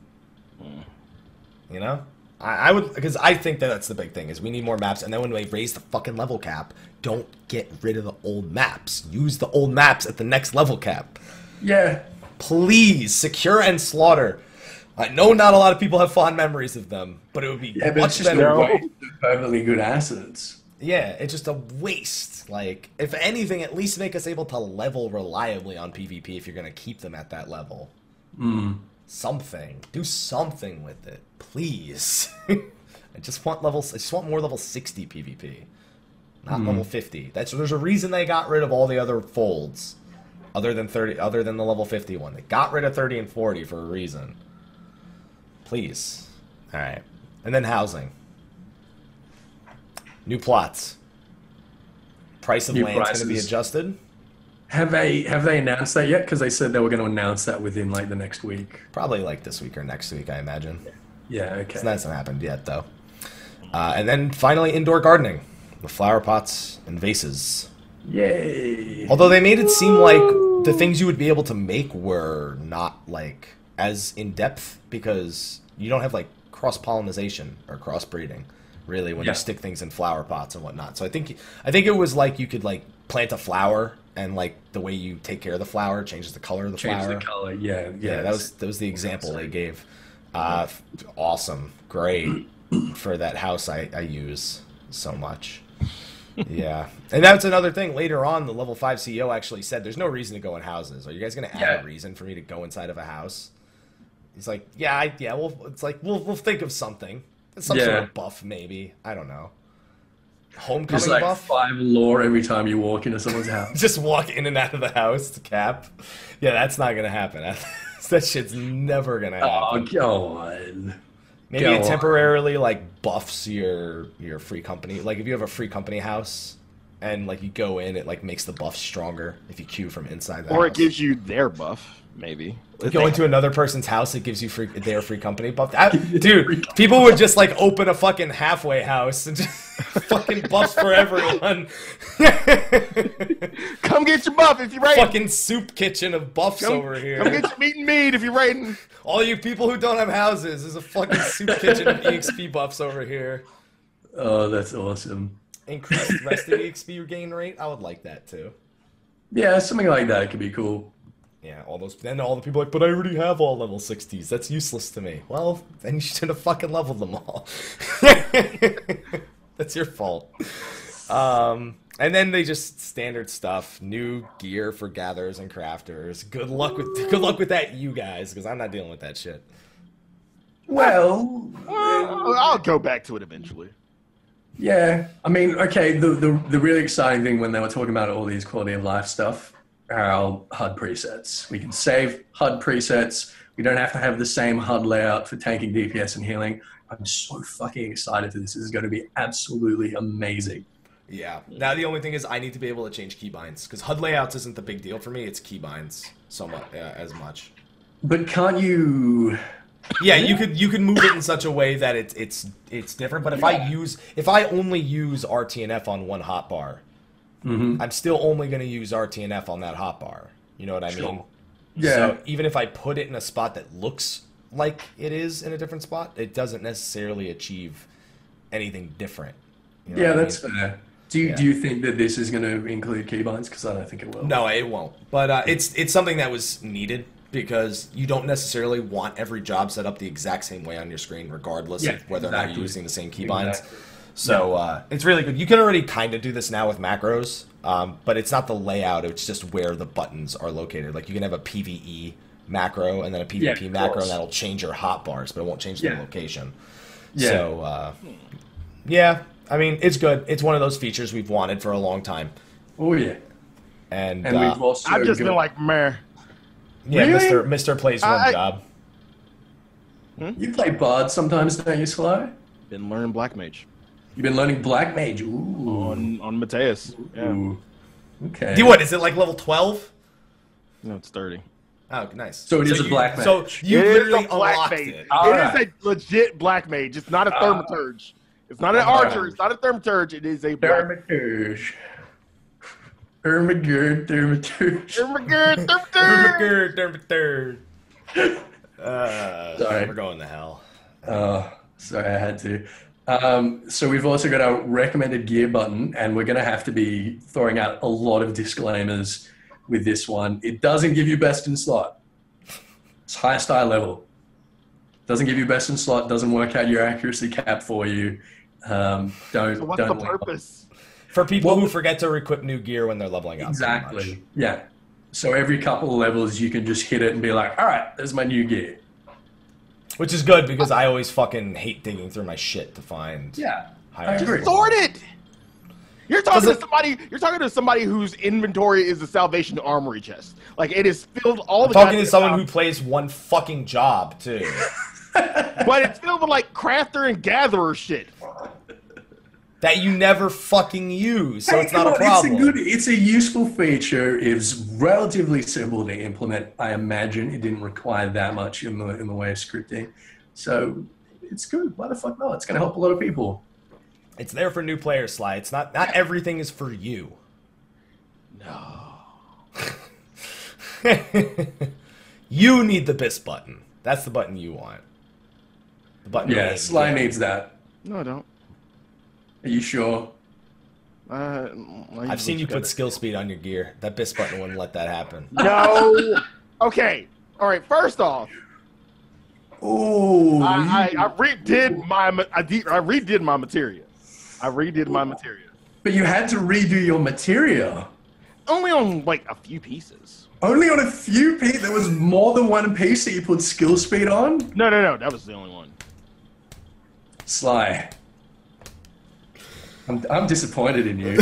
[SPEAKER 1] You know, I, I would because I think that that's the big thing is we need more maps. And then when they raise the fucking level cap, don't get rid of the old maps. Use the old maps at the next level cap.
[SPEAKER 3] Yeah,
[SPEAKER 1] Please secure and slaughter. I know not a lot of people have fond memories of them, but it would be
[SPEAKER 3] Yeah, but
[SPEAKER 1] much
[SPEAKER 3] it's just
[SPEAKER 1] better.
[SPEAKER 3] a waste of overly good assets.
[SPEAKER 1] Yeah, it's just a waste. Like, if anything, at least make us able to level reliably on PvP if you're going to keep them at that level. Something. Do something with it, please. I just want levels. I just want more level 60 PvP, not
[SPEAKER 3] Hmm.
[SPEAKER 1] level 50. That's there's a reason they got rid of all the other folds, other than 30, other than the level 50 one. They got rid of 30 and 40 for a reason. Please. All right, and then housing. New plots. Price of
[SPEAKER 3] New
[SPEAKER 1] land's going to be
[SPEAKER 3] prices.
[SPEAKER 1] adjusted.
[SPEAKER 3] Have they have they announced that yet? Because they said they were going to announce that within like the next week.
[SPEAKER 1] Probably like this week or next week, I imagine.
[SPEAKER 3] Yeah, okay.
[SPEAKER 1] That hasn't happened yet, though. Uh, and then finally, indoor gardening with flower pots and vases.
[SPEAKER 3] Yay!
[SPEAKER 1] Although they made it seem like the things you would be able to make were not like as in depth because you don't have like cross pollination or crossbreeding really when
[SPEAKER 3] Yeah.
[SPEAKER 1] you stick things in flower pots and whatnot. So I think I think it was like you could like plant a flower and like the way you take care of the flower changes the color of the
[SPEAKER 3] Change
[SPEAKER 1] flower.
[SPEAKER 3] the color. Yeah,
[SPEAKER 1] Yeah, that was that was the example they gave. Uh, f- awesome, great for that house I, I use so much. Yeah, and that's another thing. Later on, the level five CEO actually said, "There's no reason to go in houses. Are you guys going to add
[SPEAKER 3] Yeah.
[SPEAKER 1] a reason for me to go inside of a house?" He's like, "Yeah, I, yeah. Well, it's like we'll we'll think of something. Some sort
[SPEAKER 3] Yeah.
[SPEAKER 1] of buff, maybe. I don't know. Homecoming
[SPEAKER 3] Just like
[SPEAKER 1] buff."
[SPEAKER 3] five lore every time you walk into someone's house.
[SPEAKER 1] just walk in and out of the house to cap. Yeah, that's not gonna happen. that shit's never gonna happen.
[SPEAKER 3] Oh, go on.
[SPEAKER 1] Maybe
[SPEAKER 3] go
[SPEAKER 1] it
[SPEAKER 3] on.
[SPEAKER 1] temporarily like buffs your your free company. Like if you have a free company house and like you go in, it like makes the buff stronger if you queue from inside. The
[SPEAKER 2] Or it
[SPEAKER 1] house.
[SPEAKER 2] gives you their buff, maybe.
[SPEAKER 1] You go into another person's house, it gives you free their free company buff. That- dude, people would just like open a fucking halfway house and just fucking buffs for everyone.
[SPEAKER 2] Come get your buff if you're raiding.
[SPEAKER 1] fucking soup kitchen of buffs
[SPEAKER 2] Come-
[SPEAKER 1] over here.
[SPEAKER 2] Come get your meat and meat if you're raiding.
[SPEAKER 1] All you people who don't have houses, there's a fucking soup kitchen of EXP buffs over here.
[SPEAKER 3] Oh, that's awesome.
[SPEAKER 1] Increased rested EXP regain rate. I would like that too.
[SPEAKER 3] Yeah, something like that could be cool.
[SPEAKER 1] Yeah, all those. Then all the people are like, but I already have all level 60s. That's useless to me. Well, then you should have fucking leveled them all. That's your fault. Um, and then they just standard stuff, new gear for gatherers and crafters. Good luck with good luck with that, you guys, because I'm not dealing with that shit.
[SPEAKER 3] Well,
[SPEAKER 2] Well, I'll go back to it eventually.
[SPEAKER 3] Yeah, I mean, okay. The, the the really exciting thing when they were talking about all these quality of life stuff our HUD presets. We can save HUD presets. We don't have to have the same HUD layout for tanking DPS and healing. I'm so fucking excited for this. This is going to be absolutely amazing.
[SPEAKER 1] Yeah. Now the only thing is I need to be able to change keybinds because HUD layouts isn't the big deal for me. It's keybinds so much uh, as much.
[SPEAKER 3] But can't you?
[SPEAKER 1] Yeah, you could you can move it in such a way that it's it's it's different. But if I use if I only use RTNF on one hotbar,
[SPEAKER 3] Mhm.
[SPEAKER 1] I'm still only going to use RTNF on that hotbar. You know what I
[SPEAKER 3] Sure.
[SPEAKER 1] mean?
[SPEAKER 3] Yeah.
[SPEAKER 1] So even if I put it in a spot that looks like it is in a different spot, it doesn't necessarily achieve anything different. You know
[SPEAKER 3] yeah,
[SPEAKER 1] what I
[SPEAKER 3] that's
[SPEAKER 1] mean?
[SPEAKER 3] fair. Do you,
[SPEAKER 1] Yeah.
[SPEAKER 3] do you think that this is going to include keybinds? Because I don't think it will.
[SPEAKER 1] no, it won't. But uh, it's it's something that was needed because you don't necessarily want every job set up the exact same way on your screen, regardless
[SPEAKER 3] Yeah,
[SPEAKER 1] of whether or not
[SPEAKER 3] exactly.
[SPEAKER 1] you're using the same keybinds.
[SPEAKER 3] Exactly.
[SPEAKER 1] So uh, it's really good. You can already kind of do this now with macros, um, but it's not the layout. It's just where the buttons are located. Like you can have a PVE macro and then a PvP
[SPEAKER 3] of
[SPEAKER 1] macro,
[SPEAKER 3] course.
[SPEAKER 1] and that'll change your hotbars, but it won't change the
[SPEAKER 3] Yeah.
[SPEAKER 1] location.
[SPEAKER 3] Yeah.
[SPEAKER 1] So uh, yeah, I mean it's good. It's one of those features we've wanted for a long time,
[SPEAKER 3] Oh yeah.
[SPEAKER 1] and,
[SPEAKER 3] And
[SPEAKER 1] uh,
[SPEAKER 3] we've also
[SPEAKER 2] I've just been
[SPEAKER 3] got-
[SPEAKER 2] like, meh.
[SPEAKER 1] yeah,
[SPEAKER 2] Really?
[SPEAKER 1] Mister Mister plays one
[SPEAKER 2] I-
[SPEAKER 1] job.
[SPEAKER 3] you play bard sometimes, don't you, Slow?
[SPEAKER 2] Been learning black mage
[SPEAKER 3] You've been learning black mage. Ooh.
[SPEAKER 2] on on Mateus. Yeah,
[SPEAKER 3] Ooh. Okay.
[SPEAKER 1] Oh, Do what? Is it like level twelve?
[SPEAKER 2] no, it's thirty.
[SPEAKER 1] Oh, nice.
[SPEAKER 3] So it is a
[SPEAKER 1] you-
[SPEAKER 3] black
[SPEAKER 1] So
[SPEAKER 3] match.
[SPEAKER 1] you
[SPEAKER 2] It is
[SPEAKER 1] literally
[SPEAKER 2] a black
[SPEAKER 1] unlocked
[SPEAKER 2] mage.
[SPEAKER 1] it. Ah.
[SPEAKER 3] All
[SPEAKER 2] It is
[SPEAKER 3] right.
[SPEAKER 2] a legit black mage. It's not a thermaturge. It's not an
[SPEAKER 3] All right.
[SPEAKER 2] archer. It's not a thermaturge. It is a black.
[SPEAKER 3] Thermaturge. Thermaturge. Thermaturge.
[SPEAKER 2] Thermagird, thermaturge.
[SPEAKER 1] Dermaturge, dermaturge. Uh,
[SPEAKER 3] Sorry.
[SPEAKER 1] We're going to hell.
[SPEAKER 3] Oh, sorry, I had to. Um, so we've also got our recommended gear button, and we're going to have to be throwing out a lot of disclaimers with this one. It doesn't give you best in slot. It's highest eye level. Doesn't give you best in slot. Doesn't work out your accuracy cap for you. Um, don't.
[SPEAKER 2] So what's
[SPEAKER 3] don't
[SPEAKER 2] the
[SPEAKER 3] work-
[SPEAKER 2] purpose?
[SPEAKER 1] For people
[SPEAKER 3] Well-
[SPEAKER 1] who forget to equip new gear when they're leveling up. pretty much.
[SPEAKER 3] Exactly. Yeah. So every couple of levels, you can just hit it and be like, "All right, there's my new gear."
[SPEAKER 1] Which is good because I always fucking hate digging through my shit to find
[SPEAKER 3] Yeah.
[SPEAKER 1] higher.
[SPEAKER 3] I agree.
[SPEAKER 1] levels.
[SPEAKER 2] Sorted. You're talking
[SPEAKER 1] Doesn't-
[SPEAKER 2] to somebody. You're talking to somebody whose inventory is the Salvation Armory chest. Like it is filled all
[SPEAKER 1] I'm
[SPEAKER 2] the.
[SPEAKER 1] talking to
[SPEAKER 2] goddamn
[SPEAKER 1] someone who
[SPEAKER 2] time,
[SPEAKER 1] plays one fucking job too.
[SPEAKER 2] But it's filled with like crafter and gatherer shit.
[SPEAKER 1] that you never fucking use, so
[SPEAKER 3] Hey,
[SPEAKER 1] it's not
[SPEAKER 3] come
[SPEAKER 1] a
[SPEAKER 3] on,
[SPEAKER 1] problem.
[SPEAKER 3] It's a good, it's a useful feature. It's relatively simple to implement. I imagine it didn't require that much in the in the way of scripting, so it's good. Why the fuck not? It's going to help a lot of people.
[SPEAKER 1] It's there for new players, Sly. It's not not everything is for you. No. you need the BIS button. That's the button you want. The button. you
[SPEAKER 3] Yeah,
[SPEAKER 1] need.
[SPEAKER 3] Sly needs that.
[SPEAKER 2] No, I don't.
[SPEAKER 3] Are you sure?
[SPEAKER 2] Uh,
[SPEAKER 1] I've seen you put skill speed on your gear. That BIS button wouldn't let that happen.
[SPEAKER 2] No. Okay. All right. First off,
[SPEAKER 3] Oh,
[SPEAKER 2] I, I, I redid my ma- I, de- I redid my material. I redid my material
[SPEAKER 3] but you had to redo your material.
[SPEAKER 2] only on like a few pieces.
[SPEAKER 3] Only on a few pieces. There was more than one piece that you put skill speed on.
[SPEAKER 2] No, no, no. That was the only one.
[SPEAKER 3] Sly, I'm, I'm disappointed in you.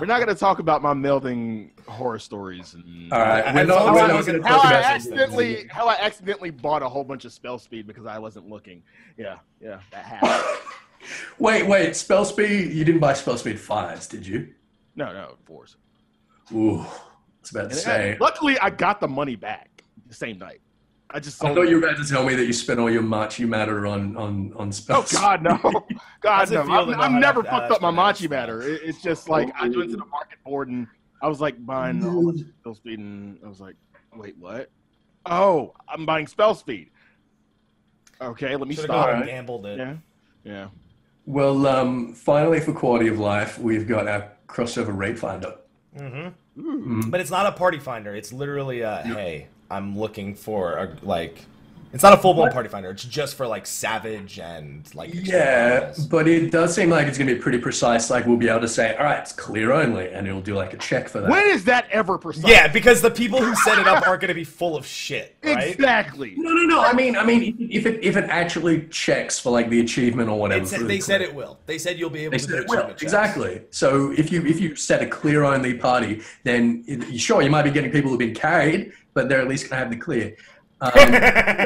[SPEAKER 2] We're not gonna talk about my melding horror stories and
[SPEAKER 3] All right, we're
[SPEAKER 1] I-
[SPEAKER 3] not,
[SPEAKER 1] I-
[SPEAKER 3] we're
[SPEAKER 1] I
[SPEAKER 3] not
[SPEAKER 1] was-
[SPEAKER 3] going to
[SPEAKER 2] how
[SPEAKER 3] talk
[SPEAKER 2] I
[SPEAKER 3] about these things.
[SPEAKER 2] accidentally how I accidentally bought a whole bunch of spell speed because I wasn't looking. Yeah, yeah, that happened.
[SPEAKER 3] Wait, wait, spell speed. You didn't buy spell speed fives, did you?
[SPEAKER 2] no, no, fours.
[SPEAKER 3] Ooh, I was about to
[SPEAKER 2] And
[SPEAKER 3] say.
[SPEAKER 2] luckily, I got the money back the same night. I just
[SPEAKER 3] I thought you were about to tell me that you spent all your much you matter on on on spell.
[SPEAKER 2] Oh God no, God
[SPEAKER 1] How's it
[SPEAKER 2] no!
[SPEAKER 1] feel
[SPEAKER 2] I'm,
[SPEAKER 1] to know
[SPEAKER 2] I'm
[SPEAKER 1] how
[SPEAKER 2] never
[SPEAKER 1] that- how
[SPEAKER 2] fucked
[SPEAKER 1] that's
[SPEAKER 2] up my
[SPEAKER 1] pronounced?
[SPEAKER 2] machi batter. It, it's just like I went to the market board and I was like buying a whole bunch of spell speed and I was like, wait, what? Oh, I'm buying spell speed. Okay, let me
[SPEAKER 1] Should have
[SPEAKER 2] stop.
[SPEAKER 1] gone and gambled it.
[SPEAKER 2] Yeah, yeah.
[SPEAKER 3] Well, um, finally for quality of life, we've got our crossover rate finder. Mm.
[SPEAKER 1] hmm
[SPEAKER 2] Ooh.
[SPEAKER 1] But it's not a party finder. It's literally a hey, I'm looking for a like It's not a full blown party finder. It's just for like savage and like
[SPEAKER 3] Yeah,
[SPEAKER 1] extreme
[SPEAKER 3] but it does seem like it's going to be pretty precise. Like we'll be able to say, all right, it's clear only, and it'll do like a check for that.
[SPEAKER 2] When is that ever
[SPEAKER 1] animals.
[SPEAKER 2] precise?
[SPEAKER 1] Yeah, because the people who set it up are going to be full of shit, right?
[SPEAKER 2] exactly.
[SPEAKER 3] no, no, no. I mean, I mean, if it if it actually checks for like the achievement or whatever,
[SPEAKER 1] It said-
[SPEAKER 3] for the
[SPEAKER 1] they
[SPEAKER 3] clear-
[SPEAKER 1] said it will. They said you'll be able
[SPEAKER 3] They
[SPEAKER 1] to
[SPEAKER 3] said
[SPEAKER 1] do
[SPEAKER 3] it will.
[SPEAKER 1] achievement checks.
[SPEAKER 3] Exactly. So if you if you set a clear only party, then it, sure you might be getting people who've been carried, but they're at least going to have the clear. Um,
[SPEAKER 1] that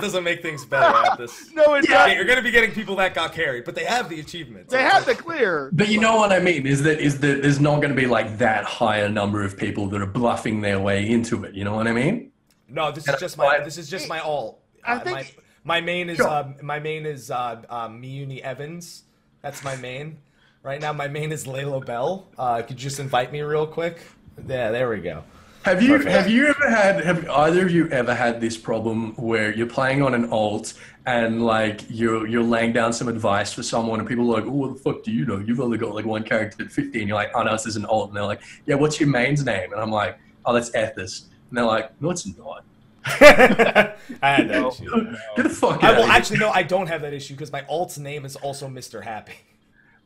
[SPEAKER 1] doesn't make things better at this.
[SPEAKER 2] No, it
[SPEAKER 1] Yeah,
[SPEAKER 2] doesn't.
[SPEAKER 1] you're going to be getting people that got carried, but they have the achievements.
[SPEAKER 2] They have to clear.
[SPEAKER 3] But you know what I mean is that is that there's not going to be like that high a number of people that are bluffing their way into it. You know what I mean?
[SPEAKER 1] No, this is
[SPEAKER 3] And
[SPEAKER 1] just
[SPEAKER 3] I-
[SPEAKER 1] my this is just my all.
[SPEAKER 2] I
[SPEAKER 1] Uh, my,
[SPEAKER 2] think-
[SPEAKER 1] my main is
[SPEAKER 3] Sure.
[SPEAKER 1] um, my main is uh, uh, Miyuni Evans. That's my main. Right now, my main is Layla Bell. Uh, could you just invite me real quick? Yeah, there we go.
[SPEAKER 3] Have you
[SPEAKER 1] Perfect.
[SPEAKER 3] have you ever had have either of you ever had this problem where you're playing on an alt and like you're you're laying down some advice for someone and people are like, oh, what the fuck do you know? You've only got like one character at 15. You're like, oh no, this is an alt, and they're like, yeah, what's your main's name? And I'm like, oh, that's Ethis. And they're like, no, it's not.
[SPEAKER 1] I had that issue.
[SPEAKER 3] Get the fuck
[SPEAKER 1] I
[SPEAKER 3] out.
[SPEAKER 1] will
[SPEAKER 3] of here.
[SPEAKER 1] actually no, I don't have that issue because my alt's name is also Mr. Happy.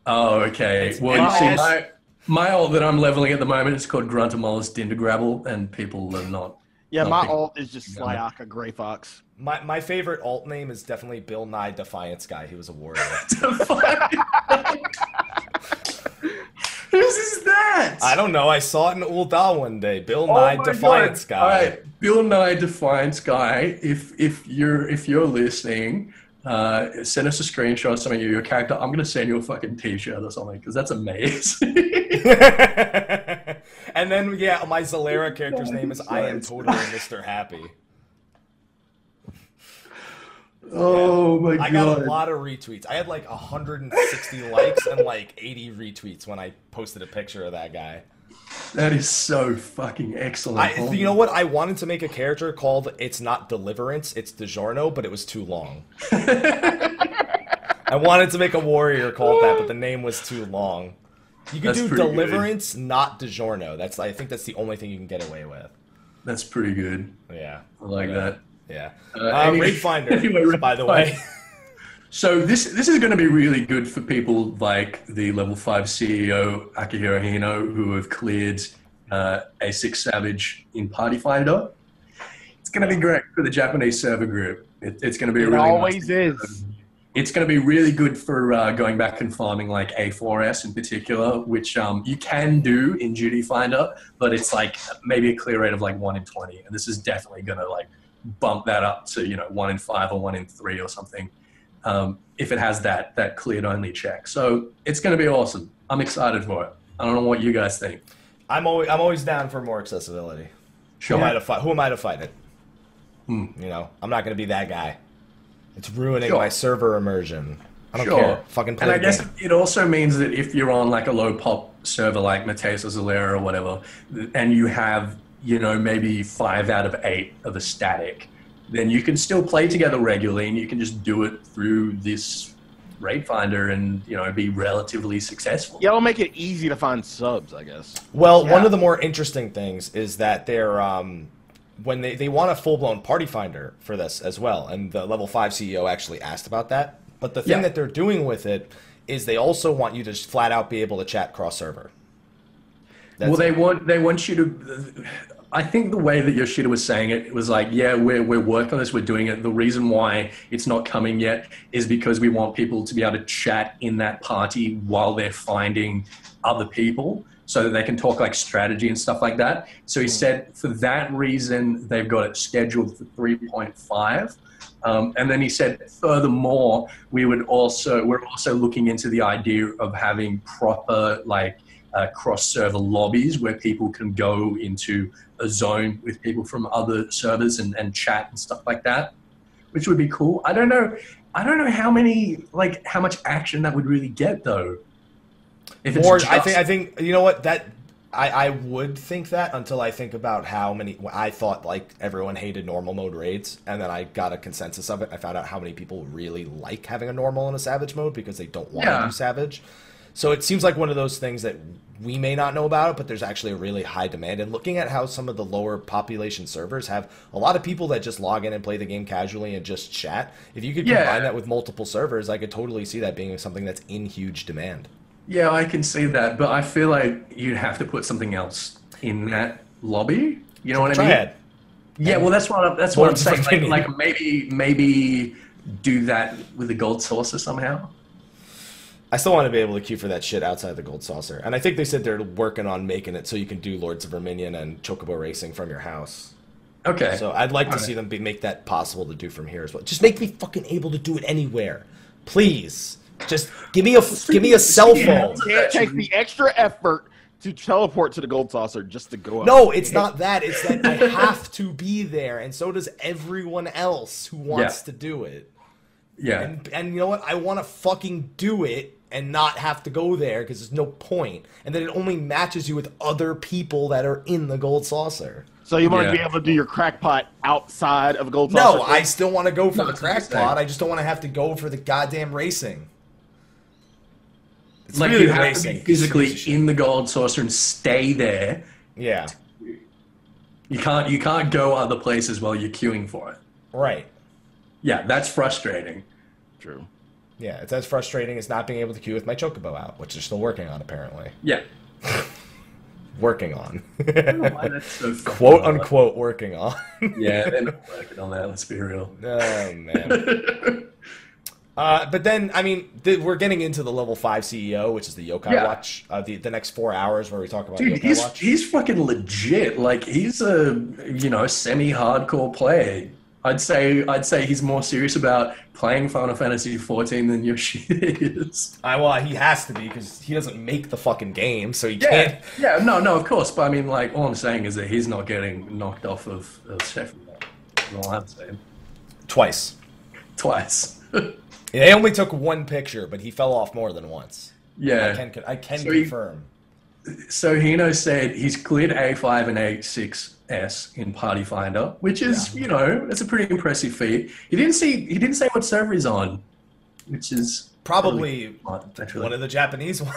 [SPEAKER 3] Oh, okay.
[SPEAKER 1] It's
[SPEAKER 3] Well, you see,
[SPEAKER 1] MS.
[SPEAKER 3] my, my alt that I'm leveling at the moment is called Gruntamolus Dindergrabble, and people are not.
[SPEAKER 2] Yeah,
[SPEAKER 3] No,
[SPEAKER 2] my
[SPEAKER 3] big-
[SPEAKER 2] alt is just
[SPEAKER 3] Yeah.
[SPEAKER 2] Slyaka Gray Fox.
[SPEAKER 1] My my favorite alt name is definitely Bill Nye Defiance guy. He was a warrior.
[SPEAKER 3] Whose is that?
[SPEAKER 1] I don't know. I saw it in Ulda one day. Bill
[SPEAKER 3] Oh
[SPEAKER 1] Nye
[SPEAKER 3] my
[SPEAKER 1] Defiance
[SPEAKER 3] God.
[SPEAKER 1] guy.
[SPEAKER 3] All right, Bill Nye Defiance Guy. If if you're if you're listening, uh, send us a screenshot of some of your character. I'm gonna send you a fucking t-shirt or something because that's amazing.
[SPEAKER 1] and then yeah, my Zalera character's name is I am totally Mr. Happy.
[SPEAKER 3] oh my
[SPEAKER 1] I got
[SPEAKER 3] god!
[SPEAKER 1] a lot of retweets. I had like 160 likes and like 80 retweets when I posted a picture of that guy.
[SPEAKER 3] That is so fucking excellent.
[SPEAKER 1] I,
[SPEAKER 3] Oh
[SPEAKER 1] you
[SPEAKER 3] my
[SPEAKER 1] know what? I wanted to make a character called "It's Not Deliverance, It's DiGiorno," but it was too long. I wanted to make a warrior called that, but the name was too long. You could
[SPEAKER 3] That's
[SPEAKER 1] do
[SPEAKER 3] pretty good.
[SPEAKER 1] Deliverance, not DiGiorno. That's I think that's the only thing you can get away with.
[SPEAKER 3] That's pretty good.
[SPEAKER 1] Yeah,
[SPEAKER 3] I like
[SPEAKER 1] Yeah.
[SPEAKER 3] that.
[SPEAKER 1] yeah. Uh,
[SPEAKER 3] Uh, anyway-
[SPEAKER 1] Raid Finder,
[SPEAKER 3] anyway, Raid
[SPEAKER 1] by the way.
[SPEAKER 3] So this this is going to be really good for people like the level five CEO Akihiro Hino who have cleared uh, A6 Savage in Party Finder. It's going to be great for the Japanese server group. It, it's going to be
[SPEAKER 2] It
[SPEAKER 3] really
[SPEAKER 2] always
[SPEAKER 3] nice.
[SPEAKER 2] is.
[SPEAKER 3] It's going to be really good for uh, going back and farming like A4S in particular, which um, you can do in Duty Finder, but it's like maybe a clear rate of like one in twenty, and this is definitely going to like bump that up to you know one in five or one in three or something um, if it has that that cleared only check. So it's going to be awesome. I'm excited for it. I don't know what you guys think.
[SPEAKER 1] I'm always I'm always down for more accessibility. Who
[SPEAKER 3] Sure.
[SPEAKER 1] am I to fight? Who am I to fight it?
[SPEAKER 3] Hmm.
[SPEAKER 1] You know, I'm not gonna be that guy. It's ruining
[SPEAKER 3] Sure.
[SPEAKER 1] my server immersion. I don't
[SPEAKER 3] Sure.
[SPEAKER 1] care. Fucking play
[SPEAKER 3] And I
[SPEAKER 1] the
[SPEAKER 3] guess
[SPEAKER 1] game.
[SPEAKER 3] it also means that if you're on like a low pop server like Mateus or Zalera or whatever, th- and you have, you know, maybe five out of eight of a static, then you can still play together regularly and you can just do it through this rate finder and, you know, be relatively successful.
[SPEAKER 2] Yeah, it'll make it easy to find subs, I guess.
[SPEAKER 1] Well, one
[SPEAKER 3] Yeah.
[SPEAKER 1] of the more interesting things is that they're um, when they, they want a full blown party finder for this as well, and the level five CEO actually asked about that. But the thing
[SPEAKER 3] Yeah.
[SPEAKER 1] that they're doing with it is they also want you to just flat out be able to chat cross server.
[SPEAKER 3] well, they want they want you to. I think the way that Yoshida was saying it, it was like, yeah, we're we're working on this, we're doing it. The reason why it's not coming yet is because we want people to be able to chat in that party while they're finding other people, so that they can talk like strategy and stuff like that. So he said for that reason they've got it scheduled for three point five. Um, and then he said, furthermore, we would also we're also looking into the idea of having proper like uh, cross server lobbies where people can go into a zone with people from other servers and, and chat and stuff like that, which would be cool. I don't know. I don't know how many like how much action that would really get though. If
[SPEAKER 1] more. I
[SPEAKER 3] just-
[SPEAKER 1] think. I think. You know what? That I, I would think that until I think about how many. I thought like everyone hated normal mode raids, and then I got a consensus of it. I found out how many people really like having a normal and a savage mode because they don't want
[SPEAKER 3] Yeah.
[SPEAKER 1] to do savage. So it seems like one of those things that we may not know about it, but there's actually a really high demand. And looking at how some of the lower population servers have a lot of people that just log in and play the game casually and just chat, if you could
[SPEAKER 3] Yeah.
[SPEAKER 1] combine that with multiple servers, I could totally see that being something that's in huge demand.
[SPEAKER 3] Yeah, I can see that, but I feel like you'd have to put something else in that lobby. You know what I mean?
[SPEAKER 1] Triad.
[SPEAKER 3] Yeah, well, that's what I'm, that's what I'm
[SPEAKER 1] Lords of
[SPEAKER 3] saying. Like,
[SPEAKER 1] Arcadia.
[SPEAKER 3] like maybe maybe do that with a gold saucer somehow.
[SPEAKER 1] I still want to be able to queue for that shit outside the gold saucer. And I think they said they're working on making it so you can do Lords of Verminion and Chocobo Racing from your house.
[SPEAKER 3] Okay.
[SPEAKER 1] So I'd like to
[SPEAKER 3] Alright.
[SPEAKER 1] see them be, make that possible to do from here as well. Just make me fucking able to do it anywhere, please. Just give me a give me a cell phone.
[SPEAKER 2] Can't take the extra effort to teleport to the gold saucer just to go up.
[SPEAKER 1] No, it's not that. It's that I have to be there, and so does everyone else who wants
[SPEAKER 3] Yeah.
[SPEAKER 1] to do it.
[SPEAKER 3] yeah.
[SPEAKER 1] And, and you know what? I want to fucking do it and not have to go there because there's no point. And then it only matches you with other people that are in the gold saucer.
[SPEAKER 2] So you want
[SPEAKER 3] Yeah.
[SPEAKER 2] to be able to do your crackpot outside of gold saucer?
[SPEAKER 1] No, I still want to go for
[SPEAKER 3] No,
[SPEAKER 1] the
[SPEAKER 3] it's what you're
[SPEAKER 1] crackpot.
[SPEAKER 3] saying.
[SPEAKER 1] I just don't want to have to go for the goddamn racing. It's
[SPEAKER 3] Like
[SPEAKER 1] really
[SPEAKER 3] you have
[SPEAKER 1] racing.
[SPEAKER 3] to be physically
[SPEAKER 1] Piece of shit.
[SPEAKER 3] in the gold saucer and stay there.
[SPEAKER 1] Yeah,
[SPEAKER 3] You can't you can't go other places while you're queuing for it.
[SPEAKER 1] right.
[SPEAKER 3] Yeah, that's frustrating.
[SPEAKER 2] True.
[SPEAKER 1] Yeah, it's as frustrating as not being able to queue with my chocobo out, which they're still working on apparently.
[SPEAKER 3] Yeah.
[SPEAKER 1] Working on.
[SPEAKER 3] Why that's so fucking
[SPEAKER 1] Quote
[SPEAKER 3] hard.
[SPEAKER 1] unquote working on.
[SPEAKER 3] Yeah, they're not working on that. Let's be real.
[SPEAKER 1] oh man. Uh, but then, I mean, th- we're getting into the level five CEO, which is the Yokai
[SPEAKER 3] Yeah.
[SPEAKER 1] Watch. Uh, the the next four hours where we talk about
[SPEAKER 3] Dude,
[SPEAKER 1] Yokai
[SPEAKER 3] he's
[SPEAKER 1] Watch.
[SPEAKER 3] he's fucking legit. Like he's a you know semi-hardcore player. I'd say I'd say he's more serious about playing Final Fantasy XIV than Yoshi is.
[SPEAKER 1] I, Uh, well, he has to be because he doesn't make the fucking game, so he can't
[SPEAKER 3] Yeah, yeah, no, no, of course. But I mean, like, all I'm saying is that he's not getting knocked off of, of Sephiroth. That's all I'm saying.
[SPEAKER 1] twice.
[SPEAKER 3] Twice.
[SPEAKER 1] They only took one picture, but he fell off more than once. I
[SPEAKER 3] yeah.
[SPEAKER 1] can I can
[SPEAKER 3] So he-
[SPEAKER 1] confirm.
[SPEAKER 3] So Hino said he's cleared A5 and A6s in Party Finder, which is you know that's a pretty impressive feat. He didn't see he didn't say what server he's on, which is
[SPEAKER 1] Probably
[SPEAKER 3] not actually.
[SPEAKER 1] one of the Japanese ones.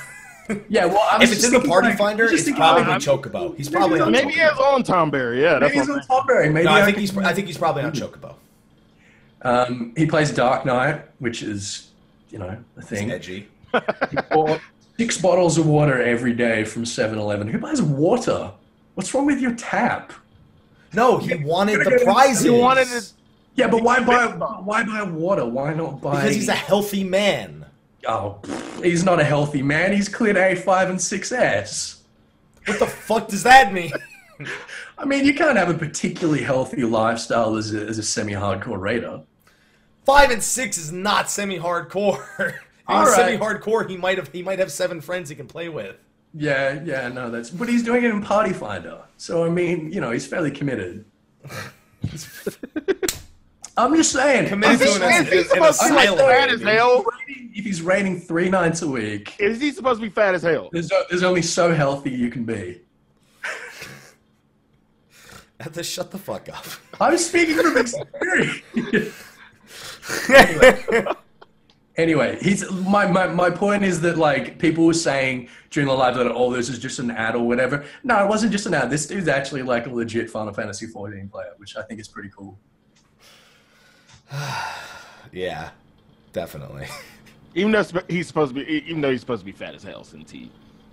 [SPEAKER 3] yeah, well, I was
[SPEAKER 1] if it's
[SPEAKER 3] just
[SPEAKER 1] in the
[SPEAKER 3] thinking,
[SPEAKER 1] Party
[SPEAKER 3] like, I
[SPEAKER 1] Finder,
[SPEAKER 3] was just
[SPEAKER 1] it's
[SPEAKER 3] thinking,
[SPEAKER 1] probably
[SPEAKER 3] like,
[SPEAKER 1] Chocobo. He's probably on
[SPEAKER 2] Maybe
[SPEAKER 1] Chocobo.
[SPEAKER 2] it's on Tom Berry. Yeah, that's what
[SPEAKER 3] Maybe he's
[SPEAKER 2] I'm
[SPEAKER 3] on top berry. Maybe
[SPEAKER 1] No, I think
[SPEAKER 3] can-
[SPEAKER 1] he's I think he's probably on Chocobo.
[SPEAKER 3] Um, he plays Dark Knight, which is, you know, a
[SPEAKER 1] It's
[SPEAKER 3] thing.
[SPEAKER 1] edgy.
[SPEAKER 3] Or six bottles of water every day from 7 Eleven. Who buys water? What's wrong with your tap?
[SPEAKER 1] No, he wanted the
[SPEAKER 3] He
[SPEAKER 1] prizes.
[SPEAKER 2] wanted it-
[SPEAKER 3] Yeah, but why buy why buy water? Why not buy?
[SPEAKER 1] because he's a healthy man.
[SPEAKER 3] oh, pfft, he's not a healthy man. He's cleared A five and six S.
[SPEAKER 1] What the fuck does that mean?
[SPEAKER 3] I mean, you can't have a particularly healthy lifestyle as a, as a semi-hardcore raider.
[SPEAKER 1] Five and six is not semi-hardcore.
[SPEAKER 3] All right.
[SPEAKER 1] Semi-hardcore, he might have he might have seven friends he can play with.
[SPEAKER 3] Yeah, yeah, no, that's. But he's doing it in Party Finder, so I mean, you know, he's fairly committed. I'm just saying.
[SPEAKER 1] Committed
[SPEAKER 2] Is
[SPEAKER 1] to
[SPEAKER 2] he,
[SPEAKER 1] an as-
[SPEAKER 2] is he
[SPEAKER 1] an
[SPEAKER 2] supposed to be like
[SPEAKER 1] asylum,
[SPEAKER 2] fat as
[SPEAKER 1] dude.
[SPEAKER 2] hell?
[SPEAKER 3] If he's raiding three nights a week,
[SPEAKER 2] Is he supposed to be fat as hell?
[SPEAKER 3] there's, o- there's only so healthy you can be.
[SPEAKER 1] Just shut the fuck up.
[SPEAKER 3] I'm speaking from experience. anyway, he's my, my my point is that like people were saying during the live that oh this is just an ad or whatever. No, it wasn't just an ad. This dude's actually like a legit Final Fantasy 14 player, which I think is pretty cool.
[SPEAKER 1] yeah, definitely.
[SPEAKER 2] Even though sp- he's supposed to be, e-, even though he's supposed to be fat as hell since he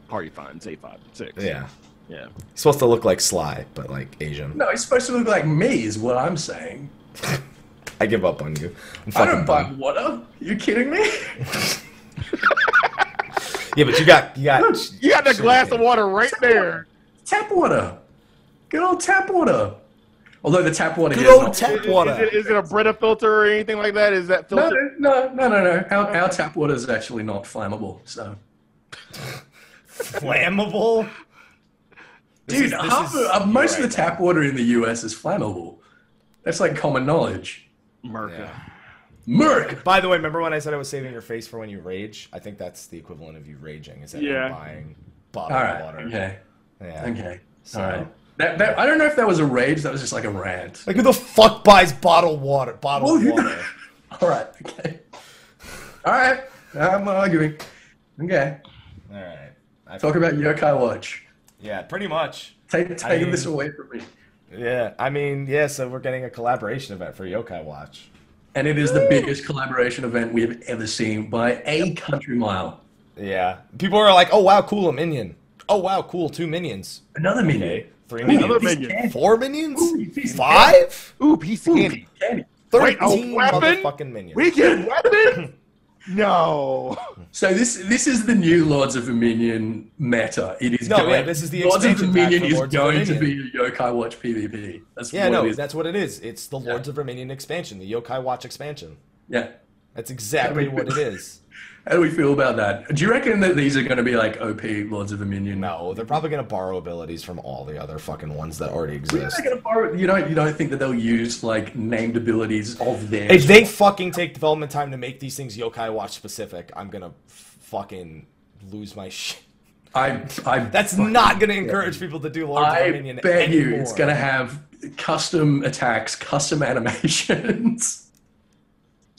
[SPEAKER 2] party finds a five and six.
[SPEAKER 1] Yeah.
[SPEAKER 2] yeah.
[SPEAKER 1] He's supposed to look like Sly, but like Asian.
[SPEAKER 3] No, he's supposed to look like me, is what I'm saying.
[SPEAKER 1] I give up on you. I'm
[SPEAKER 3] I
[SPEAKER 1] fucking
[SPEAKER 3] don't buy
[SPEAKER 1] bummed.
[SPEAKER 3] water. You kidding me?
[SPEAKER 1] Yeah, but you got you got
[SPEAKER 2] You got the glass of water right there.
[SPEAKER 3] tap water. Good old tap water. Although the tap water
[SPEAKER 1] Good
[SPEAKER 3] here is
[SPEAKER 1] old
[SPEAKER 3] not-
[SPEAKER 1] tap
[SPEAKER 2] Is,
[SPEAKER 1] water.
[SPEAKER 2] it, is it a Brita filter or anything like that? Is that
[SPEAKER 3] No,
[SPEAKER 2] filter?
[SPEAKER 3] no, no, no, no. Our, our tap water is actually not flammable. So,
[SPEAKER 1] flammable.
[SPEAKER 3] dude,
[SPEAKER 1] is- this
[SPEAKER 3] half
[SPEAKER 1] is-
[SPEAKER 3] of- uh, most
[SPEAKER 1] you're
[SPEAKER 3] of the tap water in the U.S. is flammable. That's like common knowledge.
[SPEAKER 2] Merca.
[SPEAKER 1] Yeah.
[SPEAKER 3] Merc.
[SPEAKER 1] By the way, remember when I said I was saving your face for when you rage? I think that's the equivalent of you raging. Is that
[SPEAKER 2] Yeah.
[SPEAKER 1] you buying bottled
[SPEAKER 3] All right.
[SPEAKER 1] water?
[SPEAKER 3] Okay.
[SPEAKER 1] Yeah.
[SPEAKER 3] Okay.
[SPEAKER 1] So-
[SPEAKER 3] All right. That, that, I don't know if that was a rage. That was just like a rant.
[SPEAKER 1] Like who the fuck buys bottled water? Bottled
[SPEAKER 3] Well,
[SPEAKER 1] water.
[SPEAKER 3] All right. uh, Okay. All right. I'm arguing. Okay.
[SPEAKER 1] All right. I-
[SPEAKER 3] Talk about Yokai Watch.
[SPEAKER 1] yeah, pretty much.
[SPEAKER 3] Take, take
[SPEAKER 1] I mean-
[SPEAKER 3] this away from me.
[SPEAKER 1] Yeah, I mean, yeah. So we're getting a collaboration event for Yokai Watch.
[SPEAKER 3] And it is the biggest collaboration event we have ever seen by a country mile.
[SPEAKER 1] Yeah, people are like, "Oh wow, cool, a minion. Oh wow, cool, two minions.
[SPEAKER 3] Another minion.
[SPEAKER 1] Okay, three
[SPEAKER 2] Another
[SPEAKER 1] minions,
[SPEAKER 2] minion.
[SPEAKER 1] four minions,
[SPEAKER 3] Ooh, he's
[SPEAKER 1] five,
[SPEAKER 2] Ooh, piece of candy.
[SPEAKER 3] Candy.
[SPEAKER 2] Wait, a
[SPEAKER 1] thirteen
[SPEAKER 2] weapon?
[SPEAKER 1] motherfucking minions."
[SPEAKER 2] We get weapon? No.
[SPEAKER 3] So this this is the new Lords of Dominion meta. It is
[SPEAKER 1] No,
[SPEAKER 3] going,
[SPEAKER 1] yeah, this is the
[SPEAKER 3] Lords of
[SPEAKER 1] expansion pack
[SPEAKER 3] Dominion
[SPEAKER 1] for
[SPEAKER 3] is
[SPEAKER 1] Lords of
[SPEAKER 3] going to be
[SPEAKER 1] Dominion.
[SPEAKER 3] a Yokai Watch PvP. That's
[SPEAKER 1] yeah,
[SPEAKER 3] what
[SPEAKER 1] no,
[SPEAKER 3] it is.
[SPEAKER 1] that's what it is. It's the Lords of Romanian expansion, the Yokai Watch expansion.
[SPEAKER 3] yeah.
[SPEAKER 1] That's exactly what
[SPEAKER 3] That'd be
[SPEAKER 1] it
[SPEAKER 3] good.
[SPEAKER 1] is.
[SPEAKER 3] How do we feel about that? Do you reckon that these are going to be like OP Lords of Dominion?
[SPEAKER 1] No, they're probably gonna borrow abilities from all the other fucking ones that already
[SPEAKER 3] They're
[SPEAKER 1] exist.
[SPEAKER 3] gonna borrow- You don't you don't think that they'll use like named abilities of theirs?
[SPEAKER 1] If they fucking take development time to make these things Yokai Watch specific, I'm gonna f- fucking lose my shit.
[SPEAKER 3] I I
[SPEAKER 1] That's not gonna encourage people to do Lords of
[SPEAKER 3] I
[SPEAKER 1] Dominion
[SPEAKER 3] bet you
[SPEAKER 1] anymore.
[SPEAKER 3] it's going to have custom attacks, custom animations.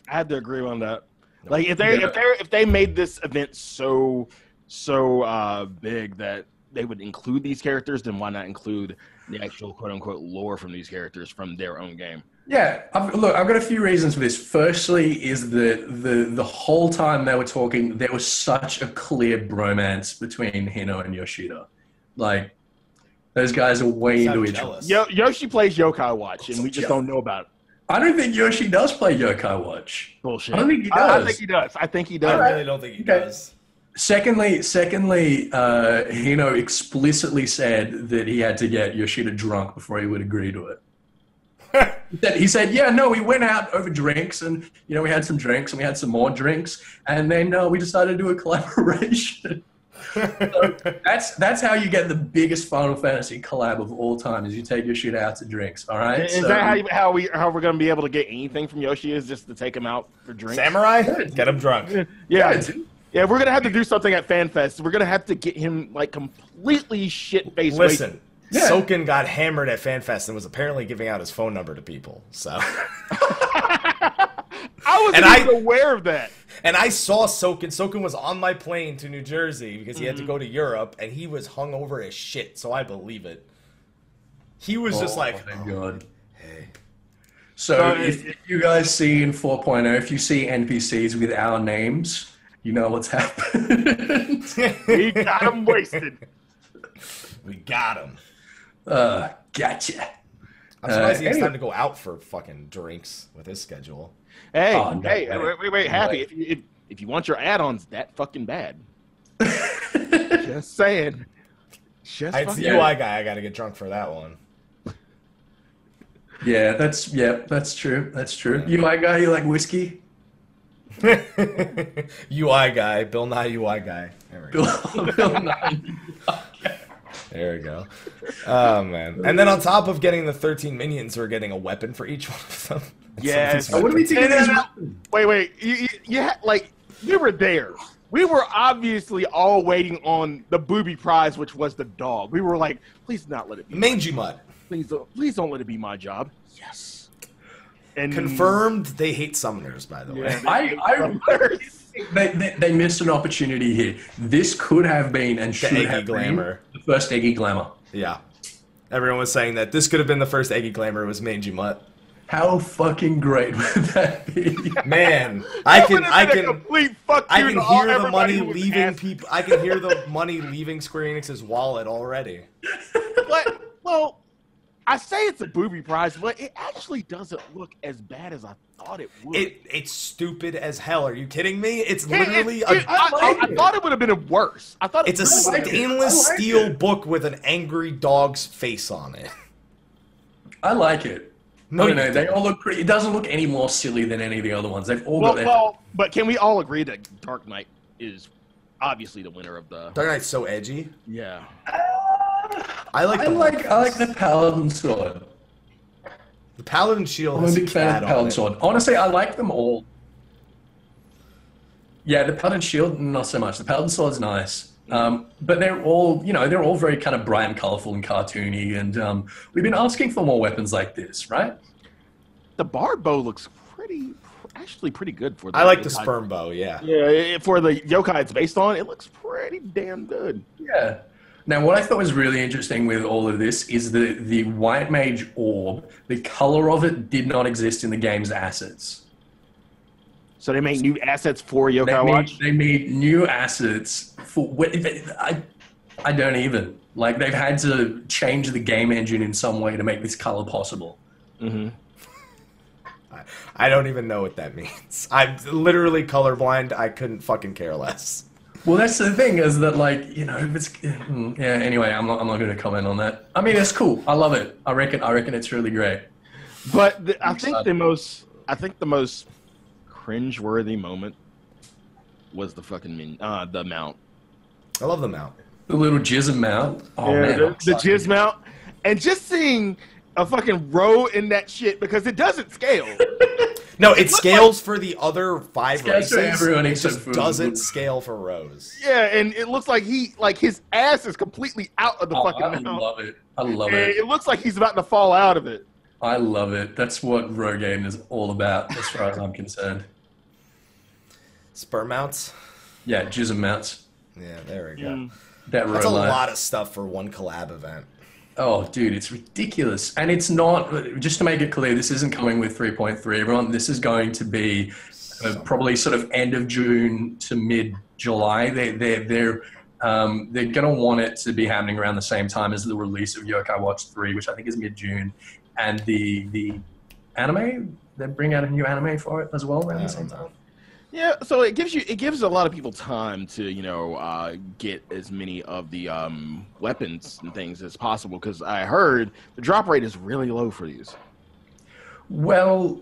[SPEAKER 2] I had to agree on that. Like if they
[SPEAKER 3] Yeah.
[SPEAKER 2] if they if they made this event so so uh, big that they would include these characters, then why not include the actual quote unquote lore from these characters from their own game?
[SPEAKER 3] Yeah, I've, look, I've got a few reasons for this. Firstly, is that the the whole time they were talking, there was such a clear bromance between Hino and Yoshida. Like, those guys are way
[SPEAKER 1] Sound
[SPEAKER 3] into each other.
[SPEAKER 1] jealous.
[SPEAKER 2] Yo- Yoshi plays Yokai Watch, and we
[SPEAKER 3] Yeah.
[SPEAKER 2] just don't know about it.
[SPEAKER 3] I don't think Yoshi does play Yokai Watch.
[SPEAKER 2] Bullshit.
[SPEAKER 3] I don't think he
[SPEAKER 2] I,
[SPEAKER 3] does.
[SPEAKER 2] think he does. I think he
[SPEAKER 1] I
[SPEAKER 2] does.
[SPEAKER 1] really don't think he
[SPEAKER 3] Okay.
[SPEAKER 1] does.
[SPEAKER 3] Secondly, secondly, uh, Hino explicitly said that he had to get Yoshida drunk before he would agree to it. He said- he said, "Yeah, no, we went out over drinks, and you know, we had some drinks, and we had some more drinks, and then uh, we decided to do a collaboration." So that's that's how you get the biggest Final Fantasy collab of all time is you take your shit out to drinks. All right,
[SPEAKER 2] Is that how, you, how we how we're gonna be able to get anything from Yoshi? Is just to take him out for drinks?
[SPEAKER 1] Samurai, get him drunk.
[SPEAKER 2] Yeah,
[SPEAKER 3] Yeah, dude.
[SPEAKER 2] yeah. We're gonna have to do something at FanFest. We're gonna have to get him like completely shit faced.
[SPEAKER 1] Listen,
[SPEAKER 3] Yeah.
[SPEAKER 1] Soken got hammered at FanFest and was apparently giving out his phone number to people. So,
[SPEAKER 2] I wasn't
[SPEAKER 1] And I-
[SPEAKER 2] even aware of that.
[SPEAKER 1] and I saw Soken. Soken was on my plane to New Jersey because he had
[SPEAKER 3] Mm-hmm.
[SPEAKER 1] to go to Europe, and he was hungover as shit. So I believe it. He was just like,
[SPEAKER 3] Oh my god. So
[SPEAKER 2] No,
[SPEAKER 3] if,
[SPEAKER 2] it-
[SPEAKER 3] if you guys see in 4.0, if you see NPCs with our names, you know what's happened.
[SPEAKER 2] We got him wasted.
[SPEAKER 1] we got him.
[SPEAKER 3] uh, gotcha.
[SPEAKER 1] I'm surprised
[SPEAKER 3] Uh,
[SPEAKER 1] he has
[SPEAKER 3] anyway.
[SPEAKER 1] time to go out for fucking drinks with his schedule.
[SPEAKER 2] Hey,
[SPEAKER 3] Oh, no
[SPEAKER 2] hey,
[SPEAKER 3] way.
[SPEAKER 2] wait, wait, wait,
[SPEAKER 3] No
[SPEAKER 2] happy.
[SPEAKER 3] way.
[SPEAKER 2] If you, if, if you want your add-ons that fucking bad, just saying. Just
[SPEAKER 1] I, it's the
[SPEAKER 3] yeah.
[SPEAKER 1] UI guy. I got to get drunk for that one.
[SPEAKER 3] Yeah, that's yeah, that's true. That's true. You like guy, you like whiskey?
[SPEAKER 1] UI guy, Bill Nye UI guy. There we go.
[SPEAKER 3] Bill, Bill Nye.
[SPEAKER 1] There we go. Oh man! And then on top of getting the 13 minions, we're getting a weapon for each one of them. And
[SPEAKER 2] Yes.
[SPEAKER 1] something's-
[SPEAKER 3] What do we think
[SPEAKER 2] No,
[SPEAKER 3] of
[SPEAKER 2] no,
[SPEAKER 3] these
[SPEAKER 2] no.
[SPEAKER 3] weapons?
[SPEAKER 2] Wait, wait. You, you, you ha- like you were there. We were obviously all waiting on the booby prize, which was the dog. We were like, please not let it be.
[SPEAKER 1] Mangy Mud
[SPEAKER 2] Please, don't, please don't let it be my job. Yes. And
[SPEAKER 1] confirmed. They hate summoners, by the way.
[SPEAKER 2] Yeah,
[SPEAKER 3] I- I- They, they, they missed an opportunity here. This could have been and should
[SPEAKER 1] Eggy
[SPEAKER 3] have
[SPEAKER 1] Glamour.
[SPEAKER 3] been the first Eggy Glamour.
[SPEAKER 1] Yeah. Everyone was saying that this could have been the first Eggy Glamour. Was Mangy Mutt.
[SPEAKER 3] How fucking great would that be?
[SPEAKER 1] Man, I can, I
[SPEAKER 2] A
[SPEAKER 1] can,
[SPEAKER 2] complete fuck
[SPEAKER 1] I
[SPEAKER 2] you
[SPEAKER 1] can
[SPEAKER 2] to all-
[SPEAKER 1] hear the
[SPEAKER 2] everybody
[SPEAKER 1] money
[SPEAKER 2] who was
[SPEAKER 1] leaving
[SPEAKER 2] asking.
[SPEAKER 1] people. I can hear the money leaving Square Enix's wallet already.
[SPEAKER 2] But, well, I say it's a booby prize, but it actually doesn't look as bad as I thought it would.
[SPEAKER 1] It, it's stupid as hell. Are you kidding me? It's
[SPEAKER 2] It- it-
[SPEAKER 1] literally
[SPEAKER 2] it-
[SPEAKER 1] a
[SPEAKER 2] I, I-
[SPEAKER 3] like
[SPEAKER 2] I thought it would have been worse. I thought
[SPEAKER 1] It's
[SPEAKER 2] it
[SPEAKER 1] a
[SPEAKER 2] really
[SPEAKER 3] like it.
[SPEAKER 1] stainless
[SPEAKER 3] I like
[SPEAKER 1] steel
[SPEAKER 3] it.
[SPEAKER 1] book with an angry dog's face on it.
[SPEAKER 3] I like it.
[SPEAKER 1] No,
[SPEAKER 3] No,
[SPEAKER 1] you
[SPEAKER 3] no, they
[SPEAKER 1] don't.
[SPEAKER 3] all look pretty. It doesn't look any more silly than any of the other ones. They've all
[SPEAKER 2] well,
[SPEAKER 3] got their.
[SPEAKER 2] well, but can we all agree that Dark Knight is obviously the winner of the?
[SPEAKER 1] Dark Knight's so edgy.
[SPEAKER 2] Yeah.
[SPEAKER 1] I like
[SPEAKER 3] I
[SPEAKER 1] the
[SPEAKER 3] like I like the paladin sword.
[SPEAKER 1] the paladin shield.
[SPEAKER 3] I'm a
[SPEAKER 1] has
[SPEAKER 3] big fan of
[SPEAKER 1] cat
[SPEAKER 3] the
[SPEAKER 1] on
[SPEAKER 3] paladin
[SPEAKER 1] it.
[SPEAKER 3] sword. Honestly, I like them all. Yeah, the paladin shield not so much. The paladin sword's nice, um, but they're all you know they're all very kind of bright and colorful and cartoony. And um, we've been asking for more weapons like this, right?
[SPEAKER 2] The bar bow looks pretty. pr- actually pretty good for.
[SPEAKER 1] I like the
[SPEAKER 2] yokai.
[SPEAKER 1] sperm bow. Yeah.
[SPEAKER 2] Yeah, it- for the yokai it's based on, it looks pretty damn good.
[SPEAKER 3] Yeah. Now, what I thought was really interesting with all of this is the the white mage orb. The color of it did not exist in the game's assets.
[SPEAKER 2] So they make new assets for yokai
[SPEAKER 3] They made,
[SPEAKER 2] watch.
[SPEAKER 3] they made new assets for. wh- I, I don't even like. They've had to change the game engine in some way to make this color possible.
[SPEAKER 1] I, I don't even know what that means. I'm literally colorblind. I couldn't fucking care less.
[SPEAKER 3] Well, that's the thing is that like you know if it's mm, yeah. Anyway, I'm not I'm not going to comment on that. I mean, it's cool. I love it. I reckon I reckon it's really great.
[SPEAKER 2] But the, I think
[SPEAKER 3] excited.
[SPEAKER 2] the most, I think the most cringeworthy moment was the fucking min, uh, the mount.
[SPEAKER 1] I love the mount.
[SPEAKER 3] The little jism mount. Oh
[SPEAKER 2] yeah,
[SPEAKER 3] man,
[SPEAKER 2] the,
[SPEAKER 3] I'm
[SPEAKER 2] the
[SPEAKER 3] excited.
[SPEAKER 2] jizz mount, and just seeing a fucking row in that shit because it doesn't scale.
[SPEAKER 1] No, it scales for the other five
[SPEAKER 3] Scales
[SPEAKER 1] races.
[SPEAKER 3] for everyone
[SPEAKER 1] it
[SPEAKER 3] except
[SPEAKER 1] just
[SPEAKER 3] for-
[SPEAKER 1] doesn't scale for Rose.
[SPEAKER 2] yeah, and it looks like he, like his ass is completely out of the
[SPEAKER 3] Oh,
[SPEAKER 2] fucking
[SPEAKER 3] I
[SPEAKER 2] mount.
[SPEAKER 3] love it. I love
[SPEAKER 2] And
[SPEAKER 3] it.
[SPEAKER 2] it looks like he's about to fall out of it.
[SPEAKER 3] I love it. That's what Rogaine is all about, as far as I'm concerned.
[SPEAKER 1] Sperm mounts.
[SPEAKER 3] Yeah, jism mounts.
[SPEAKER 1] Yeah, there we go.
[SPEAKER 3] Mm.
[SPEAKER 2] Mm.
[SPEAKER 3] That
[SPEAKER 1] That's a
[SPEAKER 3] row line.
[SPEAKER 1] lot of stuff for one collab event.
[SPEAKER 3] Oh, dude, it's ridiculous. And it's not, just to make it clear, this isn't coming with 3.3, everyone. This is going to be uh, probably sort of end of June to mid July. They, they're they're, um, they're going to want it to be happening around the same time as the release of Yokai Watch 3, which I think is mid June. And the, the anime, they bring out a new anime for it as well around
[SPEAKER 1] I
[SPEAKER 3] the
[SPEAKER 1] don't
[SPEAKER 3] same
[SPEAKER 1] know.
[SPEAKER 3] time.
[SPEAKER 2] Yeah, so it gives you it gives a lot of people time to you know uh, get as many of the um, weapons and things as possible because I heard the drop rate is really low for these.
[SPEAKER 3] Well,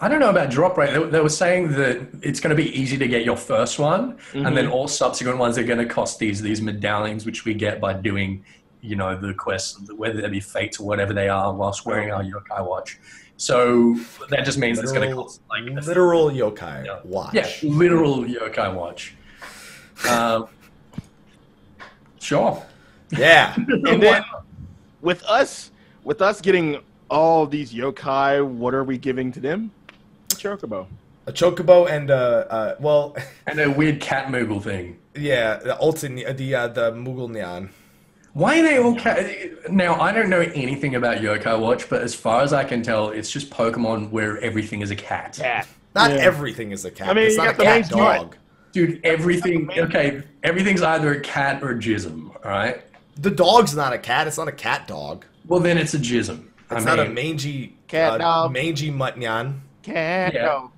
[SPEAKER 3] I don't know about drop rate. They, they were saying that it's going to be easy to get your first one,
[SPEAKER 2] Mm-hmm.
[SPEAKER 3] and then all subsequent ones are going to cost these these medallions, which we get by doing, you know, the quests, whether they be fates or whatever they are, whilst wearing our yokai watch. So that just means it's going to
[SPEAKER 1] Literal,
[SPEAKER 3] cost like a-
[SPEAKER 1] literal yokai
[SPEAKER 3] Yeah.
[SPEAKER 1] watch.
[SPEAKER 3] yeah, literal yokai watch. Um, sure.
[SPEAKER 1] Yeah.
[SPEAKER 2] And then with us with us getting all these yokai, what are we giving to them? A chocobo.
[SPEAKER 1] A chocobo and uh, uh well,
[SPEAKER 3] and a weird cat moogle thing.
[SPEAKER 1] yeah, the ulti, the uh, the Mughal Neon.
[SPEAKER 3] Why are they all ca- now? I don't know anything about Yokai Watch, but as far as I can tell, it's just Pokemon where everything is a cat.
[SPEAKER 2] Cat.
[SPEAKER 1] Not
[SPEAKER 2] Yeah.
[SPEAKER 1] everything is a cat.
[SPEAKER 2] I mean,
[SPEAKER 1] it's
[SPEAKER 2] you
[SPEAKER 1] not a
[SPEAKER 2] got the
[SPEAKER 1] cat
[SPEAKER 2] main part.
[SPEAKER 1] dog.
[SPEAKER 3] Dude, everything. Okay, everything's either a cat or a jism. All right.
[SPEAKER 1] The dog's not a cat. It's not a cat dog.
[SPEAKER 3] Well, then it's a jism.
[SPEAKER 1] It's
[SPEAKER 3] I
[SPEAKER 1] not a
[SPEAKER 3] mean,
[SPEAKER 1] mangy
[SPEAKER 2] Cat
[SPEAKER 1] uh,
[SPEAKER 2] dog.
[SPEAKER 1] Mangy mutt nyan.
[SPEAKER 2] Cat.
[SPEAKER 3] Yeah.
[SPEAKER 2] dog.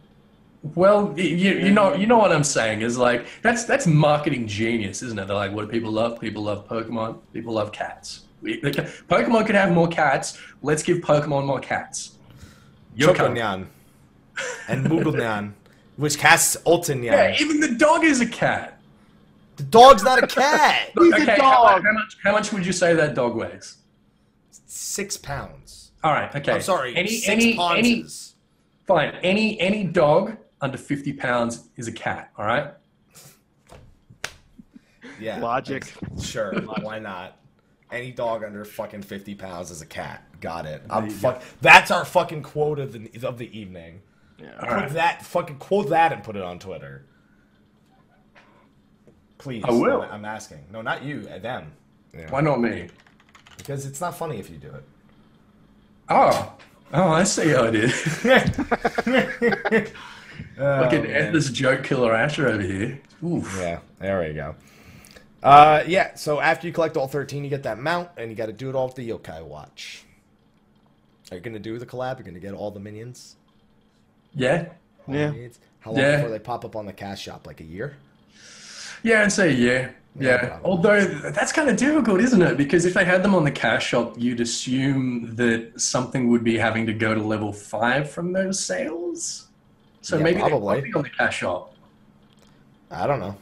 [SPEAKER 3] well, you, you know, you know what I'm saying is like that's that's marketing genius, isn't it? They're like, what do people love? People love Pokemon. People love cats. We, the, ca- Pokemon could have more cats. Let's give Pokemon more cats.
[SPEAKER 1] Choco
[SPEAKER 3] Yokai.
[SPEAKER 1] nyan. And Mughal nyan, which casts ulti nyan.
[SPEAKER 3] Yeah, even the dog is a cat.
[SPEAKER 1] the dog's not a cat.
[SPEAKER 2] He's a
[SPEAKER 3] How,
[SPEAKER 2] dog.
[SPEAKER 3] how much? How much would you say that dog weighs?
[SPEAKER 1] Six pounds.
[SPEAKER 3] All right. Okay.
[SPEAKER 1] I'm sorry.
[SPEAKER 3] Any
[SPEAKER 1] six
[SPEAKER 3] any any
[SPEAKER 1] ponces.
[SPEAKER 3] fine. Any any dog under fifty pounds is a cat. All right.
[SPEAKER 1] Yeah.
[SPEAKER 2] Logic.
[SPEAKER 1] Sure, why not? Any dog under fucking fifty pounds is a cat. Got it. I'm fuck. That's our fucking quote of the of the evening.
[SPEAKER 3] All
[SPEAKER 1] Put
[SPEAKER 3] right.
[SPEAKER 1] that fucking quote that and put it on Twitter. Please.
[SPEAKER 3] I will.
[SPEAKER 1] I'm asking. No, not you. uh, Them. Yeah.
[SPEAKER 3] Why not me?
[SPEAKER 1] Because it's not funny if you do it.
[SPEAKER 3] Oh. Oh, I see how it is. I can
[SPEAKER 1] Oh, man.
[SPEAKER 3] end this joke killer Asher over here. Oof.
[SPEAKER 1] Yeah, there we go. Uh, yeah. So after you collect all thirteen, you get that mount, and you got to do it all with the yokai watch. Are you gonna do the collab? You're gonna get all the minions.
[SPEAKER 3] Yeah.
[SPEAKER 2] Yeah.
[SPEAKER 1] It's- How long
[SPEAKER 3] Yeah.
[SPEAKER 1] before they pop up on the cash shop? Like a year?
[SPEAKER 3] Yeah, I'd say yeah. Yeah.
[SPEAKER 1] probably.
[SPEAKER 3] Although that's kind of difficult, isn't it? Because if they had them on the cash shop, you'd assume that something would be having to go to level five from those sales. So
[SPEAKER 1] Yeah,
[SPEAKER 3] maybe
[SPEAKER 1] probably.
[SPEAKER 3] they're on the cash shop.
[SPEAKER 1] I don't know.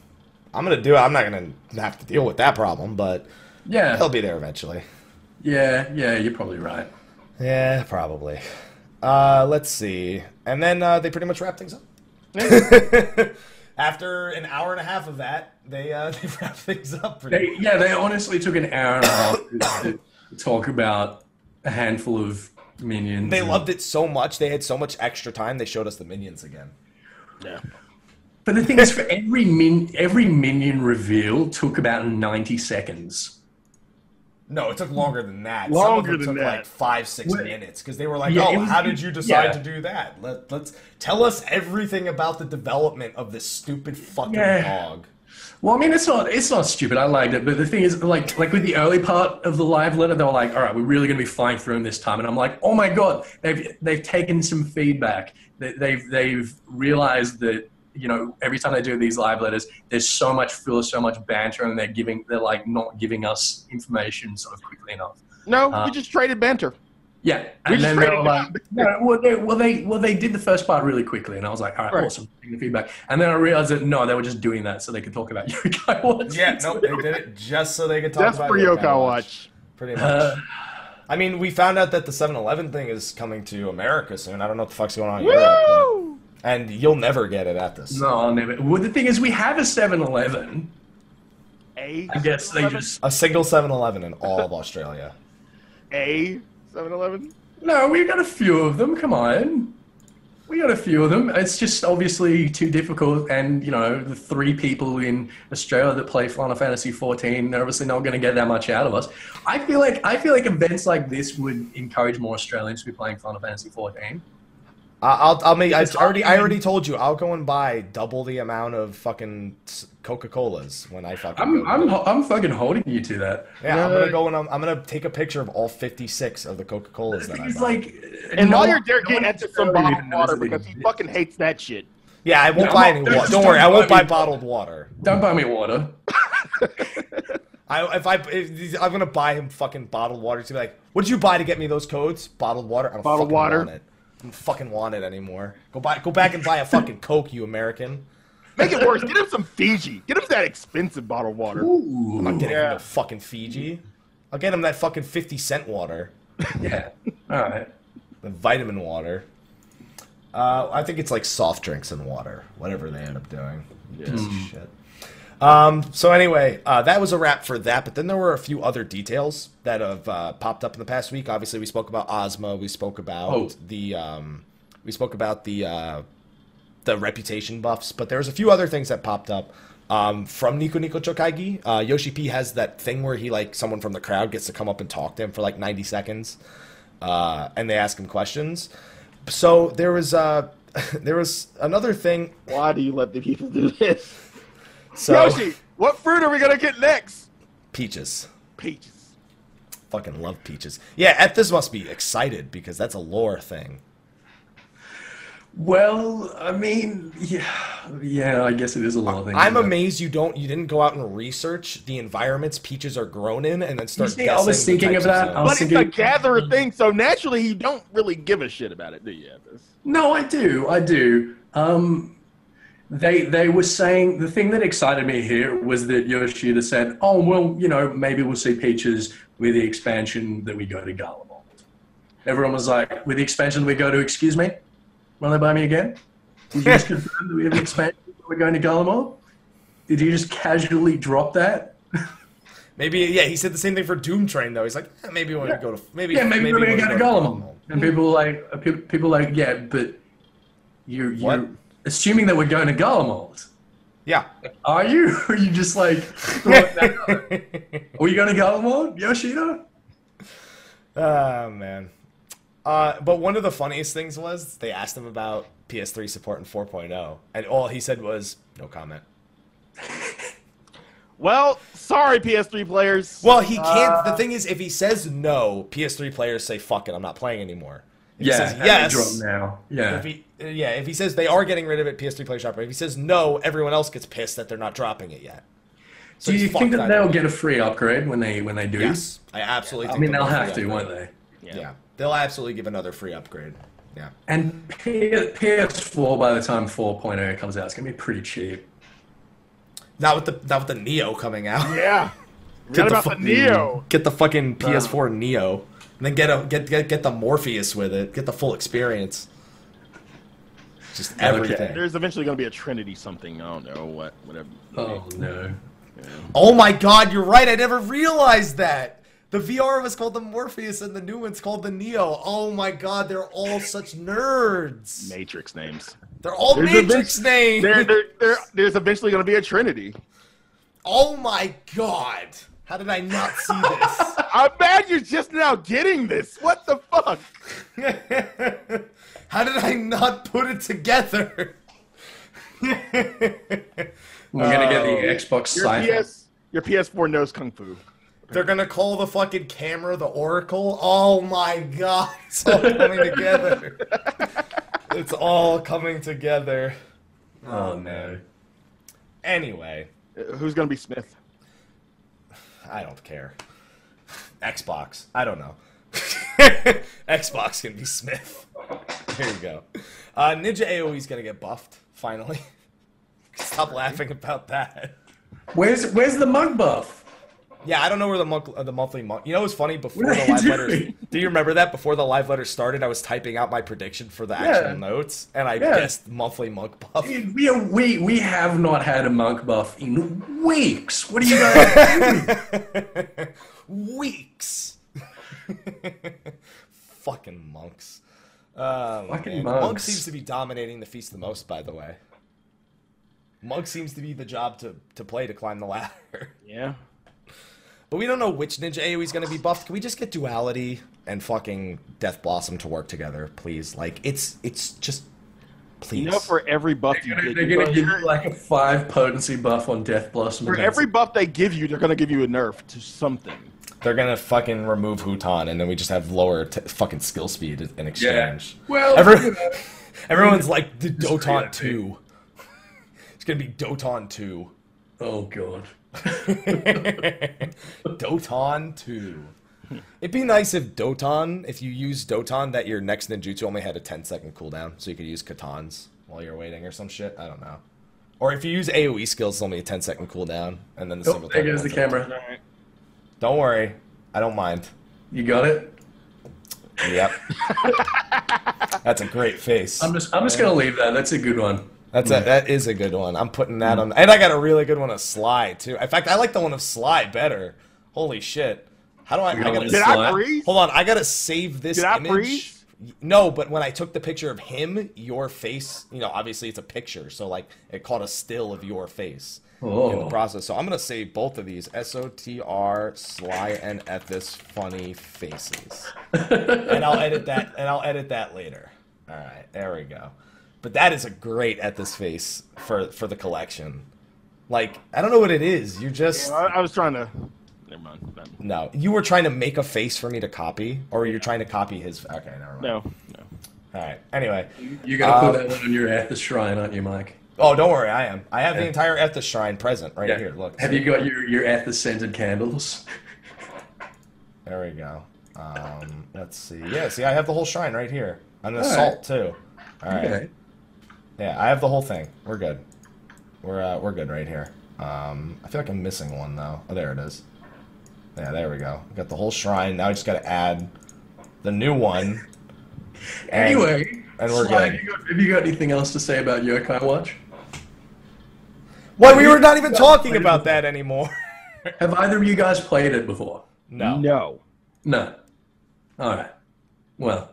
[SPEAKER 1] I'm gonna do it. I'm not gonna have to deal with that problem, but they'll
[SPEAKER 3] Yeah.
[SPEAKER 1] be there eventually.
[SPEAKER 3] Yeah. Yeah. You're probably right.
[SPEAKER 1] Yeah, probably. Uh, let's see. And then uh, they pretty much wrap things up. After an hour and a half of that, they uh, they wrap things up. Pretty
[SPEAKER 3] They, yeah. They honestly took an hour and a half to to talk about a handful of minions.
[SPEAKER 1] They
[SPEAKER 3] and-
[SPEAKER 1] loved it so much. They had so much extra time. They showed us the minions again.
[SPEAKER 2] Yeah.
[SPEAKER 3] But the thing is, for every min every minion reveal took about ninety seconds.
[SPEAKER 1] No, it took longer than that.
[SPEAKER 2] Longer
[SPEAKER 1] Some of them
[SPEAKER 2] than
[SPEAKER 1] took
[SPEAKER 2] that.
[SPEAKER 1] like five, six
[SPEAKER 3] Well,
[SPEAKER 1] minutes because they were like,
[SPEAKER 3] yeah, it
[SPEAKER 1] "Oh,
[SPEAKER 3] was-
[SPEAKER 1] how did you decide
[SPEAKER 3] yeah.
[SPEAKER 1] to do that? Let, let's tell us everything about the development of this stupid fucking
[SPEAKER 3] Yeah.
[SPEAKER 1] dog."
[SPEAKER 3] Well, I mean, it's not it's not stupid. I liked it, but the thing is, like like with the early part of the live letter, they were like, "All right, we're really going to be flying through them this time," and I'm like, "Oh my god, they've they've taken some feedback. They, they've they've realized that." You know, every time they do these live letters, there's so much filler, so much banter, and they're giving, they're like not giving us information sort of quickly enough.
[SPEAKER 2] No,
[SPEAKER 3] Uh,
[SPEAKER 2] we just traded banter.
[SPEAKER 3] Yeah,
[SPEAKER 2] We
[SPEAKER 3] and
[SPEAKER 2] just
[SPEAKER 3] then they
[SPEAKER 2] traded
[SPEAKER 3] were like, no, well, they, well, they well they did the first part really quickly, and I was like, all right,
[SPEAKER 2] Right.
[SPEAKER 3] awesome, taking the feedback. And then I realized that no, they were just doing that so they could talk about Yokai Watch.
[SPEAKER 1] Yeah, no, they did it just so they could talk
[SPEAKER 2] That's
[SPEAKER 1] about
[SPEAKER 2] for
[SPEAKER 1] Yokai
[SPEAKER 2] Yokai Watch.
[SPEAKER 1] Pretty much.
[SPEAKER 3] Uh,
[SPEAKER 1] I mean, we found out that the 7-Eleven thing is coming to America soon. I don't know what the fuck's going on. in Europe, but-
[SPEAKER 2] Woo!
[SPEAKER 1] and you'll never get it at this.
[SPEAKER 3] no, I'll never. Well, the thing is, we have a 7-Eleven.
[SPEAKER 2] A
[SPEAKER 3] I guess they
[SPEAKER 2] 7-Eleven?
[SPEAKER 3] just
[SPEAKER 1] A single 7-Eleven in all of Australia.
[SPEAKER 2] A 7-Eleven.
[SPEAKER 3] no. We've got a few of them. Come on, we got a few of them. It's just obviously too difficult, and you know, the three people in Australia that play Final Fantasy 14 are obviously not going to get that much out of us. I feel like I feel like events like this would encourage more Australians to be playing Final Fantasy 14.
[SPEAKER 1] I- I'll, I'll make. I
[SPEAKER 3] It's
[SPEAKER 1] already, I
[SPEAKER 3] online.
[SPEAKER 1] already told you. I'll go and buy double the amount of fucking Coca Colas when I fucking.
[SPEAKER 3] I'm
[SPEAKER 1] go.
[SPEAKER 3] I'm I'm fucking holding you to that.
[SPEAKER 1] yeah, I'm gonna go and I'm, I'm gonna take a picture of all 56 of the Coca Colas that I
[SPEAKER 3] It's
[SPEAKER 1] bought.
[SPEAKER 3] like
[SPEAKER 2] And
[SPEAKER 3] no-
[SPEAKER 2] while you're there,
[SPEAKER 3] no
[SPEAKER 2] get
[SPEAKER 3] one
[SPEAKER 2] into some
[SPEAKER 3] necessarily
[SPEAKER 2] bottled water
[SPEAKER 3] even knows that
[SPEAKER 2] because he
[SPEAKER 3] exists.
[SPEAKER 2] fucking hates that shit.
[SPEAKER 1] yeah, I won't
[SPEAKER 3] Yeah,
[SPEAKER 1] buy
[SPEAKER 3] I'm-
[SPEAKER 1] any.
[SPEAKER 3] there's
[SPEAKER 1] Wa-
[SPEAKER 3] just
[SPEAKER 1] don't worry, I
[SPEAKER 3] don't
[SPEAKER 1] won't
[SPEAKER 3] buy
[SPEAKER 1] buy
[SPEAKER 3] me-
[SPEAKER 1] bottled water.
[SPEAKER 3] Don't buy me water.
[SPEAKER 1] I if I if, I'm gonna buy him fucking bottled water. He's gonna be like, "What did you buy to get me those codes? Bottled water. I don't
[SPEAKER 2] Bottled
[SPEAKER 1] fucking
[SPEAKER 2] water.
[SPEAKER 1] want it. I don't fucking want it anymore. Go buy, go back and buy a fucking Coke, you American.
[SPEAKER 2] Make it worse. Get him some Fiji. Get him that expensive bottled water.
[SPEAKER 3] Ooh.
[SPEAKER 1] I'm not getting him
[SPEAKER 2] Yeah.
[SPEAKER 1] no fucking Fiji. I'll get him that fucking 50 cent water.
[SPEAKER 3] Yeah. All right.
[SPEAKER 1] the vitamin water. Uh, I think it's like soft drinks and water, whatever they end up doing. Piece of shit. Um, so anyway, uh, that was a wrap for that. But then there were a few other details that have uh, popped up in the past week. Obviously, we spoke about Ozma. We spoke about
[SPEAKER 3] Oh.
[SPEAKER 1] the um, we spoke about the uh, the reputation buffs. But there was a few other things that popped up um, from Nico Nico Chokaigi. Uh, Yoshi P has that thing where he like someone from the crowd gets to come up and talk to him for like ninety seconds uh, and they ask him questions. So there was uh, there was another thing.
[SPEAKER 2] Why do you let the people do this?
[SPEAKER 1] So
[SPEAKER 2] Yoshi, what fruit are we gonna get next?
[SPEAKER 1] peaches,
[SPEAKER 2] Peaches.
[SPEAKER 1] fucking love peaches. Yeah, at this must be excited because that's a lore thing.
[SPEAKER 3] Well, I mean, yeah, yeah. I guess it is a lot of things.
[SPEAKER 1] I'm
[SPEAKER 3] but-
[SPEAKER 1] amazed you don't you didn't go out and research the environments peaches are grown in and then start.
[SPEAKER 3] see, I was
[SPEAKER 1] guessing the
[SPEAKER 3] thinking of
[SPEAKER 1] types
[SPEAKER 3] that.
[SPEAKER 1] zones.
[SPEAKER 3] I was-
[SPEAKER 2] But it's a
[SPEAKER 3] thinking-
[SPEAKER 2] gatherer thing, so naturally you don't really give a shit about it, do you, Evans?
[SPEAKER 3] No, I do. I do. Um, they they were saying the thing that excited me here was that Yoshida said, "Oh well, you know, maybe we'll see Peaches with the expansion that we go to Garlemald." Everyone was like, "With the expansion we go to, excuse me, will they buy me again? Did you just confirm that we have an expansion? that We're going to Garlemald? Did you just casually drop that?"
[SPEAKER 1] maybe yeah, he said the same thing for Doom Train though. He's like eh, maybe we want to go to maybe
[SPEAKER 3] Yeah, maybe, we're
[SPEAKER 1] we
[SPEAKER 3] gonna
[SPEAKER 1] wanna
[SPEAKER 3] get a golem. And people like uh, pe- people like yeah, but you
[SPEAKER 1] What?
[SPEAKER 3] you assuming that we're going to Golemold.
[SPEAKER 1] Yeah.
[SPEAKER 3] Are you? Or are you just like throwing that out? are we going to Golemold, Yoshida?
[SPEAKER 1] Oh man. Uh, but one of the funniest things was they asked him about PS3 support in 4.0, oh, and all he said was no comment.
[SPEAKER 2] Well, sorry, PS3 players.
[SPEAKER 1] Well, he can't. the thing is, if he says no, PS3 players say fuck it, I'm not playing anymore. If he says
[SPEAKER 3] and they Drop
[SPEAKER 1] yes,
[SPEAKER 3] now. Yeah.
[SPEAKER 1] if he, uh, yeah, if he says they are getting rid of it, PS3 players drop it. If he says no, everyone else gets pissed that they're not dropping it yet. So
[SPEAKER 3] Do you
[SPEAKER 1] he's fucked
[SPEAKER 3] think that
[SPEAKER 1] either
[SPEAKER 3] they'll
[SPEAKER 1] way.
[SPEAKER 3] get a free upgrade when they when they do?
[SPEAKER 1] Yes, I absolutely.
[SPEAKER 3] I
[SPEAKER 1] Think
[SPEAKER 3] mean,
[SPEAKER 1] they'll
[SPEAKER 3] they'll
[SPEAKER 1] get
[SPEAKER 3] have
[SPEAKER 1] free
[SPEAKER 3] to,
[SPEAKER 1] upgrade.
[SPEAKER 3] won't they?
[SPEAKER 1] Yeah. they'll absolutely give another free upgrade. Yeah.
[SPEAKER 3] And P- PS4 by the time 4.0 comes out, it's gonna be pretty cheap.
[SPEAKER 1] Not with the not with the Neo coming out.
[SPEAKER 2] Yeah. Forgot about the
[SPEAKER 1] fucking-
[SPEAKER 2] Neo. Uh.
[SPEAKER 1] Get the fucking PS4 Neo, and then get a get, get get the Morpheus with it. Get the full experience. Just everything.
[SPEAKER 2] There's eventually going to be a Trinity something. I don't know what, whatever.
[SPEAKER 3] Oh no.
[SPEAKER 1] Oh my God, you're right. I never realized that. The VR was called the Morpheus, and the new one's called the Neo. Oh my God, they're all such nerds.
[SPEAKER 2] Matrix names.
[SPEAKER 1] They're all
[SPEAKER 2] There's a
[SPEAKER 1] Matrix names.
[SPEAKER 2] There, there, there, there's eventually going to be a trinity.
[SPEAKER 1] Oh my god! How did I not see this?
[SPEAKER 2] I'm mad you're just now getting this. What the fuck?
[SPEAKER 1] How did I not put it together?
[SPEAKER 3] We're gonna get
[SPEAKER 1] Oh.
[SPEAKER 3] the Xbox
[SPEAKER 2] Your
[SPEAKER 3] Cypher.
[SPEAKER 2] PS, your PS4 knows kung fu. Uh,
[SPEAKER 1] They're gonna call the fucking camera the Oracle. Oh my god! It's all coming together. It's all coming together.
[SPEAKER 3] Oh no.
[SPEAKER 1] Anyway,
[SPEAKER 2] Uh, Who's going to be Smith?
[SPEAKER 1] I don't care. Xbox. I don't know. Xbox can be Smith. There you go. Uh, Ninja AoE's gonna get buffed finally. Stop laughing about that.
[SPEAKER 3] Where's where's the mug buff?
[SPEAKER 1] Yeah, I don't know where the month, uh, the monthly month. You know what's funny? Before
[SPEAKER 3] What
[SPEAKER 1] the
[SPEAKER 3] are
[SPEAKER 1] live
[SPEAKER 3] you
[SPEAKER 1] letters,
[SPEAKER 3] doing?
[SPEAKER 1] do you remember that? Before the live letter started, I was typing out my prediction for the actual notes, and I
[SPEAKER 3] Yeah.
[SPEAKER 1] guessed monthly monk buff.
[SPEAKER 3] Dude, we are, we we have not had a monk buff in weeks. What are you guys?
[SPEAKER 1] Weeks. Fucking monks. Um,
[SPEAKER 3] Fucking
[SPEAKER 1] Monk
[SPEAKER 3] monks.
[SPEAKER 1] seems to be dominating the feast the most, by the way. Monk seems to be the job to, to play to climb the ladder.
[SPEAKER 2] Yeah.
[SPEAKER 1] But we don't know which Ninja AoE is going to be buffed. Can we just get Duality and fucking Death Blossom to work together, please? Like, it's it's just please.
[SPEAKER 2] You know, for every buff you
[SPEAKER 3] They're gonna,
[SPEAKER 2] get,
[SPEAKER 3] they're
[SPEAKER 2] you
[SPEAKER 3] gonna
[SPEAKER 2] go-
[SPEAKER 3] give you like a five potency buff on Death Blossom.
[SPEAKER 2] for
[SPEAKER 3] and that's
[SPEAKER 2] every buff they give you, they're going to give you a nerf to something.
[SPEAKER 1] They're gonna fucking remove Hutan, and then we just have lower t- fucking skill speed in exchange.
[SPEAKER 3] Well, you
[SPEAKER 1] Every-
[SPEAKER 3] know.
[SPEAKER 1] everyone's like the Doton
[SPEAKER 3] creative.
[SPEAKER 1] two. It's gonna be Doton two.
[SPEAKER 3] it. Oh god.
[SPEAKER 1] Doton two. It'd be nice if Doton, if you use Doton, that your next ninjutsu only had a 10 second cooldown, so you could use katans while you're waiting or some shit. I don't know. Or if you use AoE skills, it's only a 10 second cooldown, and then the
[SPEAKER 3] Oh,
[SPEAKER 1] single
[SPEAKER 3] there
[SPEAKER 1] target
[SPEAKER 3] goes the
[SPEAKER 1] ones are-
[SPEAKER 3] camera.
[SPEAKER 1] Don't worry, I don't mind.
[SPEAKER 3] You got it.
[SPEAKER 1] Yep. That's a great face.
[SPEAKER 3] I'm just I'm just gonna leave that. That's a good one.
[SPEAKER 1] That's a, that is a good one. I'm putting that on, and I got a really good one of Sly too. In fact, I like the one of Sly better. Holy shit! How do I? I
[SPEAKER 3] You're gonna
[SPEAKER 1] gotta,
[SPEAKER 3] lose
[SPEAKER 2] Did I
[SPEAKER 3] Slap.
[SPEAKER 2] freeze?
[SPEAKER 1] hold on. I gotta save this
[SPEAKER 2] Did I
[SPEAKER 1] image.
[SPEAKER 2] freeze?
[SPEAKER 1] No, but when I took the picture of him, your face, you know, obviously it's a picture, so like it caught a still of your face in the
[SPEAKER 3] Oh.
[SPEAKER 1] process. So I'm gonna save both of these: S O T R Sly and Ethis funny faces, and I'll edit that. And I'll edit that later. All right, there we go. But that is a great Ethis face for for the collection. Like I don't know what it is. You just
[SPEAKER 2] I, I was trying to. Never mind. No.
[SPEAKER 1] no. You were trying to make a face for me to copy, or you're trying to copy his. Okay, never mind.
[SPEAKER 2] No. no.
[SPEAKER 1] All right. Anyway.
[SPEAKER 3] You're gonna put
[SPEAKER 1] Um,
[SPEAKER 3] that one on your Athos shrine, aren't you, Mike?
[SPEAKER 1] Oh, don't worry. I am. I have the
[SPEAKER 3] Yeah.
[SPEAKER 1] entire Ethis shrine present right here. Look.
[SPEAKER 3] Have you got your your Athos scented candles?
[SPEAKER 1] There we go. Um, let's see. Yeah, see, I have the whole shrine right here. And the
[SPEAKER 3] All
[SPEAKER 1] salt too. All right.
[SPEAKER 3] Okay.
[SPEAKER 1] Yeah, I have the whole thing. We're good. We're uh, we're good right here. Um, I feel like I'm missing one though. Oh, there it is. Yeah, there we go. Got the whole shrine. Now I just got to add the new one. And-
[SPEAKER 3] Anyway,
[SPEAKER 1] and we're
[SPEAKER 3] Sly,
[SPEAKER 1] good.
[SPEAKER 3] Have you, got, have you got anything else to say about Yokai Watch?
[SPEAKER 1] Well, we were not even talking about that anymore.
[SPEAKER 3] Have either of you guys played it before?
[SPEAKER 1] no.
[SPEAKER 2] no.
[SPEAKER 3] No. All right. Well,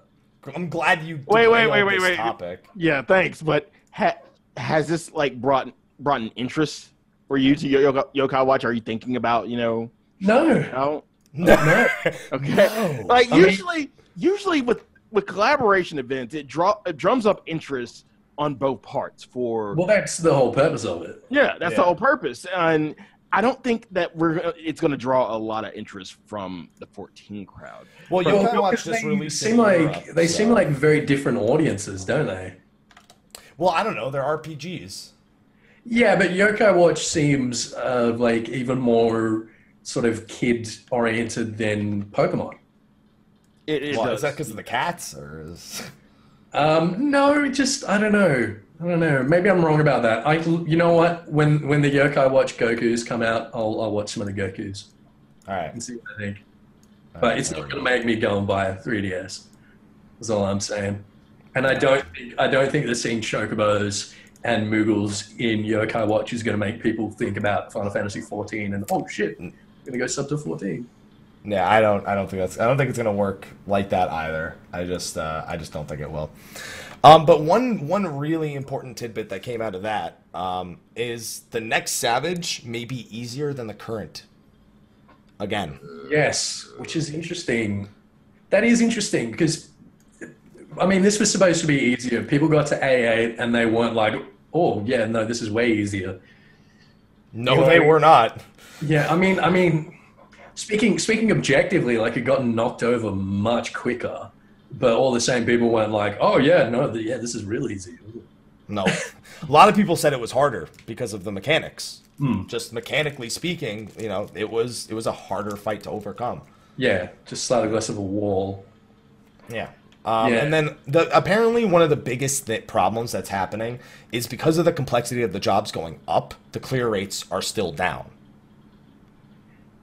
[SPEAKER 1] I'm glad you.
[SPEAKER 2] Wait, wait,
[SPEAKER 1] derailed
[SPEAKER 2] wait, wait,
[SPEAKER 1] this
[SPEAKER 2] wait.
[SPEAKER 1] Topic.
[SPEAKER 2] Yeah, thanks. But ha- has this like brought brought an interest for you to Yo- Yo- Yokai Watch? Are you thinking about you know?
[SPEAKER 3] no.
[SPEAKER 2] No.
[SPEAKER 3] No.
[SPEAKER 2] Okay.
[SPEAKER 1] No.
[SPEAKER 2] Like
[SPEAKER 3] I mean-
[SPEAKER 2] usually, usually with with collaboration events, it draw it drums up interest on both parts. For
[SPEAKER 3] Well, that's the whole purpose of it.
[SPEAKER 2] yeah, that's the
[SPEAKER 1] Yeah.
[SPEAKER 2] whole purpose. And I don't think that we're it's going to draw a lot of interest from the 14 crowd.
[SPEAKER 1] Well,
[SPEAKER 3] Well,
[SPEAKER 1] Yokai Watch
[SPEAKER 3] because
[SPEAKER 1] just
[SPEAKER 3] they
[SPEAKER 1] released.
[SPEAKER 3] seem
[SPEAKER 1] in
[SPEAKER 3] like
[SPEAKER 1] Europe,
[SPEAKER 3] they
[SPEAKER 1] so-
[SPEAKER 3] seem like very different audiences, don't they?
[SPEAKER 1] Well, I don't know. They're RPGs.
[SPEAKER 3] Yeah, but Yokai Watch seems uh, like even more sort of kid oriented than Pokemon.
[SPEAKER 2] It, it
[SPEAKER 1] Why,
[SPEAKER 2] does.
[SPEAKER 1] is that because of the cats, or is
[SPEAKER 3] Um, no, just I don't know. I don't know. Maybe I'm wrong about that. I, you know what? When when the Yokai Watch Goku's come out, I'll I'll watch some of the Goku's
[SPEAKER 1] all right?
[SPEAKER 3] and see what I think. But it's not going to make me go and buy a 3DS. Is all I'm saying. And I don't think I don't think that seeing Chocobos and Moogles in Yokai Watch is going to make people think about Final Fantasy 14 and oh shit, I'm going to go sub to 14.
[SPEAKER 1] Yeah, I don't. I don't think that's. I don't think it's gonna work like that either. I just. Uh, I just don't think it will. Um, but one one really important tidbit that came out of that um, is the next Savage may be easier than the current. Again,
[SPEAKER 3] Yes, which is interesting. That is interesting because, I mean, this was supposed to be easier. People got to A8 and they weren't like, oh, yeah, no, this is way easier.
[SPEAKER 1] no,
[SPEAKER 3] You
[SPEAKER 1] they
[SPEAKER 3] are-
[SPEAKER 1] were not.
[SPEAKER 3] Yeah, I mean, I mean, speaking speaking objectively, like it got knocked over much quicker, but all the same, people weren't like, oh, yeah, no, th- yeah, this is real easy.
[SPEAKER 1] No, a lot of people said it was harder because of the mechanics. Just mechanically speaking, you know, it was it was a harder fight to overcome.
[SPEAKER 3] Yeah, just slightly less of a wall.
[SPEAKER 1] Yeah. Um,
[SPEAKER 3] Yeah.
[SPEAKER 1] And then the, apparently one of the biggest th- problems that's happening is because of the complexity of the jobs going up, the clear rates are still down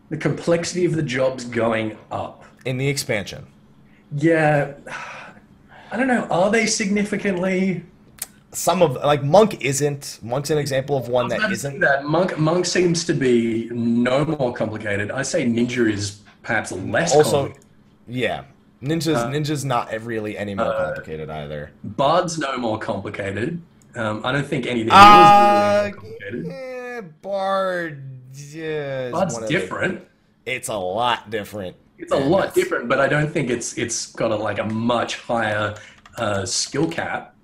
[SPEAKER 3] The complexity of the jobs going up.
[SPEAKER 1] in the expansion.
[SPEAKER 3] Yeah, I don't know. Are they significantly?
[SPEAKER 1] Some of like Monk isn't. Monk's an example of one that
[SPEAKER 3] I'd say
[SPEAKER 1] isn't.
[SPEAKER 3] that monk monk seems to be no more complicated. I say ninja is perhaps less
[SPEAKER 1] Also,
[SPEAKER 3] complicated.
[SPEAKER 1] yeah, ninjas ninjas not really any more complicated either.
[SPEAKER 3] Bard's no more complicated. Um, I don't think anything
[SPEAKER 1] Uh,
[SPEAKER 3] is really complicated.
[SPEAKER 1] eh, Bard. Yeah, is
[SPEAKER 3] Bard's
[SPEAKER 1] one of the-
[SPEAKER 3] different.
[SPEAKER 1] it's a lot different.
[SPEAKER 3] It's a
[SPEAKER 1] And
[SPEAKER 3] lot
[SPEAKER 1] that's-
[SPEAKER 3] different, but I don't think it's it's got a, like a much higher uh, skill cap.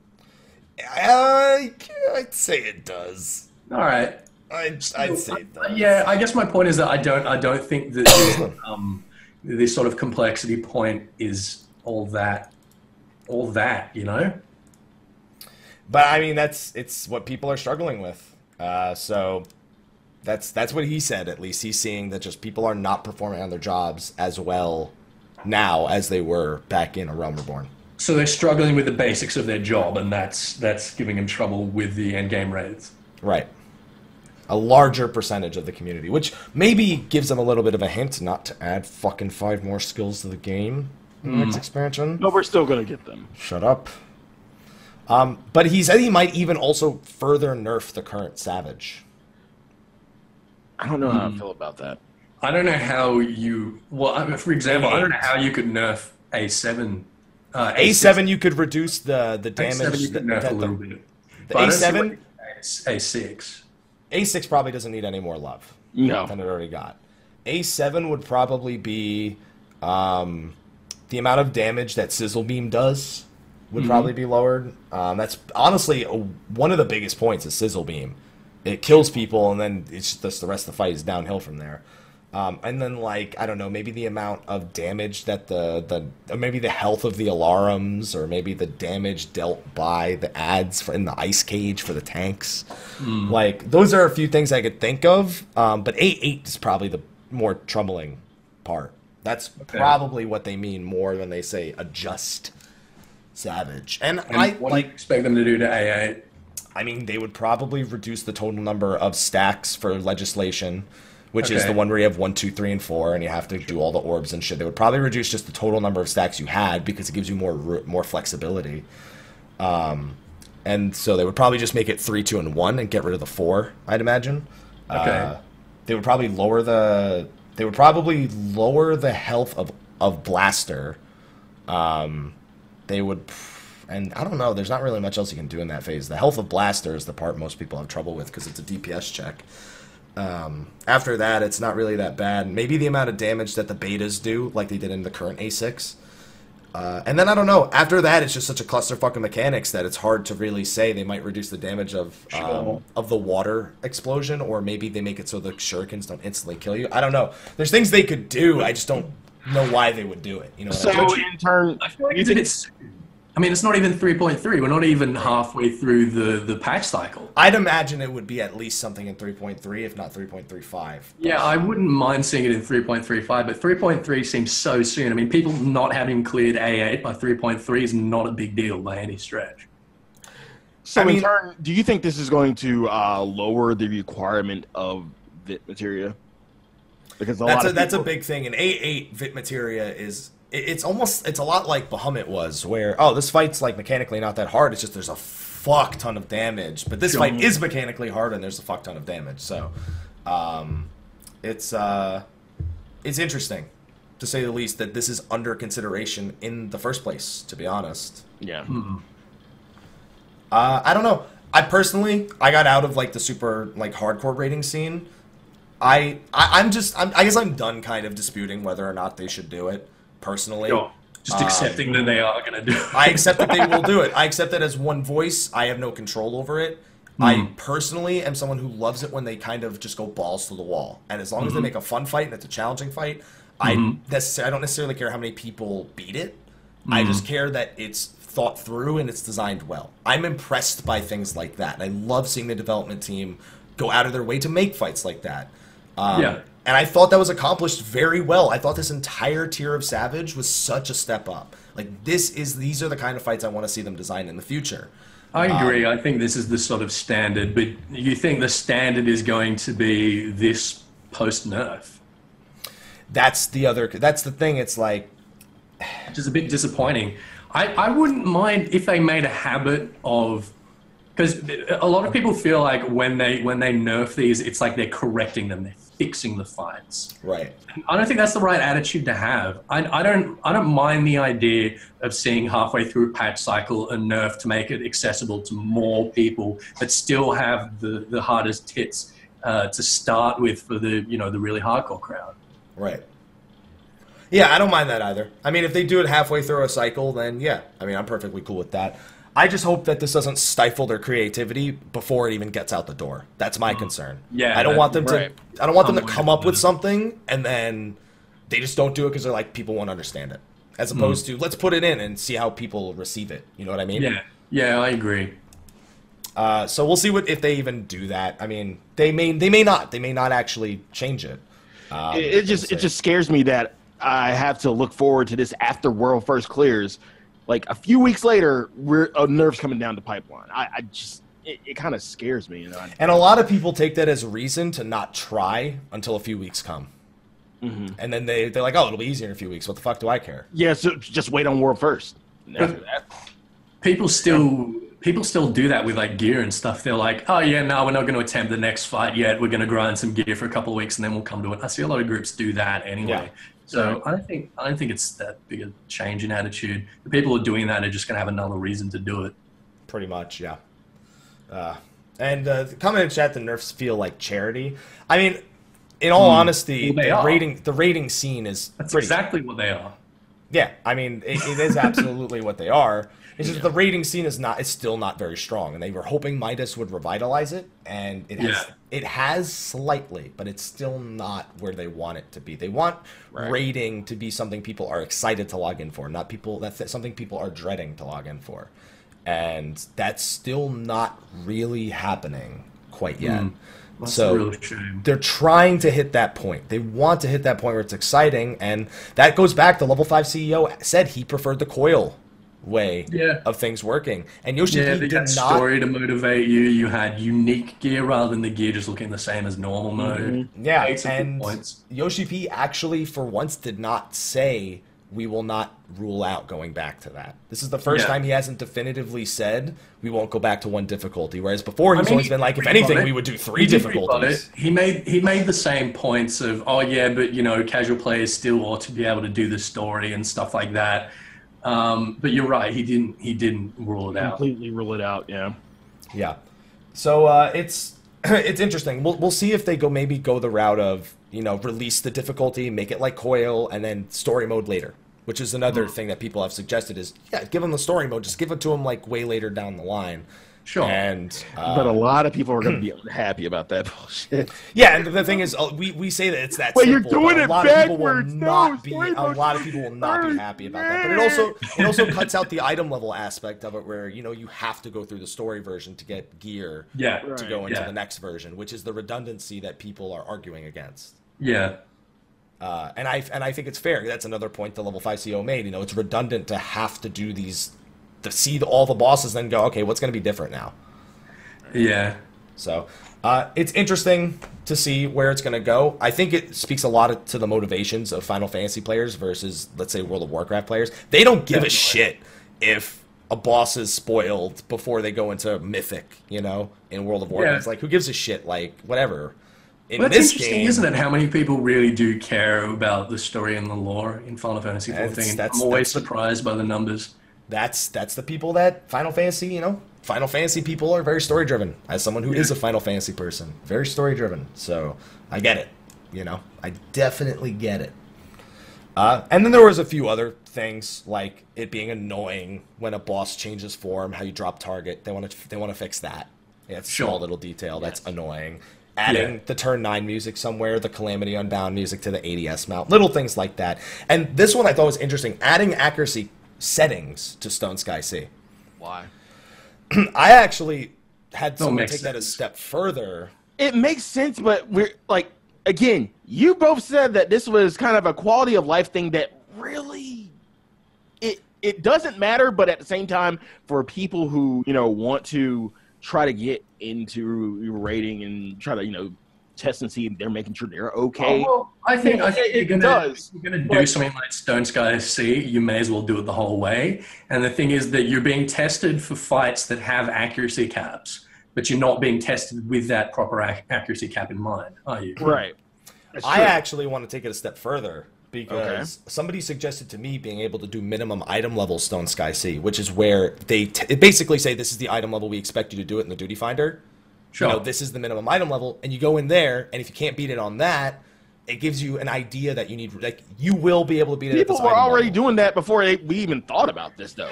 [SPEAKER 1] I, I'd say it does.
[SPEAKER 3] All right.
[SPEAKER 1] I'd, I'd say it does.
[SPEAKER 3] Yeah, I guess my point is that I don't I don't think that this, um, this sort of complexity point is all that all that you know.
[SPEAKER 1] But I mean, that's it's what people are struggling with. Uh, so that's that's what he said. At least he's seeing that just people are not performing on their jobs as well now as they were back in A Realm Reborn.
[SPEAKER 3] So they're struggling with the basics of their job, and that's that's giving them trouble with the end game rates.
[SPEAKER 1] Right. A larger percentage of the community, which maybe gives them a little bit of a hint not to add fucking five more skills to the game in the
[SPEAKER 3] Hmm.
[SPEAKER 1] next expansion.
[SPEAKER 2] But we're still gonna get them.
[SPEAKER 1] Shut up. Um, but he said he might even also further nerf the current Savage.
[SPEAKER 2] I don't know how
[SPEAKER 1] Hmm.
[SPEAKER 2] I feel about that.
[SPEAKER 3] I don't know how you. Well, I mean, for example, I don't know how you could nerf a seven, uh,
[SPEAKER 1] A seven, you could reduce the the
[SPEAKER 3] A seven you
[SPEAKER 1] damage.
[SPEAKER 3] could
[SPEAKER 1] that-
[SPEAKER 3] nerf
[SPEAKER 1] that
[SPEAKER 3] a little
[SPEAKER 1] the-
[SPEAKER 3] bit.
[SPEAKER 1] the
[SPEAKER 3] But I don't see
[SPEAKER 1] A7?
[SPEAKER 3] why you can't A six.
[SPEAKER 1] A6 probably doesn't need any more love than
[SPEAKER 2] No,
[SPEAKER 1] it already got. A7 would probably be um, the amount of damage that Sizzle Beam does would probably be lowered. Um, that's honestly a, one of the biggest points is Sizzle Beam. It kills people, and then it's just the rest of the fight is downhill from there. Um, and then, like, I don't know, maybe the amount of damage that the, the or maybe the health of the alarums, or maybe the damage dealt by the ads for, in the ice cage for the tanks. Like, those are a few things I could think of. Um, but A8 is probably the more troubling part. That's probably what they mean more than they say adjust savage. And,
[SPEAKER 3] And
[SPEAKER 1] I
[SPEAKER 3] what do
[SPEAKER 1] like
[SPEAKER 3] you expect them to do to A eight?
[SPEAKER 1] I mean they would probably reduce the total number of stacks for legislation, which is the
[SPEAKER 3] Okay.
[SPEAKER 1] one where you have one, two, three, and four, and you have to do all the orbs and shit. They would probably reduce just the total number of stacks you had because it gives you more ru- more flexibility. Um, and so they would probably just make it three, two, and one, and get rid of the four. I'd imagine.
[SPEAKER 3] Okay.
[SPEAKER 1] Uh, they would probably lower the they would probably lower the health of of blaster um they would and i don't know there's not really much else you can do in that phase the health of blaster is the part most people have trouble with because it's a dps check um after that it's not really that bad maybe the amount of damage that the betas do like they did in the current a6 uh, and then I don't know. After that, it's just such a clusterfuck of mechanics that it's hard to really say. They might reduce the damage of um,
[SPEAKER 2] Sure.
[SPEAKER 1] of the water explosion, or maybe they make it so the shurikens don't instantly kill you. I don't know. There's things they could do. I just don't know why they would do it. You know. What I
[SPEAKER 2] So
[SPEAKER 1] mean?
[SPEAKER 2] in turn,
[SPEAKER 3] I feel like it's a bit soon. I mean, it's not even three point three. We're not even halfway through the the patch cycle.
[SPEAKER 1] I'd imagine it would be at least something in 3.3, if not 3.35.
[SPEAKER 3] Yeah, I wouldn't mind seeing it in 3.35, but 3.3 seems so soon. I mean, people not having cleared A8 by 3.3 is not a big deal by any stretch.
[SPEAKER 2] so
[SPEAKER 1] I mean-
[SPEAKER 2] in turn, do you think this is going to uh, lower the requirement of vit materia? Because a lot
[SPEAKER 1] that's a
[SPEAKER 2] of
[SPEAKER 1] that's a
[SPEAKER 2] people-
[SPEAKER 1] big thing. And A8 Vit Materia is it, it's almost it's a lot like Bahamut was, where oh this fight's like mechanically not that hard. It's just there's a fuck ton of damage, but this fight is mechanically hard and there's a fuck ton of damage. So, um, it's uh, it's interesting to say the Hmm. least that this is under consideration in the first place. To be honest,
[SPEAKER 2] yeah.
[SPEAKER 1] Uh, I don't know. I personally, I got out of like the super like hardcore rating scene. I, I I'm just I'm, I guess I'm done kind of disputing whether or not they should do it personally.
[SPEAKER 3] Just accepting that they are going to do.
[SPEAKER 1] I accept that they will do it. I accept that as one voice. I have no control over it. I personally am someone who loves it when they kind of just go balls to the wall. And as long as they make a fun fight and it's a challenging fight, I necess- I don't necessarily care how many people beat it. I just care that it's thought through and it's designed well. I'm impressed by things like that. I love seeing the development team go out of their way to make fights like that. Um,
[SPEAKER 3] Yeah.
[SPEAKER 1] and I thought that was accomplished very well. I thought this entire tier of Savage was such a step up. Like this is these are the kind of fights I want to see them design in the future.
[SPEAKER 3] I agree. I think this is the sort of standard, but you think the standard is going to be this post nerf,
[SPEAKER 1] That's the other that's the thing. It's like
[SPEAKER 3] which is a bit disappointing. I, I wouldn't mind if they made a habit of because a lot of people feel like when they when they nerf these, it's like they're correcting them, they're fixing the fights.
[SPEAKER 1] right.
[SPEAKER 3] I don't think that's the right attitude to have. I, I don't I don't mind the idea of seeing halfway through a patch cycle a nerf to make it accessible to more people, but still have the, the hardest hits uh, to start with for the you know the really hardcore crowd.
[SPEAKER 1] Right. Yeah, I don't mind that either. I mean, if they do it halfway through a cycle, then yeah. I mean, I'm perfectly cool with that. I just hope that this doesn't stifle their creativity before it even gets out the door. That's my concern.
[SPEAKER 3] Mm-hmm. Yeah,
[SPEAKER 1] I don't
[SPEAKER 3] that-
[SPEAKER 1] want them to.
[SPEAKER 2] right.
[SPEAKER 1] I don't want them to
[SPEAKER 3] Some way
[SPEAKER 1] come
[SPEAKER 3] to
[SPEAKER 1] up
[SPEAKER 3] put
[SPEAKER 1] with
[SPEAKER 3] it.
[SPEAKER 1] something and then they just don't do it because they're like people won't understand it. As
[SPEAKER 3] Mm.
[SPEAKER 1] opposed to let's put it in and see how people receive it. You know what I mean?
[SPEAKER 3] Yeah, yeah, I agree.
[SPEAKER 1] Uh, so we'll see what if they even do that. I mean, they may they may not. They may not actually change it. Um,
[SPEAKER 2] It, it just it just scares me that I have to look forward to this after World First clears. Like a few weeks later, we're a nerf's coming down the pipeline. I, I just it, it kind of scares me. You know?
[SPEAKER 1] And a lot of people take that as a reason to not try until a few weeks come.
[SPEAKER 3] Mm-hmm.
[SPEAKER 1] And then they, they're like, oh, it'll be easier in a few weeks. What the fuck do I care?
[SPEAKER 2] Yeah, so just wait on World First. And after that,
[SPEAKER 3] People still people still do that with like gear and stuff. They're like, oh yeah, no, we're not going to attempt the next fight yet. We're going to grind some gear for a couple of weeks and then we'll come to it. I see a lot of groups do that anyway.
[SPEAKER 1] Yeah.
[SPEAKER 3] So I don't think I don't think it's that big a change in attitude. The people who are doing that are just going to have another reason to do it.
[SPEAKER 1] Pretty much, yeah. Uh, and uh, comment in chat, the nerfs feel like charity. I mean, in all honesty,
[SPEAKER 3] Hmm. Well, they
[SPEAKER 1] the
[SPEAKER 3] are.
[SPEAKER 1] rating the rating scene is
[SPEAKER 3] That's
[SPEAKER 1] pretty.
[SPEAKER 3] exactly what they are.
[SPEAKER 1] Yeah, I mean, it, it is absolutely what they are. It's just the rating scene is not. It's still not very strong, and they were hoping Midas would revitalize it, and it has
[SPEAKER 3] Yeah.
[SPEAKER 1] it has slightly, but it's still not where they want it to be. They want rating to be something people are excited to log in for, not people that's that's something people are dreading to log in for, and that's still not really happening quite yet.
[SPEAKER 3] That's
[SPEAKER 1] so
[SPEAKER 3] a real shame.
[SPEAKER 1] they're trying to hit that point. They want to hit that point where it's exciting, and that goes back to level five CEO said he preferred the coil way
[SPEAKER 3] Yeah.
[SPEAKER 1] of things working, and Yoshi
[SPEAKER 3] Yeah, they
[SPEAKER 1] did
[SPEAKER 3] got
[SPEAKER 1] not.
[SPEAKER 3] story to motivate you. You had unique gear rather than the gear just looking the same as normal mode.
[SPEAKER 1] Yeah,
[SPEAKER 3] Makes some good
[SPEAKER 1] and
[SPEAKER 3] points.
[SPEAKER 1] Yoshi P actually, for once, did not say we will not rule out going back to that. This is the first
[SPEAKER 3] Yeah.
[SPEAKER 1] time he hasn't definitively said we won't go back to one difficulty, whereas before he's
[SPEAKER 3] mean,
[SPEAKER 1] always
[SPEAKER 3] he
[SPEAKER 1] been like, if
[SPEAKER 3] did
[SPEAKER 1] anything,
[SPEAKER 3] rebut it.
[SPEAKER 1] we would do three
[SPEAKER 3] He did rebut
[SPEAKER 1] difficulties.
[SPEAKER 3] it. He made he made the same points of oh yeah, but you know, casual players still ought to be able to do the story and stuff like that. Um, but you're right, he didn't he didn't rule it out.
[SPEAKER 2] completely rule it out. Yeah.
[SPEAKER 1] Yeah. So uh, it's it's interesting. We'll we'll see if they go maybe go the route of you know release the difficulty, make it like Coil, and then story mode later. Which is another
[SPEAKER 2] Mm-hmm.
[SPEAKER 1] thing that people have suggested is yeah, give them the story mode, just give it to them like way later down the line.
[SPEAKER 3] Sure.
[SPEAKER 1] And uh,
[SPEAKER 2] But a lot of people are going to be unhappy about that bullshit.
[SPEAKER 1] yeah, and the thing is, uh, we, we say that it's that.
[SPEAKER 2] But you're
[SPEAKER 1] simple, but
[SPEAKER 2] doing
[SPEAKER 1] a
[SPEAKER 2] it
[SPEAKER 1] lot of people will
[SPEAKER 2] backwards. No,
[SPEAKER 1] not be.
[SPEAKER 2] story
[SPEAKER 1] A
[SPEAKER 2] mode
[SPEAKER 1] lot of
[SPEAKER 2] should
[SPEAKER 1] people
[SPEAKER 2] be
[SPEAKER 1] will not be
[SPEAKER 2] first.
[SPEAKER 1] happy about that. But it also it also cuts out the item level aspect of it, where you know you have to go through the story version to get gear.
[SPEAKER 3] yeah.
[SPEAKER 2] Right.
[SPEAKER 1] to go into
[SPEAKER 3] yeah.
[SPEAKER 1] the next version, which is the redundancy that people are arguing against.
[SPEAKER 3] Yeah.
[SPEAKER 1] Uh, and I and I think it's fair. That's another point the level five CEO made. You know, it's redundant to have to do these, to see all the bosses, then go, okay, what's going to be different now?
[SPEAKER 3] Yeah.
[SPEAKER 1] So uh, it's interesting to see where it's going to go. I think it speaks a lot to the motivations of Final Fantasy players versus, let's say, World of Warcraft players. They don't give a
[SPEAKER 3] Definitely.
[SPEAKER 1] shit if a boss is spoiled before they go into Mythic, you know, in World of Warcraft.
[SPEAKER 3] Yeah.
[SPEAKER 1] It's like, who gives a shit? Like, whatever. In
[SPEAKER 3] Well, that's
[SPEAKER 1] this
[SPEAKER 3] interesting,
[SPEAKER 1] game,
[SPEAKER 3] isn't it? How many people really do care about the story and the lore in Final Fantasy
[SPEAKER 1] That's-
[SPEAKER 3] XIV?
[SPEAKER 1] that's-
[SPEAKER 3] I'm
[SPEAKER 1] that's-
[SPEAKER 3] always surprised by the numbers.
[SPEAKER 1] that's that's the people that Final Fantasy, you know, Final Fantasy people are very story driven. As someone who is a Final Fantasy person, very story driven. So I get it. You know, I definitely get it. Uh, and then there was a few other things like it being annoying when a boss changes form, how you drop target. They want to they want to fix that. Yeah, it's a
[SPEAKER 3] Sure.
[SPEAKER 1] small little detail that's annoying. Adding
[SPEAKER 3] Yeah.
[SPEAKER 1] the turn nine music somewhere, the Calamity Unbound music to the ADS mount, little things like that. And this one I thought was interesting: adding accuracy settings to Stone Sky C.
[SPEAKER 4] Why?
[SPEAKER 1] I actually had someone
[SPEAKER 3] makes
[SPEAKER 1] take that a
[SPEAKER 3] sense.
[SPEAKER 1] step further.
[SPEAKER 2] It makes sense, but we're like again, you both said that this was kind of a quality of life thing that really it it doesn't matter, but at the same time, for people who, you know, want to try to get into rating and try to, you know, test and see if they're making sure they're okay.
[SPEAKER 3] Oh, well, I think, I think
[SPEAKER 2] It-
[SPEAKER 3] you're
[SPEAKER 2] it
[SPEAKER 3] gonna,
[SPEAKER 2] does.
[SPEAKER 3] you're going to do something like Stone Sky C. You may as well do it the whole way. And the thing is that you're being tested for fights that have accuracy caps, but you're not being tested with that proper ac- accuracy cap in mind, are you?
[SPEAKER 2] Right.
[SPEAKER 1] I actually want to take it a step further because somebody suggested to me being able to do minimum item level Stone Sky C, which is where they t- basically say this is the item level we expect you to do it in the duty finder.
[SPEAKER 3] Sure.
[SPEAKER 1] You know, this is the minimum item level, and you go in there, and if you can't beat it on that, it gives you an idea that you need. Like you will be able to beat it. at
[SPEAKER 2] People
[SPEAKER 1] this
[SPEAKER 2] were
[SPEAKER 1] item
[SPEAKER 2] already
[SPEAKER 1] level.
[SPEAKER 2] doing that before they, we even thought about this, though.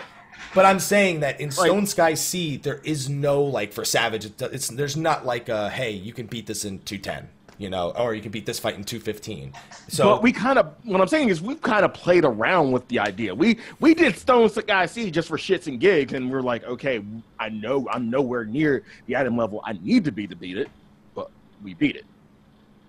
[SPEAKER 1] But I'm saying that in Stone Sky C, there is no like for Savage. It, do- it's there's not like a hey, you can beat this in 210, you know, or you can beat this fight in 215. So
[SPEAKER 2] but we kind of what I'm saying is we've kind of played around with the idea. We we did Stone Sky C just for shits and gigs, and we're like, okay, I know I'm nowhere near the item level I need to be to beat it, but we beat it.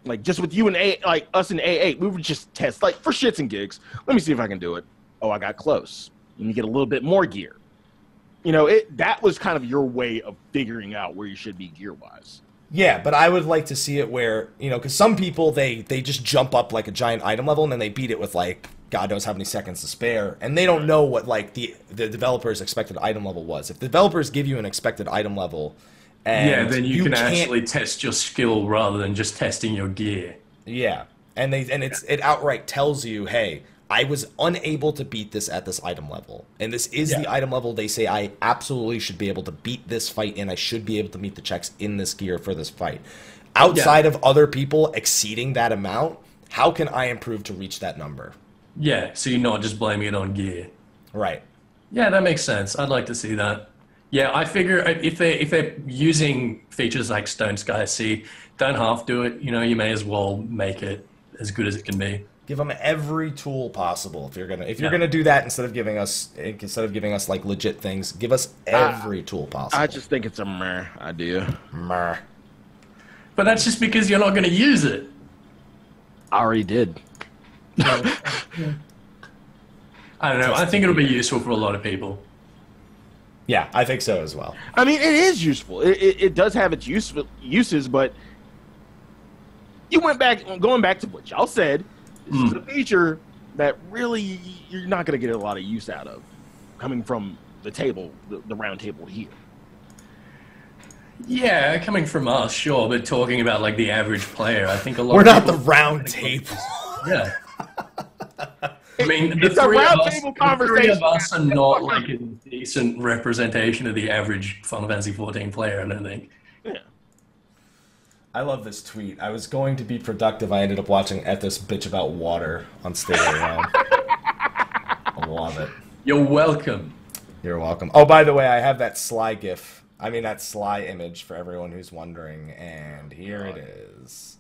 [SPEAKER 2] Like just with you and A, like us and A8, we would just test like for shits and gigs. Let me see if I can do it. Oh, I got close. Let me get a little bit more gear. You know, it that was kind of your way of figuring out where you should be gear wise.
[SPEAKER 1] Yeah, but I would like to see it where you know, because some people they they just jump up like a giant item level and then they beat it with like God knows how many seconds to spare, and they don't know what like the the developer's expected item level was. If the developers give you an expected item level, and
[SPEAKER 3] yeah, then you, can
[SPEAKER 1] can't-
[SPEAKER 3] actually test your skill rather than just testing your gear.
[SPEAKER 1] yeah, and they and it's it outright tells you, hey, I was unable to beat this at this item level, and this is the item level they say I absolutely should be able to beat this fight, and I should be able to meet the checks in this gear for this fight. Outside of other people exceeding that amount, how can I improve to reach that number?
[SPEAKER 3] Yeah, so you're not just blaming it on gear.
[SPEAKER 1] Right.
[SPEAKER 3] Yeah, that makes sense. I'd like to see that. Yeah, I figure if they if they're using features like Stone Sky C, don't half do it. You know, you may as well make it as good as it can be.
[SPEAKER 1] Give them every tool possible if you're gonna if you're
[SPEAKER 3] Yeah.
[SPEAKER 1] gonna do that instead of giving us instead of giving us like legit things, give us every tool possible.
[SPEAKER 2] Ah, I just think it's a meh idea.
[SPEAKER 1] Meh.
[SPEAKER 3] But that's just because you're not going to use it.
[SPEAKER 2] I already did.
[SPEAKER 3] I don't know. I think it'll be useful for a lot of people.
[SPEAKER 1] Yeah, I think so as well.
[SPEAKER 2] I mean, it is useful. It, it, it does have its useful uses, but you went back, going back to what y'all said. This is a feature that really you're not going to get a lot of use out of coming from the table, the, the round table here.
[SPEAKER 3] Yeah, coming from us, sure, but talking about like the average player, I think a lot.
[SPEAKER 1] We're
[SPEAKER 3] of
[SPEAKER 1] not the
[SPEAKER 3] people-
[SPEAKER 1] round table.
[SPEAKER 3] Yeah. I mean, the
[SPEAKER 2] It's a
[SPEAKER 3] three, of us,
[SPEAKER 2] roundtable
[SPEAKER 3] the three of
[SPEAKER 2] conversation.
[SPEAKER 3] us are not like a decent representation of the average Final Fantasy 14 player, I don't think.
[SPEAKER 2] Yeah.
[SPEAKER 1] I love this tweet. I was going to be productive. I ended up watching at this bitch about water on State of the Realm. I love it.
[SPEAKER 3] You're welcome.
[SPEAKER 1] You're welcome. Oh, by the way, I have that sly gif. I mean that sly image for everyone who's wondering, and here it is.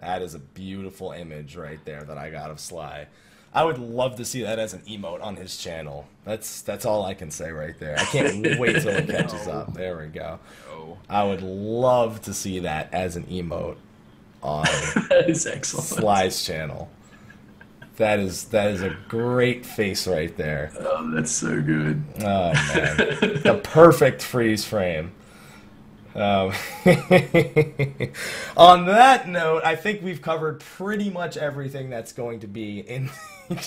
[SPEAKER 1] That is a beautiful image right there that I got of Sly. I would love to see that as an emote on his channel. That's that's all I can say right there. I can't wait till it catches up. There we go.
[SPEAKER 4] No.
[SPEAKER 1] I would love to see that as an emote on
[SPEAKER 3] That is excellent.
[SPEAKER 1] Sly's channel. That is that is a great face right there.
[SPEAKER 3] Oh, that's so good.
[SPEAKER 1] Oh man, the perfect freeze frame. Um, on that note, I think we've covered pretty much everything that's going to be in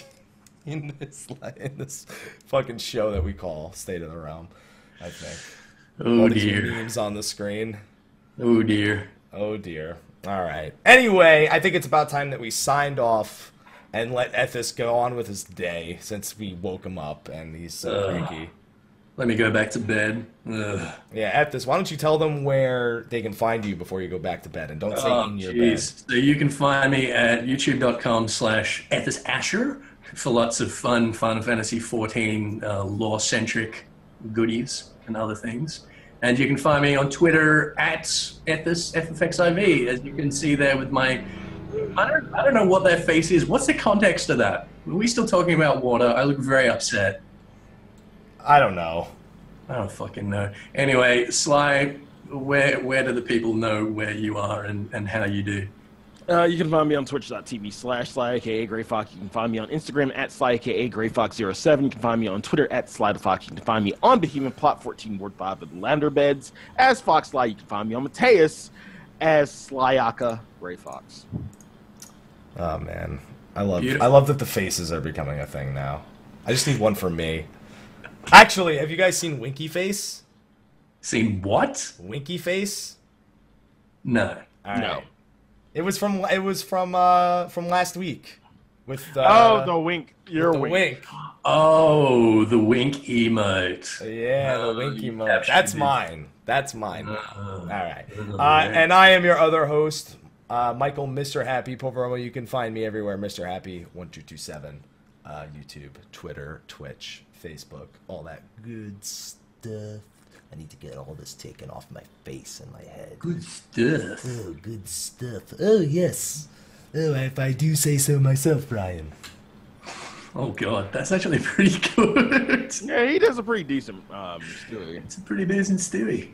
[SPEAKER 1] in this li- in this fucking show that we call State of the Realm. I think
[SPEAKER 3] Oh
[SPEAKER 1] These
[SPEAKER 3] dear.
[SPEAKER 1] memes on the screen.
[SPEAKER 3] Oh dear.
[SPEAKER 1] Oh dear. All right. Anyway, I think it's about time that we signed off and let Ethis go on with his day since we woke him up and he's so
[SPEAKER 3] Ugh.
[SPEAKER 1] cranky.
[SPEAKER 3] Let me go back to bed. Ugh.
[SPEAKER 1] Yeah, at this, why don't you tell them where they can find you before you go back to bed, and don't say
[SPEAKER 3] Oh,
[SPEAKER 1] in your bed.
[SPEAKER 3] jeez. So you can find me at youtube.com slash Ethis Asher for lots of fun Final Fantasy 14 uh, lore-centric goodies and other things. And you can find me on Twitter at Ethis FFXIV, as you can see there with my... I don't, I don't know what that face is. What's the context of that? Are we still talking about water? I look very upset.
[SPEAKER 1] I don't know.
[SPEAKER 3] I don't fucking know. Anyway, Sly, where where do the people know where you are and, and how you do?
[SPEAKER 2] Uh, you can find me on twitch.tv slash sly aka greyfox. You can find me on Instagram at sly aka greyfox07. You can find me on Twitter at slythefox. You can find me on Behemoth Plot 14 Ward 5 and Lander Beds as Fox Sly. You can find me on Mateus as Slyaka Greyfox.
[SPEAKER 1] Oh man, I love
[SPEAKER 3] Beautiful.
[SPEAKER 1] I love that the faces are becoming a thing now. I just need one for me. Actually, have you guys seen Winky Face?
[SPEAKER 3] Seen what?
[SPEAKER 1] Winky Face?
[SPEAKER 3] No.
[SPEAKER 1] All
[SPEAKER 2] No.
[SPEAKER 1] right. It was from it was from uh from last week with uh,
[SPEAKER 2] oh, the wink. Your
[SPEAKER 1] the
[SPEAKER 2] wink.
[SPEAKER 1] wink.
[SPEAKER 3] Oh, the wink emote.
[SPEAKER 1] Yeah, the
[SPEAKER 3] Oh,
[SPEAKER 1] winky
[SPEAKER 3] you
[SPEAKER 1] mode.
[SPEAKER 3] captured
[SPEAKER 1] That's
[SPEAKER 3] it.
[SPEAKER 1] mine. That's mine. All
[SPEAKER 3] Uh,
[SPEAKER 1] right.
[SPEAKER 3] Oh,
[SPEAKER 1] Uh,
[SPEAKER 3] man.
[SPEAKER 1] and I am your other host, uh, Michael Mr. Happy Poveromo. You can find me everywhere, Mr. Happy one two two seven, uh, YouTube, Twitter, Twitch, Facebook, all that good stuff. I need to get all this taken off my face and my head.
[SPEAKER 3] Good stuff.
[SPEAKER 1] Oh, good stuff. Oh yes. Oh, if I do say so myself, Brian.
[SPEAKER 3] Oh god, that's actually pretty good.
[SPEAKER 2] Yeah, he does a pretty decent um, Stewie.
[SPEAKER 3] it's a pretty decent stewie.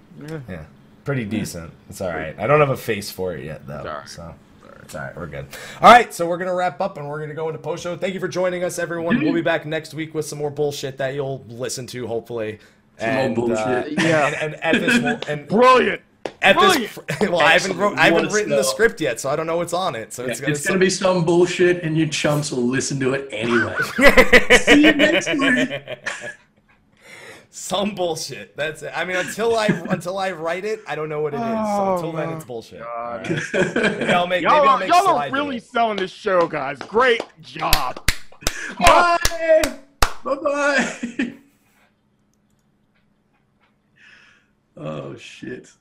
[SPEAKER 1] Yeah, pretty decent. It's all right. I don't have a face for it yet, though.
[SPEAKER 2] all right.
[SPEAKER 1] So it's all right. We're good. All right. So we're gonna wrap up and we're gonna go into post show. Thank you for joining us, everyone. We'll be back next week with some more bullshit that you'll listen to, hopefully.
[SPEAKER 3] Some more bullshit.
[SPEAKER 1] yeah.
[SPEAKER 2] Yeah.
[SPEAKER 1] And, and at this, will- and
[SPEAKER 2] Brilliant.
[SPEAKER 1] at this,
[SPEAKER 2] Brilliant.
[SPEAKER 1] well, I haven't, wrote, I
[SPEAKER 3] Excellent. What
[SPEAKER 1] haven't
[SPEAKER 3] a
[SPEAKER 1] written the
[SPEAKER 3] spell.
[SPEAKER 1] script yet, so I don't know what's on it. So it's
[SPEAKER 3] It's,
[SPEAKER 1] gonna,
[SPEAKER 3] gonna be some bullshit and you chumps will listen to it anyway. See you next week.
[SPEAKER 1] some bullshit. That's it. I mean, until I until I write it, I don't know what it is. So
[SPEAKER 2] Oh,
[SPEAKER 1] until then,
[SPEAKER 2] my
[SPEAKER 1] it's bullshit.
[SPEAKER 2] God.
[SPEAKER 1] Maybe I'll make. maybe
[SPEAKER 2] Y'all,
[SPEAKER 1] I'll
[SPEAKER 2] are,
[SPEAKER 1] make
[SPEAKER 2] y'all
[SPEAKER 1] Sly
[SPEAKER 2] are
[SPEAKER 1] do
[SPEAKER 2] really
[SPEAKER 1] it.
[SPEAKER 2] selling this show, guys. Great job.
[SPEAKER 1] Oh,
[SPEAKER 3] Bye. Bye bye. oh, shit.